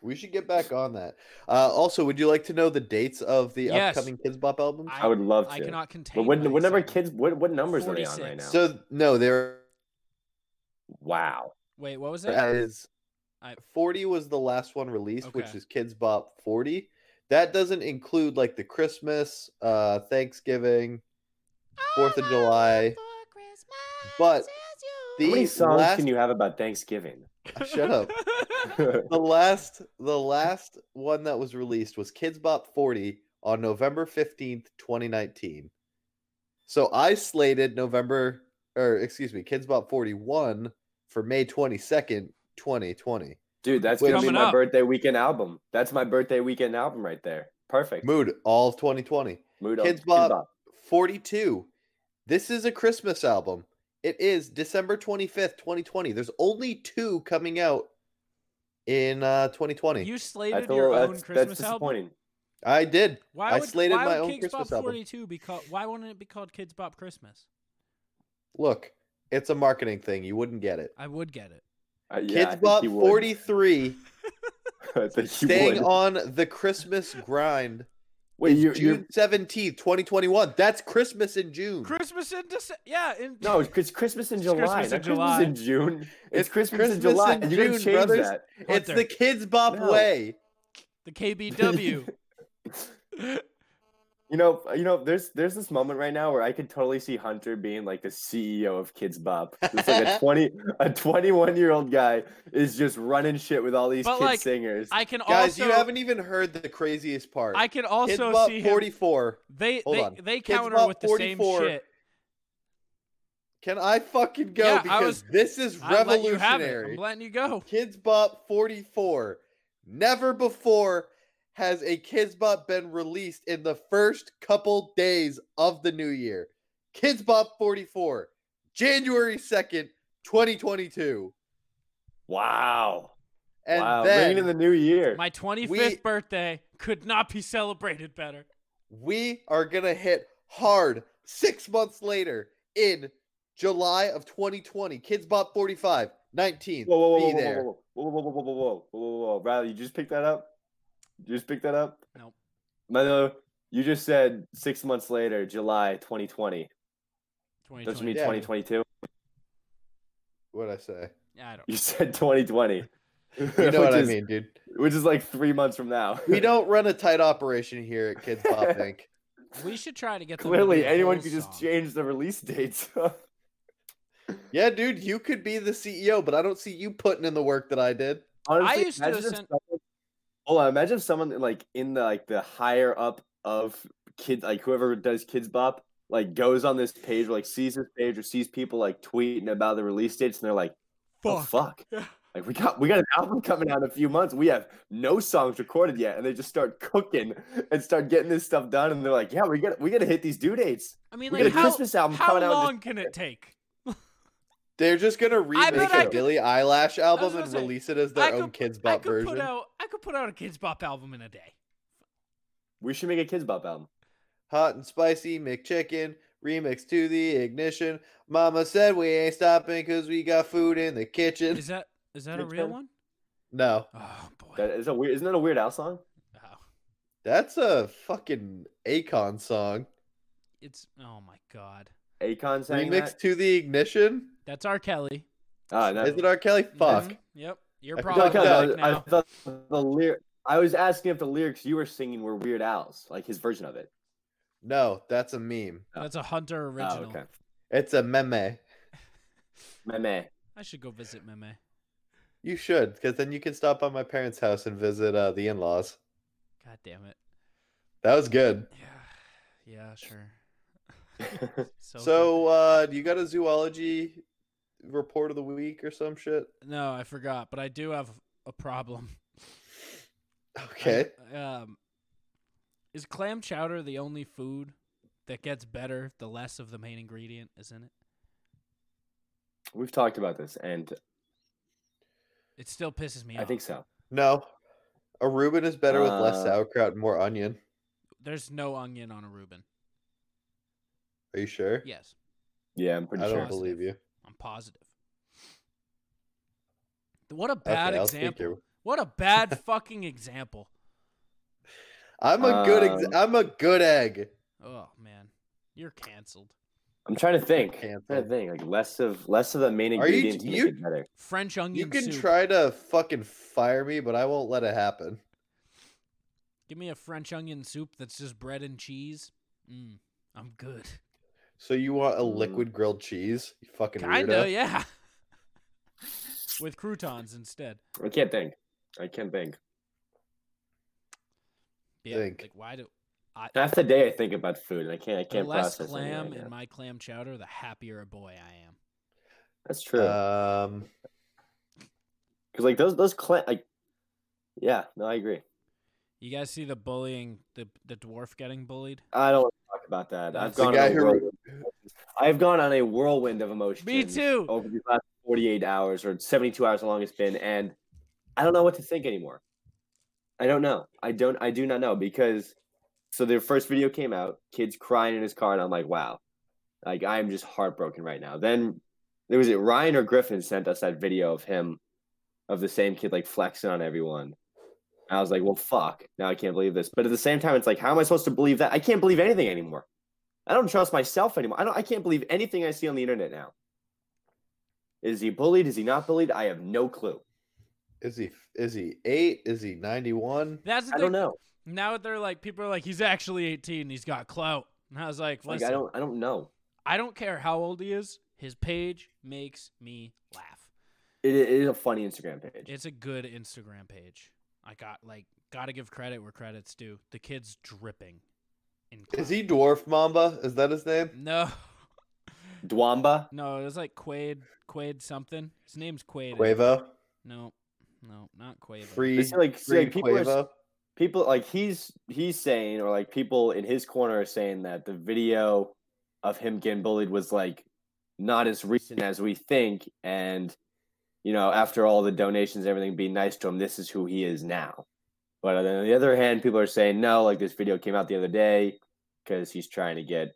Speaker 1: We should get back on that. Uh, also, would you like to know the dates of the
Speaker 3: Yes.
Speaker 1: upcoming Kids Bop albums?
Speaker 3: I-
Speaker 2: I would love to.
Speaker 3: I cannot contain.
Speaker 2: but what, what number
Speaker 3: myself.
Speaker 2: kids? What what numbers are they on right now?
Speaker 3: 46.
Speaker 1: So no, there
Speaker 2: wow.
Speaker 3: Wait, what was it?
Speaker 1: is
Speaker 3: I-
Speaker 1: forty was the last one released, which
Speaker 3: Okay.
Speaker 1: is Kids Bop forty. That doesn't include like the Christmas, uh, Thanksgiving, Fourth of July. But
Speaker 2: How many
Speaker 1: the
Speaker 2: songs
Speaker 1: last
Speaker 2: can you have about Thanksgiving?
Speaker 1: shut up. the last the last one that was released was Kids Bop 40 on November 15th, 2019. So I slated November or excuse me, Kids Bop 41 for May 22nd, 2020.
Speaker 2: Dude, that's
Speaker 1: Wait,
Speaker 2: gonna be
Speaker 3: coming
Speaker 2: my
Speaker 3: up.
Speaker 2: birthday weekend album. That's my birthday weekend album right there. Perfect.
Speaker 1: Mood all of 2020.
Speaker 2: Mood on-
Speaker 1: Kids Bop. 42. This is a Christmas album. It is December 25th, 2020. There's only two coming out in uh 2020.
Speaker 3: you
Speaker 2: That's
Speaker 3: slated
Speaker 2: a
Speaker 3: your
Speaker 2: little-
Speaker 3: own
Speaker 2: that's, that's
Speaker 3: Christmas album.
Speaker 2: disappointing.
Speaker 1: I did.
Speaker 3: Why
Speaker 1: I
Speaker 3: would,
Speaker 1: slated
Speaker 3: why
Speaker 1: my
Speaker 3: would
Speaker 1: own
Speaker 3: Kids
Speaker 1: Christmas
Speaker 3: Bop
Speaker 1: album.
Speaker 3: 42 be called? Why wouldn't it be called Kids Bop Christmas?
Speaker 1: Look, it's a marketing thing. You wouldn't get it.
Speaker 3: I would get it.
Speaker 2: Uh, yeah, I
Speaker 1: Kids
Speaker 2: think
Speaker 1: Bop
Speaker 2: you would.
Speaker 1: 43
Speaker 2: I think you
Speaker 1: staying
Speaker 2: would.
Speaker 1: on the Christmas grind.
Speaker 2: Wait, you
Speaker 1: June
Speaker 2: you
Speaker 1: 17th, 2021. That's Christmas in June.
Speaker 3: Christmas in December. Yeah, in
Speaker 2: Hmm. no, it's Chris- Christmas in
Speaker 3: It's
Speaker 2: July.
Speaker 3: Christmas in
Speaker 2: not
Speaker 3: July.
Speaker 2: Christmas in June. It's,
Speaker 1: It's
Speaker 2: Christmas, in
Speaker 1: Christmas
Speaker 2: July.
Speaker 1: in
Speaker 2: and You're gonna
Speaker 1: June,
Speaker 2: change
Speaker 1: brothers.
Speaker 2: that.
Speaker 1: It's
Speaker 3: Hunter.
Speaker 1: the Kids Bop
Speaker 2: No.
Speaker 1: way.
Speaker 3: the KBW.
Speaker 2: You know, you know, there's there's this moment right now where I could totally see Hunter being like the CEO of Kids Bop. It's like a twenty a twenty one year old guy is just running shit with all these
Speaker 3: But,
Speaker 2: kid
Speaker 3: like,
Speaker 2: singers.
Speaker 3: I can
Speaker 1: Guys,
Speaker 3: also
Speaker 1: you haven't even heard the craziest part.
Speaker 3: I can
Speaker 1: Kids
Speaker 3: also
Speaker 1: Bop
Speaker 3: see him-
Speaker 1: 44.
Speaker 3: they
Speaker 1: Hold
Speaker 3: they,
Speaker 1: on.
Speaker 3: they
Speaker 1: Kids
Speaker 3: counter
Speaker 1: Bop
Speaker 3: with the same
Speaker 1: 44.
Speaker 3: shit.
Speaker 1: Can I fucking go?
Speaker 3: Yeah, I
Speaker 1: because
Speaker 3: was-
Speaker 1: this is
Speaker 3: I'm letting you have it.
Speaker 1: revolutionary.
Speaker 3: I'm letting you go.
Speaker 1: Kids Bop 44. Never before has a Kids Bop been released in the first couple days of the new year. Kids Bop 44, January 2nd, 2022.
Speaker 2: wow,
Speaker 1: And
Speaker 2: wow,
Speaker 1: then
Speaker 2: bringing in the new year.
Speaker 3: My 25th
Speaker 1: We-
Speaker 3: birthday could not be celebrated better.
Speaker 1: we are going to hit hard six months later in July of 2020. Kids Bop 45, 19th.
Speaker 2: whoa, whoa, whoa,
Speaker 1: be
Speaker 2: whoa,
Speaker 1: there.
Speaker 2: whoa, whoa, whoa, whoa, whoa, whoa, whoa, whoa, whoa, whoa, whoa, Riley, you just picked that up. You just picked that up.
Speaker 3: Nope.
Speaker 2: Milo, you just said six months later, July 2020. Doesn't mean
Speaker 3: 2020.
Speaker 2: 2022.
Speaker 1: Yeah. What'd I say?
Speaker 3: Yeah, I don't.
Speaker 2: You said 2020. You
Speaker 1: You know what I mean, dude.
Speaker 2: Which is like three months from now.
Speaker 1: We don't run a tight operation here at Kids Bop Inc.
Speaker 3: We should try to get them to
Speaker 2: Clearly,
Speaker 3: do a
Speaker 2: anyone
Speaker 3: whole
Speaker 2: could just
Speaker 3: song.
Speaker 2: change the release dates.
Speaker 1: Yeah, dude, you could be the CEO, but I don't see you putting in the work that I did.
Speaker 2: Honestly,
Speaker 3: used to
Speaker 2: imagine if
Speaker 3: send-
Speaker 2: someone- hold on, imagine if someone like in the like the higher up of kids, like whoever does Kids Bop, like goes on this page, or, like sees this page, or sees people like tweeting about the release dates, and they're like, "Oh
Speaker 3: Fuck.
Speaker 2: fuck."
Speaker 3: Yeah.
Speaker 2: Like we got we got an album coming out in a few months. We have no songs recorded yet, and they just start cooking and start getting this stuff done. And they're like, "Yeah, we got we got to hit these due dates.
Speaker 3: I mean,
Speaker 2: We
Speaker 3: like
Speaker 2: got a
Speaker 3: how,
Speaker 2: Christmas album
Speaker 3: how
Speaker 2: coming out in
Speaker 3: long can it take?
Speaker 1: They're just gonna remake
Speaker 3: I
Speaker 1: a
Speaker 3: could-
Speaker 1: Billie Eyelash album
Speaker 3: gonna
Speaker 1: and
Speaker 3: say,
Speaker 1: release it as
Speaker 3: I
Speaker 1: their
Speaker 3: could
Speaker 1: own
Speaker 3: put-
Speaker 1: Kids
Speaker 3: I
Speaker 1: Bop
Speaker 3: could
Speaker 1: version.
Speaker 3: put out I could put out a Kids Bop album in a day.
Speaker 2: We should make a Kids Bop album."
Speaker 1: Hot and spicy McChicken remix to the ignition. Mama said we ain't stopping because we got food in the kitchen.
Speaker 3: Is that is that a
Speaker 2: Kids
Speaker 3: real
Speaker 2: Bop?
Speaker 3: one?
Speaker 1: No,
Speaker 3: Oh boy.
Speaker 2: That is a weird. Isn't that a weird Al song?
Speaker 3: Oh,
Speaker 1: that's a fucking Akon song.
Speaker 3: it's oh my god.
Speaker 2: Akon sang
Speaker 1: Remix
Speaker 2: that.
Speaker 1: to the ignition.
Speaker 3: That's R. Kelly.
Speaker 2: Ah, that-
Speaker 1: Is it R. Kelly? Fuck.
Speaker 3: Mhm. Yep. You're
Speaker 1: I feel
Speaker 2: No,
Speaker 3: probably
Speaker 1: like
Speaker 2: Kelly, I,
Speaker 3: right
Speaker 2: was- I
Speaker 3: now.
Speaker 2: thought the lyric. I was asking if the lyrics you were singing were Weird Al's, like his version of it.
Speaker 1: No, that's a meme.
Speaker 3: That's a Hunter original.
Speaker 2: Oh, okay.
Speaker 1: It's a meme.
Speaker 2: Meh,
Speaker 3: I should go visit Meme.
Speaker 1: You should, because then you can stop by my parents' house and visit uh, the in-laws.
Speaker 3: God damn it.
Speaker 1: That was good.
Speaker 3: Yeah. Yeah, sure.
Speaker 2: meh.
Speaker 3: So,
Speaker 1: So, uh, you got a zoology report of the week or some shit?
Speaker 3: no, I forgot, but I do have a problem.
Speaker 1: Okay.
Speaker 3: I- um, is clam chowder the only food that gets better the less of the main ingredient is in it?
Speaker 2: We've talked about this, and
Speaker 3: It still pisses me
Speaker 2: I
Speaker 3: off.
Speaker 2: think so.
Speaker 1: No. A Reuben is better with less
Speaker 2: Uh,
Speaker 1: sauerkraut and more onion.
Speaker 3: There's no onion on a Reuben.
Speaker 1: Are you sure?
Speaker 3: Yes,
Speaker 2: Yeah, I'm pretty
Speaker 1: I don't
Speaker 2: sure.
Speaker 1: believe you.
Speaker 3: I'm positive. Th- What a bad
Speaker 1: okay, I'll speak
Speaker 3: example.
Speaker 1: your
Speaker 3: What a bad fucking example.
Speaker 1: I'm a good. Ex-
Speaker 2: Um,
Speaker 1: I'm a good egg.
Speaker 3: Oh man, you're canceled.
Speaker 2: I'm trying to think.
Speaker 1: Can't
Speaker 2: I'm trying to think. Like less of less of the main
Speaker 1: Are you-
Speaker 2: ingredient to make
Speaker 1: you-
Speaker 2: it better.
Speaker 3: French onion
Speaker 1: You can
Speaker 3: soup.
Speaker 1: try to fucking fire me, but I won't let it happen.
Speaker 3: Give me a French onion soup that's just bread and cheese. Mm, I'm good.
Speaker 1: So you want a
Speaker 2: Mm.
Speaker 1: liquid grilled cheese? You fucking
Speaker 3: Kinda,
Speaker 1: weirdo.
Speaker 3: yeah. With croutons instead.
Speaker 2: I can't think. I can't think.
Speaker 3: Yeah.
Speaker 1: Think.
Speaker 3: Like why do I
Speaker 2: Half the day I think about food and I can't I
Speaker 3: the
Speaker 2: can't
Speaker 3: less
Speaker 2: process anything
Speaker 3: clam
Speaker 2: like
Speaker 3: in
Speaker 2: that.
Speaker 3: my clam chowder, the happier a boy I am.
Speaker 2: That's true. Because
Speaker 1: Um,
Speaker 2: like those those clam like Yeah, no, I agree.
Speaker 3: You guys see the bullying the the dwarf getting bullied?
Speaker 2: I don't want to talk about that. I've
Speaker 3: That's the
Speaker 2: gone
Speaker 1: guy
Speaker 2: on a
Speaker 1: who-
Speaker 2: whirlwind. I've gone on a whirlwind of emotions.
Speaker 3: Me too.
Speaker 2: Over the last forty eight hours or seventy two hours how long it's been and I don't know what to think anymore. I don't know. I don't I do not know because so their first video came out, kids crying in his car, and I'm like, wow. Like I am just heartbroken right now. Then there was it Ryan or Griffin sent us that video of him of the same kid like flexing on everyone. I was like, well fuck. Now I can't believe this. But at the same time, it's like, how am I supposed to believe that? I can't believe anything anymore. I don't trust myself anymore. I don't I can't believe anything I see on the internet now. Is he bullied? Is he not bullied? I have no clue.
Speaker 1: is he is he eight? Is he ninety one?
Speaker 3: That's the
Speaker 2: I
Speaker 3: thing.
Speaker 2: don't know.
Speaker 3: Now they're like people are like, he's actually eighteen, he's got clout. And I was like,
Speaker 2: Like
Speaker 3: listen,
Speaker 2: I don't I don't know.
Speaker 3: I don't care how old he is, his page makes me laugh.
Speaker 2: It, it is a funny Instagram page.
Speaker 3: It's a good Instagram page. I got like gotta give credit where credit's due. The kid's dripping. In
Speaker 1: Is
Speaker 3: clout.
Speaker 1: he dwarf mamba? Is that his name?
Speaker 3: No,
Speaker 2: Dwamba.
Speaker 3: no. It was like Quaid, Quaid something. His name's Quaid.
Speaker 1: Quavo.
Speaker 3: No, no, not Quaid.
Speaker 1: Free.
Speaker 2: It's like, see,
Speaker 1: Free
Speaker 2: like people, are, s-
Speaker 1: Quavo.
Speaker 2: people like he's he's saying or like people in his corner are saying that the video of him getting bullied was like not as recent as we think and you know after all the donations and everything being nice to him this is who he is now but then on the other hand people are saying no like this video came out the other day because he's trying to get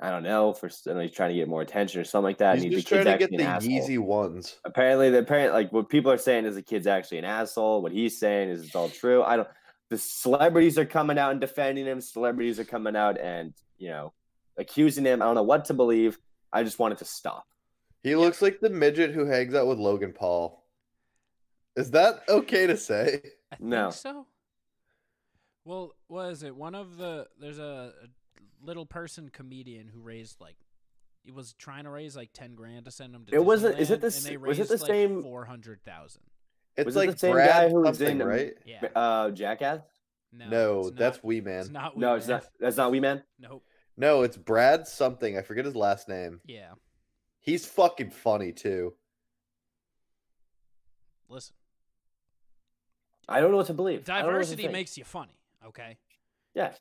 Speaker 2: i don't know for I don't know, he's trying to get more attention or something like that
Speaker 1: He's
Speaker 2: and the
Speaker 1: just
Speaker 2: kid's
Speaker 1: trying to get
Speaker 2: actually
Speaker 1: the
Speaker 2: an asshole.
Speaker 1: Yeezy ones.
Speaker 2: apparently the apparent like what people are saying is the kid's actually an asshole. What he's saying is it's all true. I don't. The celebrities are coming out and defending him. Celebrities are coming out and you know accusing him. I don't know what to believe. I just want it to stop.
Speaker 1: He looks like the midget who hangs out with Logan Paul. Is that okay to say?
Speaker 3: I think
Speaker 2: No.
Speaker 3: so. Well, what is it? One of the there's a, a little person comedian who raised like he was trying to raise like ten grand to send him to.
Speaker 2: It wasn't- is it
Speaker 3: Disneyland,
Speaker 2: the
Speaker 3: and they
Speaker 2: s- was it
Speaker 3: raised,
Speaker 2: the
Speaker 3: like,
Speaker 2: same-
Speaker 3: four hundred thousand?
Speaker 1: It's
Speaker 2: Was it the
Speaker 1: like
Speaker 2: same
Speaker 1: Brad
Speaker 2: guy who was
Speaker 1: something,
Speaker 2: in-
Speaker 1: right?
Speaker 3: Yeah.
Speaker 2: Uh, Jackass.
Speaker 3: No,
Speaker 1: No,
Speaker 3: it's
Speaker 1: that's
Speaker 3: not,
Speaker 1: We
Speaker 3: it's
Speaker 1: Man.
Speaker 3: not.
Speaker 2: No, it's
Speaker 3: Wee Man.
Speaker 2: not. That's not We Man.
Speaker 3: Nope.
Speaker 1: No, it's Brad something. I forget his last name.
Speaker 3: Yeah.
Speaker 1: He's fucking funny too.
Speaker 3: Listen,
Speaker 2: I don't know what to believe. I don't know what to
Speaker 3: diversity
Speaker 2: think.
Speaker 3: makes you funny. Okay.
Speaker 2: yeah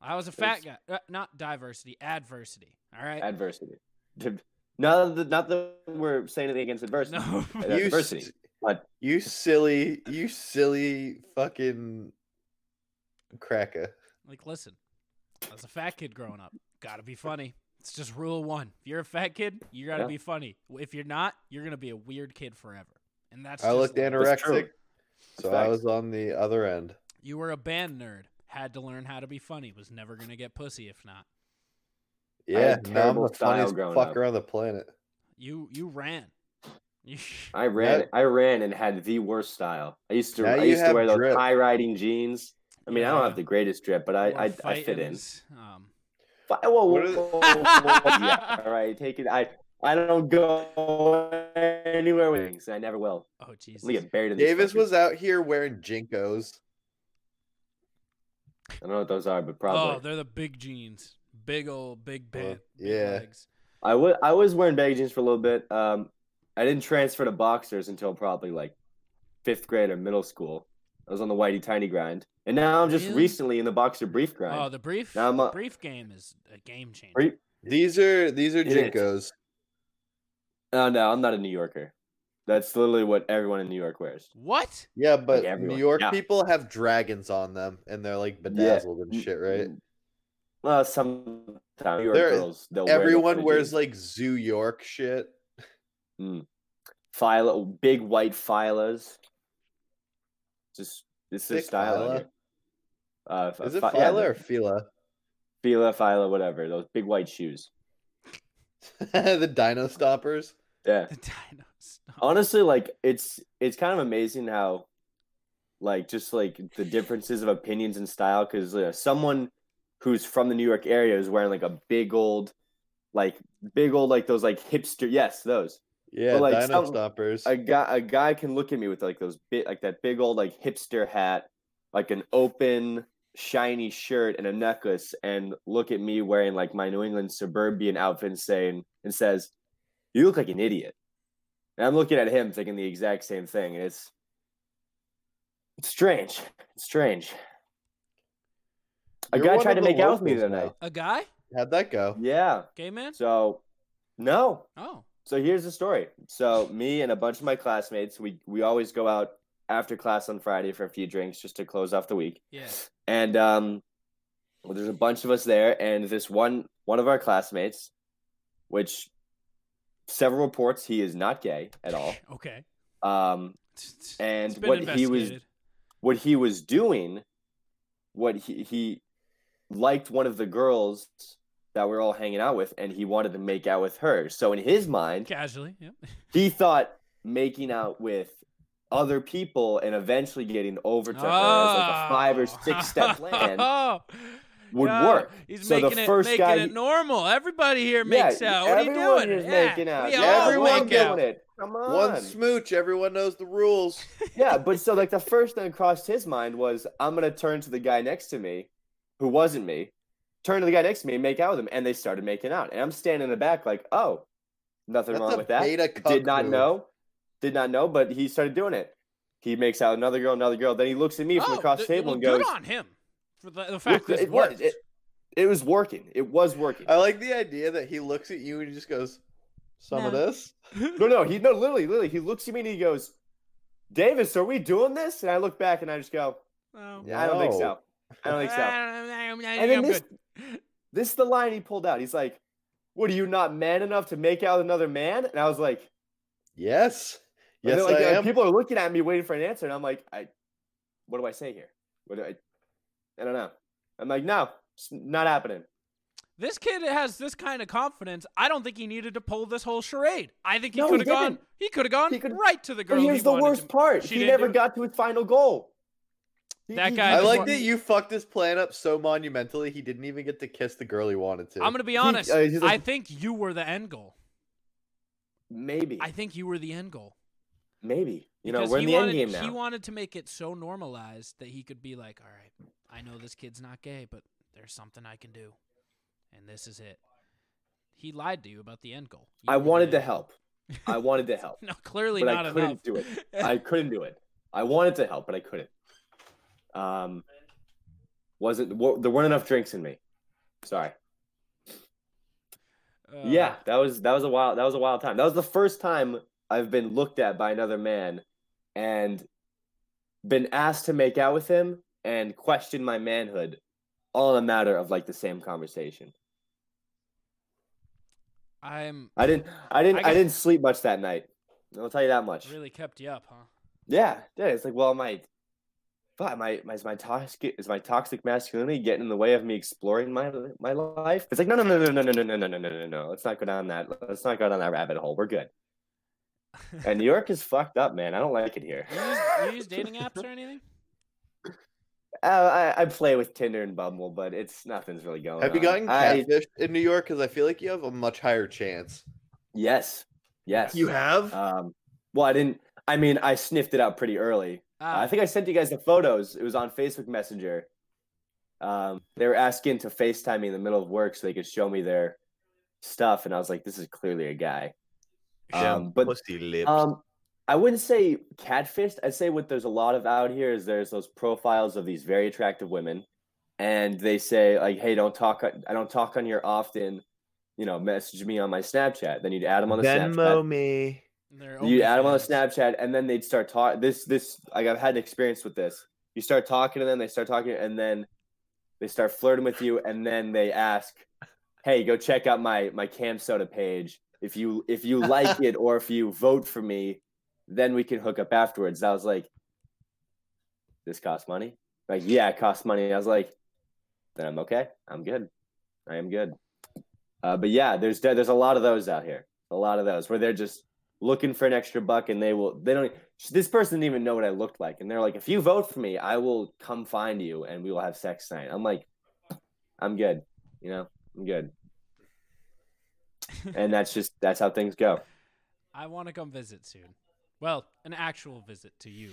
Speaker 3: I was a fat guy. Uh, not diversity, adversity. All right.
Speaker 2: adversity. Not that, not that we're saying anything against adversity.
Speaker 3: no.
Speaker 2: Uh,
Speaker 1: You
Speaker 2: adversity.
Speaker 1: s-
Speaker 2: but-
Speaker 1: you silly, you silly fucking cracker.
Speaker 3: like, listen, I was a fat kid growing up. Gotta be funny. It's just rule one. If you're a fat kid, you gotta
Speaker 2: Yeah.
Speaker 3: be funny. If you're not, you're gonna be a weird kid forever. And that's
Speaker 1: I
Speaker 3: just
Speaker 1: looked
Speaker 3: life.
Speaker 2: That's true.
Speaker 1: anorexic, so I
Speaker 2: Facts.
Speaker 1: was on the other end.
Speaker 3: You were a band nerd. Had to learn how to be funny. Was never gonna get pussy if not.
Speaker 2: I
Speaker 1: Yeah,
Speaker 2: had
Speaker 1: now I'm
Speaker 2: terrible
Speaker 1: the
Speaker 2: style
Speaker 1: funniest
Speaker 2: growing
Speaker 1: fucker
Speaker 2: up.
Speaker 1: on the planet.
Speaker 3: You you ran. You-
Speaker 2: I ran.
Speaker 1: That-
Speaker 2: I ran and had the worst style. I used to.
Speaker 1: Now
Speaker 2: I
Speaker 1: you
Speaker 2: used to
Speaker 1: have
Speaker 2: wear those
Speaker 1: drip.
Speaker 2: high riding jeans. I mean, I don't
Speaker 3: Yeah.
Speaker 2: have the greatest drip, but I
Speaker 3: you were
Speaker 2: I, I fit in.
Speaker 3: fightings. Um,
Speaker 2: Fi- Whoa,
Speaker 1: What
Speaker 2: whoa,
Speaker 1: are the-
Speaker 2: whoa, whoa, yeah, all right, take it. I I don't go anywhere with things. I never will.
Speaker 3: oh Jesus.
Speaker 2: Let me get buried in these
Speaker 1: Davis
Speaker 2: fuckers.
Speaker 1: was out here wearing jinkos.
Speaker 2: I don't know what those are, but probably
Speaker 3: Oh, they're the big jeans, big old big
Speaker 2: Uh,
Speaker 3: band, big
Speaker 1: yeah.
Speaker 3: legs.
Speaker 2: I was I was wearing baggy jeans for a little bit. Um, I didn't transfer to boxers until probably like fifth grade or middle school. I was on the whitey tiny grind, and now I'm just
Speaker 3: Really?
Speaker 2: recently in the boxer brief grind.
Speaker 3: Oh, the brief
Speaker 2: Now I'm
Speaker 3: the
Speaker 2: a-
Speaker 3: brief game is a game changer.
Speaker 2: Brief-
Speaker 1: These are these are
Speaker 2: It is.
Speaker 1: jinkos.
Speaker 2: Oh no, I'm not a New Yorker. That's literally what everyone in New York wears.
Speaker 3: What?
Speaker 1: Yeah, but New
Speaker 2: everyone-
Speaker 1: York
Speaker 2: yeah.
Speaker 1: people have dragons on them and they're like bedazzled and shit, right?
Speaker 2: Mm-hmm. Well, sometimes New York
Speaker 1: There-
Speaker 2: girls. They'll
Speaker 1: Everyone
Speaker 2: wear
Speaker 1: wears like Zoo York shit.
Speaker 2: file, big white filas. Just it's their
Speaker 1: Dick
Speaker 2: style.
Speaker 1: Fila?
Speaker 2: I guess. Uh, f-
Speaker 1: Is it
Speaker 2: fi-
Speaker 1: Phila
Speaker 2: yeah,
Speaker 1: or
Speaker 2: the-
Speaker 1: Fila?
Speaker 2: Fila, Fila, whatever. Those big white shoes.
Speaker 1: the Dino Stoppers.
Speaker 2: Yeah.
Speaker 3: The dinos.
Speaker 2: Honestly, like it's it's kind of amazing how, like, just like the differences of opinions and style. Because uh, someone who's from the New York area is wearing like a big old, like big old like those like hipster. Yes, those.
Speaker 1: Yeah,
Speaker 2: But, like,
Speaker 1: Dino
Speaker 2: some-
Speaker 1: Stoppers.
Speaker 2: a guy a guy can look at me with like those bit like that big old like hipster hat, like an open shiny shirt and a necklace, and look at me wearing like my New England suburban outfit and saying and says, "You look like an idiot." And I'm looking at him thinking the exact same thing, and it's it's strange. It's strange. A
Speaker 1: You're
Speaker 2: guy
Speaker 1: one
Speaker 2: tried
Speaker 1: of
Speaker 2: to
Speaker 1: the
Speaker 2: make out with me the
Speaker 1: locals
Speaker 2: other night.
Speaker 1: now.
Speaker 3: A guy?
Speaker 1: How'd that go?
Speaker 2: Yeah.
Speaker 3: Gay man?
Speaker 2: So no,
Speaker 3: Oh.
Speaker 2: so here's the story. So me and a bunch of my classmates, we we always go out after class on Friday for a few drinks just to close off the week.
Speaker 3: Yeah.
Speaker 2: And um, well, there's a bunch of us there, and this one one of our classmates, which several reports he is not gay at all.
Speaker 3: Okay.
Speaker 2: Um, and
Speaker 3: It's been
Speaker 2: what he was
Speaker 3: investigated.
Speaker 2: what he was doing, what he he liked one of the girls that we are all hanging out with, and he wanted to make out with her. So in his mind,
Speaker 3: casually. Yep.
Speaker 2: he thought making out with other people and eventually getting
Speaker 3: Oh.
Speaker 2: over to her as
Speaker 3: Ah.
Speaker 2: like a five or six step plan would
Speaker 3: No,
Speaker 2: work.
Speaker 3: He's
Speaker 2: So the
Speaker 3: making,
Speaker 2: first
Speaker 3: it, making
Speaker 2: guy-
Speaker 3: it normal. Everybody here
Speaker 2: Yeah,
Speaker 3: makes out. What are you
Speaker 2: everyone
Speaker 3: doing?
Speaker 2: here's
Speaker 3: yeah,
Speaker 2: making out.
Speaker 3: We
Speaker 2: Yeah,
Speaker 3: all
Speaker 2: everyone's
Speaker 3: make
Speaker 2: doing
Speaker 3: out.
Speaker 2: it. Come on.
Speaker 1: One smooch. Everyone knows the rules.
Speaker 2: yeah, but so like the first thing that crossed his mind was I'm gonna turn to the guy next to me, who wasn't me, turn to the guy next to me and make out with him, and they started making out, and I'm standing in the back like, oh, nothing
Speaker 1: That's
Speaker 2: wrong
Speaker 1: a
Speaker 2: with that.
Speaker 1: beta cuck
Speaker 2: Did not
Speaker 1: move.
Speaker 2: know, did not know, but he started doing it. He makes out with another girl, another girl. Then he looks at me from
Speaker 3: oh,
Speaker 2: across the
Speaker 3: th-
Speaker 2: table
Speaker 3: well,
Speaker 2: and goes,
Speaker 3: Good on him for the, the fact
Speaker 2: "Look,
Speaker 3: this
Speaker 2: it, was-
Speaker 3: worked.
Speaker 2: it, it was working. It was working.
Speaker 1: I like the idea that he looks at you and he just goes, "Some of
Speaker 4: No.
Speaker 1: this."
Speaker 2: no, no, he no, literally, literally, he looks at me and he goes, Davis, are we doing this? And I look back and I just go,
Speaker 3: No.
Speaker 2: I don't think
Speaker 1: No.
Speaker 2: so. I don't think so.
Speaker 3: And
Speaker 2: And then this,
Speaker 3: good.
Speaker 2: this is the line he pulled out. He's like, "What are you not man enough to make out with another man?" And I was like,
Speaker 1: Yes.
Speaker 2: and
Speaker 1: Yes,
Speaker 2: then, like,
Speaker 1: I
Speaker 2: uh,
Speaker 1: am.
Speaker 2: People are looking at me waiting for an answer, and I'm like, "I, what do I say here? What do I? I don't know." I'm like, "No, it's not happening."
Speaker 3: This kid has this kind of confidence. I don't think he needed to pull this whole charade. I think he
Speaker 2: No, he
Speaker 3: could have gone.
Speaker 2: didn't.
Speaker 3: He could have gone
Speaker 2: He could've-
Speaker 3: right to the girl.
Speaker 2: But here's
Speaker 3: he
Speaker 2: the
Speaker 3: wanted
Speaker 2: worst
Speaker 3: to-
Speaker 2: part:
Speaker 3: she
Speaker 2: he
Speaker 3: didn't
Speaker 2: never
Speaker 3: do it.
Speaker 2: got to his final goal. He-
Speaker 3: That
Speaker 2: he-
Speaker 3: guy
Speaker 1: I
Speaker 3: just
Speaker 1: like
Speaker 3: want-
Speaker 1: that you fucked his plan up so monumentally. He didn't even get to kiss the girl he wanted to.
Speaker 3: I'm gonna be
Speaker 2: He-
Speaker 3: honest.
Speaker 2: uh, he's like-
Speaker 3: I think you were the end goal.
Speaker 2: maybe,
Speaker 3: I think you were the end goal.
Speaker 2: maybe. You know,
Speaker 3: Because
Speaker 2: we're in
Speaker 3: he
Speaker 2: the
Speaker 3: wanted,
Speaker 2: end game
Speaker 3: He
Speaker 2: now.
Speaker 3: wanted to make it so normalized that he could be like, "All right, I know this kid's not gay, but there's something I can do, and this is it." He lied to you about the end goal. You
Speaker 2: I
Speaker 3: were the
Speaker 2: wanted
Speaker 3: end
Speaker 2: to
Speaker 3: goal.
Speaker 2: help. I wanted to help.
Speaker 3: No, clearly
Speaker 2: but I
Speaker 3: not
Speaker 2: couldn't
Speaker 3: enough.
Speaker 2: do it. I couldn't do it. I wanted to help, but I couldn't. Um, wasn't wa- there weren't enough drinks in me? Sorry.
Speaker 3: Uh,
Speaker 2: yeah, that was that was a wild that was a wild time. That was the first time I've been looked at by another man, and been asked to make out with him and questioned my manhood, all in a matter of like the same conversation.
Speaker 3: I'm
Speaker 2: I didn't I didn't
Speaker 3: I
Speaker 2: I,
Speaker 3: got-
Speaker 2: didn't sleep much that night. I'll tell you that much.
Speaker 3: really kept you up, huh?
Speaker 2: Yeah, yeah. It's like, well, my, but my, my, is my toxic is my toxic masculinity getting in the way of me exploring my my life? It's like, no, no, no, no, no, no, no, no, no, no, no, no, no. Let's not go down that. Let's not go down that rabbit hole. We're good. And New York is fucked up, man. I don't like it here.
Speaker 3: You use, you use dating apps or anything?
Speaker 2: Uh, I, I play with Tinder and Bumble, but it's nothing's really going.
Speaker 1: Have you
Speaker 2: on.
Speaker 1: gotten
Speaker 2: I,
Speaker 1: catfish in New York? Because I feel like you have a much higher chance.
Speaker 2: yes, yes.
Speaker 1: have?
Speaker 2: Um. Well, I didn't. I mean, I sniffed it out pretty early.
Speaker 3: Ah,
Speaker 2: I think I sent you guys the photos. It was on Facebook Messenger. Um, they were asking to FaceTime me in the middle of work so they could show me their stuff, and I was like, "This is clearly a guy." Um, but
Speaker 1: pussy lips.
Speaker 2: um, I wouldn't say catfished. I'd say what there's a lot of out here is there's those profiles of these very attractive women, and they say like, "Hey, don't talk. on- I don't talk on your often." You know, message me on my Snapchat. Then you'd add them on the Snapchat
Speaker 1: me.
Speaker 3: they're
Speaker 2: you add them on the
Speaker 3: OnlyFans.
Speaker 2: Snapchat, and then they'd start talk. This, this, like I've had an experience with this. You start talking to them, they start talking, and then they start flirting with you, and then they ask, "Hey, go check out my my Cam Soda page. If you if you like it or if you vote for me, then we can hook up afterwards." I was like, this costs money? Like, yeah, it costs money. I was like, then I'm okay. I'm good. I am good. Uh, but yeah, there's there's a lot of those out here. A lot of those where they're just looking for an extra buck, and they will. They don't. This person didn't even know what I looked like, and they're like, if you vote for me, I will come find you, and we will have sex tonight. I'm like, I'm good. You know, I'm good. and that's just that's how things go.
Speaker 3: I want to come visit soon. Well, an actual visit to you.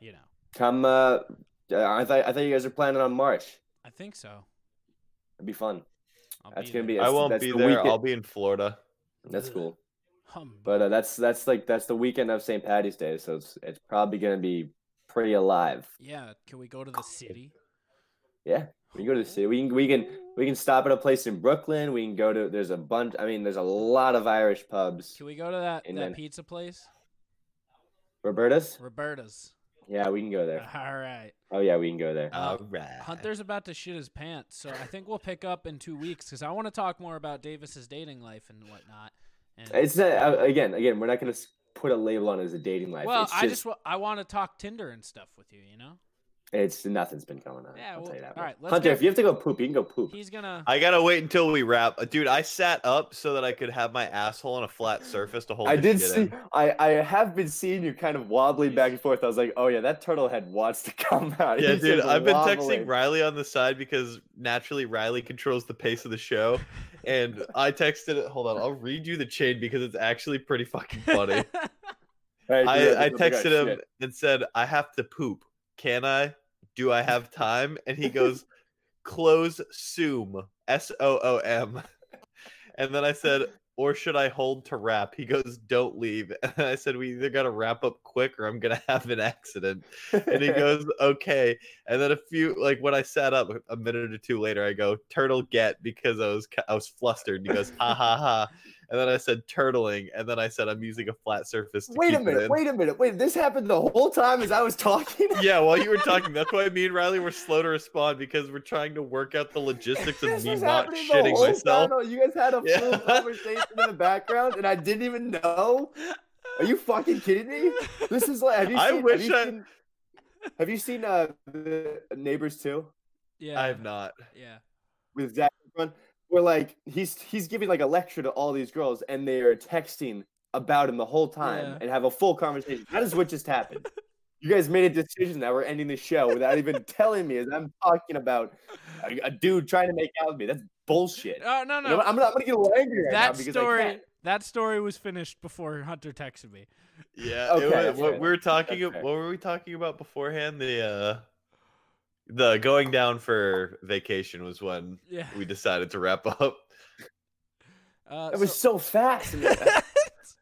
Speaker 3: You know,
Speaker 2: Come, uh, I thought I thought you guys were planning on March.
Speaker 3: I think so.
Speaker 2: It'd be fun.
Speaker 3: I'll
Speaker 2: That's
Speaker 3: be
Speaker 2: gonna
Speaker 3: there.
Speaker 2: be.
Speaker 1: I won't
Speaker 2: that's
Speaker 1: be
Speaker 2: the
Speaker 1: there.
Speaker 2: weekend-
Speaker 1: I'll be in Florida.
Speaker 2: That's cool.
Speaker 3: Hum-
Speaker 2: But uh, that's that's like that's the weekend of St. Patty's Day, so it's it's probably gonna be pretty alive.
Speaker 3: yeah, can we go to the city?
Speaker 2: Yeah, we go to the city. We can we can we can stop at a place in Brooklyn. We can go to there's a bunch. I mean, there's a lot of Irish pubs.
Speaker 3: Can we go to that
Speaker 2: And
Speaker 3: that
Speaker 2: then-
Speaker 3: pizza place,
Speaker 2: Roberta's.
Speaker 3: Roberta's?
Speaker 2: Yeah, we can go
Speaker 3: All
Speaker 2: there.
Speaker 3: right.
Speaker 2: Oh yeah, we can go there.
Speaker 3: Uh,
Speaker 1: right.
Speaker 3: Hunter's about to shit his pants, so I think we'll pick up in two weeks because I want to talk more about Davis's dating life and whatnot. And
Speaker 2: It's not, uh, again again. We're not gonna s- put a label on it as a dating life.
Speaker 3: well,
Speaker 2: it's
Speaker 3: I just wa- I want to talk Tinder and stuff with you. You know,
Speaker 2: it's nothing's been going on.
Speaker 3: Yeah,
Speaker 2: I'll
Speaker 3: well,
Speaker 2: tell you that.
Speaker 3: all
Speaker 2: much.
Speaker 3: right, let's
Speaker 2: Hunter,
Speaker 3: go-
Speaker 2: if you have to go poop, you can go poop.
Speaker 3: he's gonna.
Speaker 1: I gotta wait until we wrap, Uh, dude. I sat up so that I could have my asshole on a flat surface to hold.
Speaker 2: I
Speaker 1: the
Speaker 2: did
Speaker 1: shit
Speaker 2: see.
Speaker 1: in.
Speaker 2: I, I have been seeing you kind of wobbling back and forth. I was like, oh yeah, that turtle head wants to come out.
Speaker 1: Yeah,
Speaker 2: He's
Speaker 1: dude.
Speaker 2: just
Speaker 1: I've been
Speaker 2: wobbling.
Speaker 1: texting Riley on the side because naturally Riley controls the pace of the show, and I texted it. Hold on, I'll read you the chain because it's actually pretty fucking funny.
Speaker 2: Hey, dude,
Speaker 1: I, I
Speaker 2: think we got
Speaker 1: texted him
Speaker 2: shit.
Speaker 1: and said, I have to poop. Can I? Do I have time? And he goes, close Zoom. S O O M. And then I said, or should I hold to wrap? He goes, don't leave. And I said, we either got to wrap up quick or I'm going to have an accident. And he goes, okay. And then a few, like when I sat up a minute or two later, I go, turtle get because I was, ki- I was flustered. And he goes, ha ha ha. And then I said, turtling. And then I said, I'm using a flat surface. To
Speaker 2: Wait a
Speaker 1: keep it
Speaker 2: minute!
Speaker 1: in."
Speaker 2: Wait a minute! Wait, this happened the whole time as I was talking.
Speaker 1: Yeah, while you were talking, that's why me and Riley were slow to respond because we're trying to work out the logistics of
Speaker 2: this
Speaker 1: me
Speaker 2: was
Speaker 1: not
Speaker 2: happening the
Speaker 1: shitting
Speaker 2: whole time.
Speaker 1: myself.
Speaker 2: Oh, You guys had a
Speaker 1: Yeah.
Speaker 2: full conversation in the background, and I didn't even know. Are you fucking kidding me? This is like. Have you
Speaker 1: I
Speaker 2: seen, have
Speaker 1: wish
Speaker 2: you
Speaker 1: I-
Speaker 2: Seen, have you seen uh, the Neighbors too?
Speaker 3: Yeah,
Speaker 1: I have not.
Speaker 3: Yeah,
Speaker 2: with Zach Efron, where like he's he's giving like a lecture to all these girls, and they are texting about him the whole time
Speaker 3: Yeah.
Speaker 2: and have a full conversation. That is what just happened. You guys made a decision that we're ending the show without even telling me as I'm talking about a, a dude trying to make out with me. That's bullshit.
Speaker 3: Oh no,
Speaker 2: And I'm,
Speaker 3: no.
Speaker 2: I'm, not- I'm gonna get angry right now
Speaker 3: that
Speaker 2: because I
Speaker 3: story
Speaker 2: can't.
Speaker 3: that story was finished before Hunter texted me.
Speaker 1: Yeah, it
Speaker 2: Okay,
Speaker 1: wa-
Speaker 2: that's
Speaker 1: what
Speaker 2: fair.
Speaker 1: we were talking.
Speaker 2: That's
Speaker 1: ab-
Speaker 2: fair.
Speaker 1: What were we talking about beforehand? The uh, the going down for vacation was when
Speaker 3: Yeah.
Speaker 1: we decided to wrap up.
Speaker 3: Uh,
Speaker 2: It was
Speaker 3: so-
Speaker 2: so fast. and It's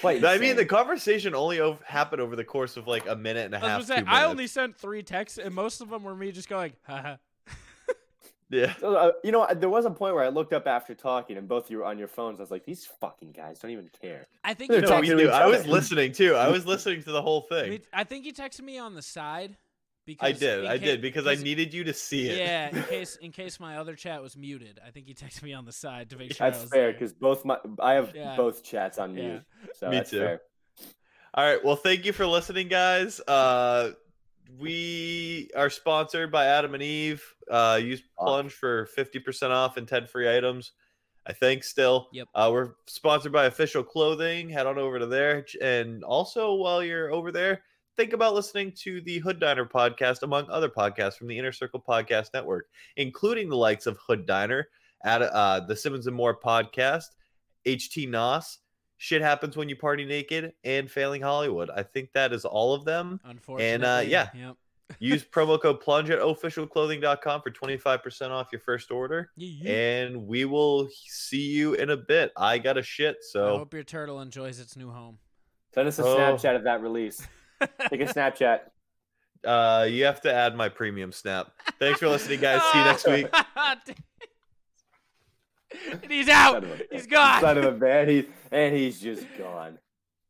Speaker 2: quite.
Speaker 1: I mean, the
Speaker 2: insane.
Speaker 1: conversation only ov- happened over the course of like a minute and a
Speaker 3: I
Speaker 1: half.
Speaker 3: was gonna say
Speaker 1: two
Speaker 3: I
Speaker 1: minutes.
Speaker 3: only sent three texts, and most of them were me just going, haha.
Speaker 1: yeah.
Speaker 2: So, uh, you know, there was a point where I looked up after talking, and both of you were on your phones. I was like, "These fucking guys don't even care."
Speaker 3: I think
Speaker 2: They're
Speaker 3: you
Speaker 1: No, we
Speaker 2: talking to
Speaker 1: do.
Speaker 2: each
Speaker 1: I was
Speaker 2: other.
Speaker 1: listening too. I was listening to the whole
Speaker 3: I
Speaker 1: thing.
Speaker 3: mean, I think you texted me on the side because
Speaker 1: I did.
Speaker 3: in
Speaker 1: I
Speaker 3: ca-
Speaker 1: did because I needed you to see it.
Speaker 3: Yeah, in case in case my other chat was muted, I think you texted me on the side to make sure. I
Speaker 2: That's
Speaker 3: was
Speaker 2: fair
Speaker 3: there.
Speaker 2: because both my I have
Speaker 3: Yeah.
Speaker 2: both chats on
Speaker 3: Yeah.
Speaker 2: mute, so
Speaker 1: Me
Speaker 2: that's
Speaker 1: too.
Speaker 2: fair.
Speaker 1: All right. Well, thank you for listening, guys. Uh, we are sponsored by Adam and Eve. Uh, use Plunge for 50% off and 10 free items, I think, still.
Speaker 3: Yep.
Speaker 1: Uh, we're sponsored by Official Clothing. Head on over to there. And also, while you're over there, think about listening to the Hood Diner podcast, among other podcasts from the Inner Circle Podcast Network, including the likes of Hood Diner, at, uh, the Simmons and More podcast, HT Nos, Shit Happens When You Party Naked, and Failing Hollywood. I think that is all of them.
Speaker 3: Unfortunately,
Speaker 1: uh, yeah.
Speaker 3: Yep.
Speaker 1: Use promo code plunge at officialclothing.com for 25% off your first order.
Speaker 3: Yeah, yeah.
Speaker 1: And we will see you in a bit. I got a shit,
Speaker 3: I
Speaker 1: so
Speaker 3: hope your turtle enjoys its new home.
Speaker 2: Send us a
Speaker 1: Oh.
Speaker 2: Snapchat of that release. Take a Snapchat.
Speaker 1: uh, you have to add my premium snap. Thanks for listening, guys. See you next week.
Speaker 3: and he's
Speaker 2: Son
Speaker 3: out.
Speaker 2: of a bitch.
Speaker 3: He's Oh, gone.
Speaker 2: Son of a man. He, and he's just gone.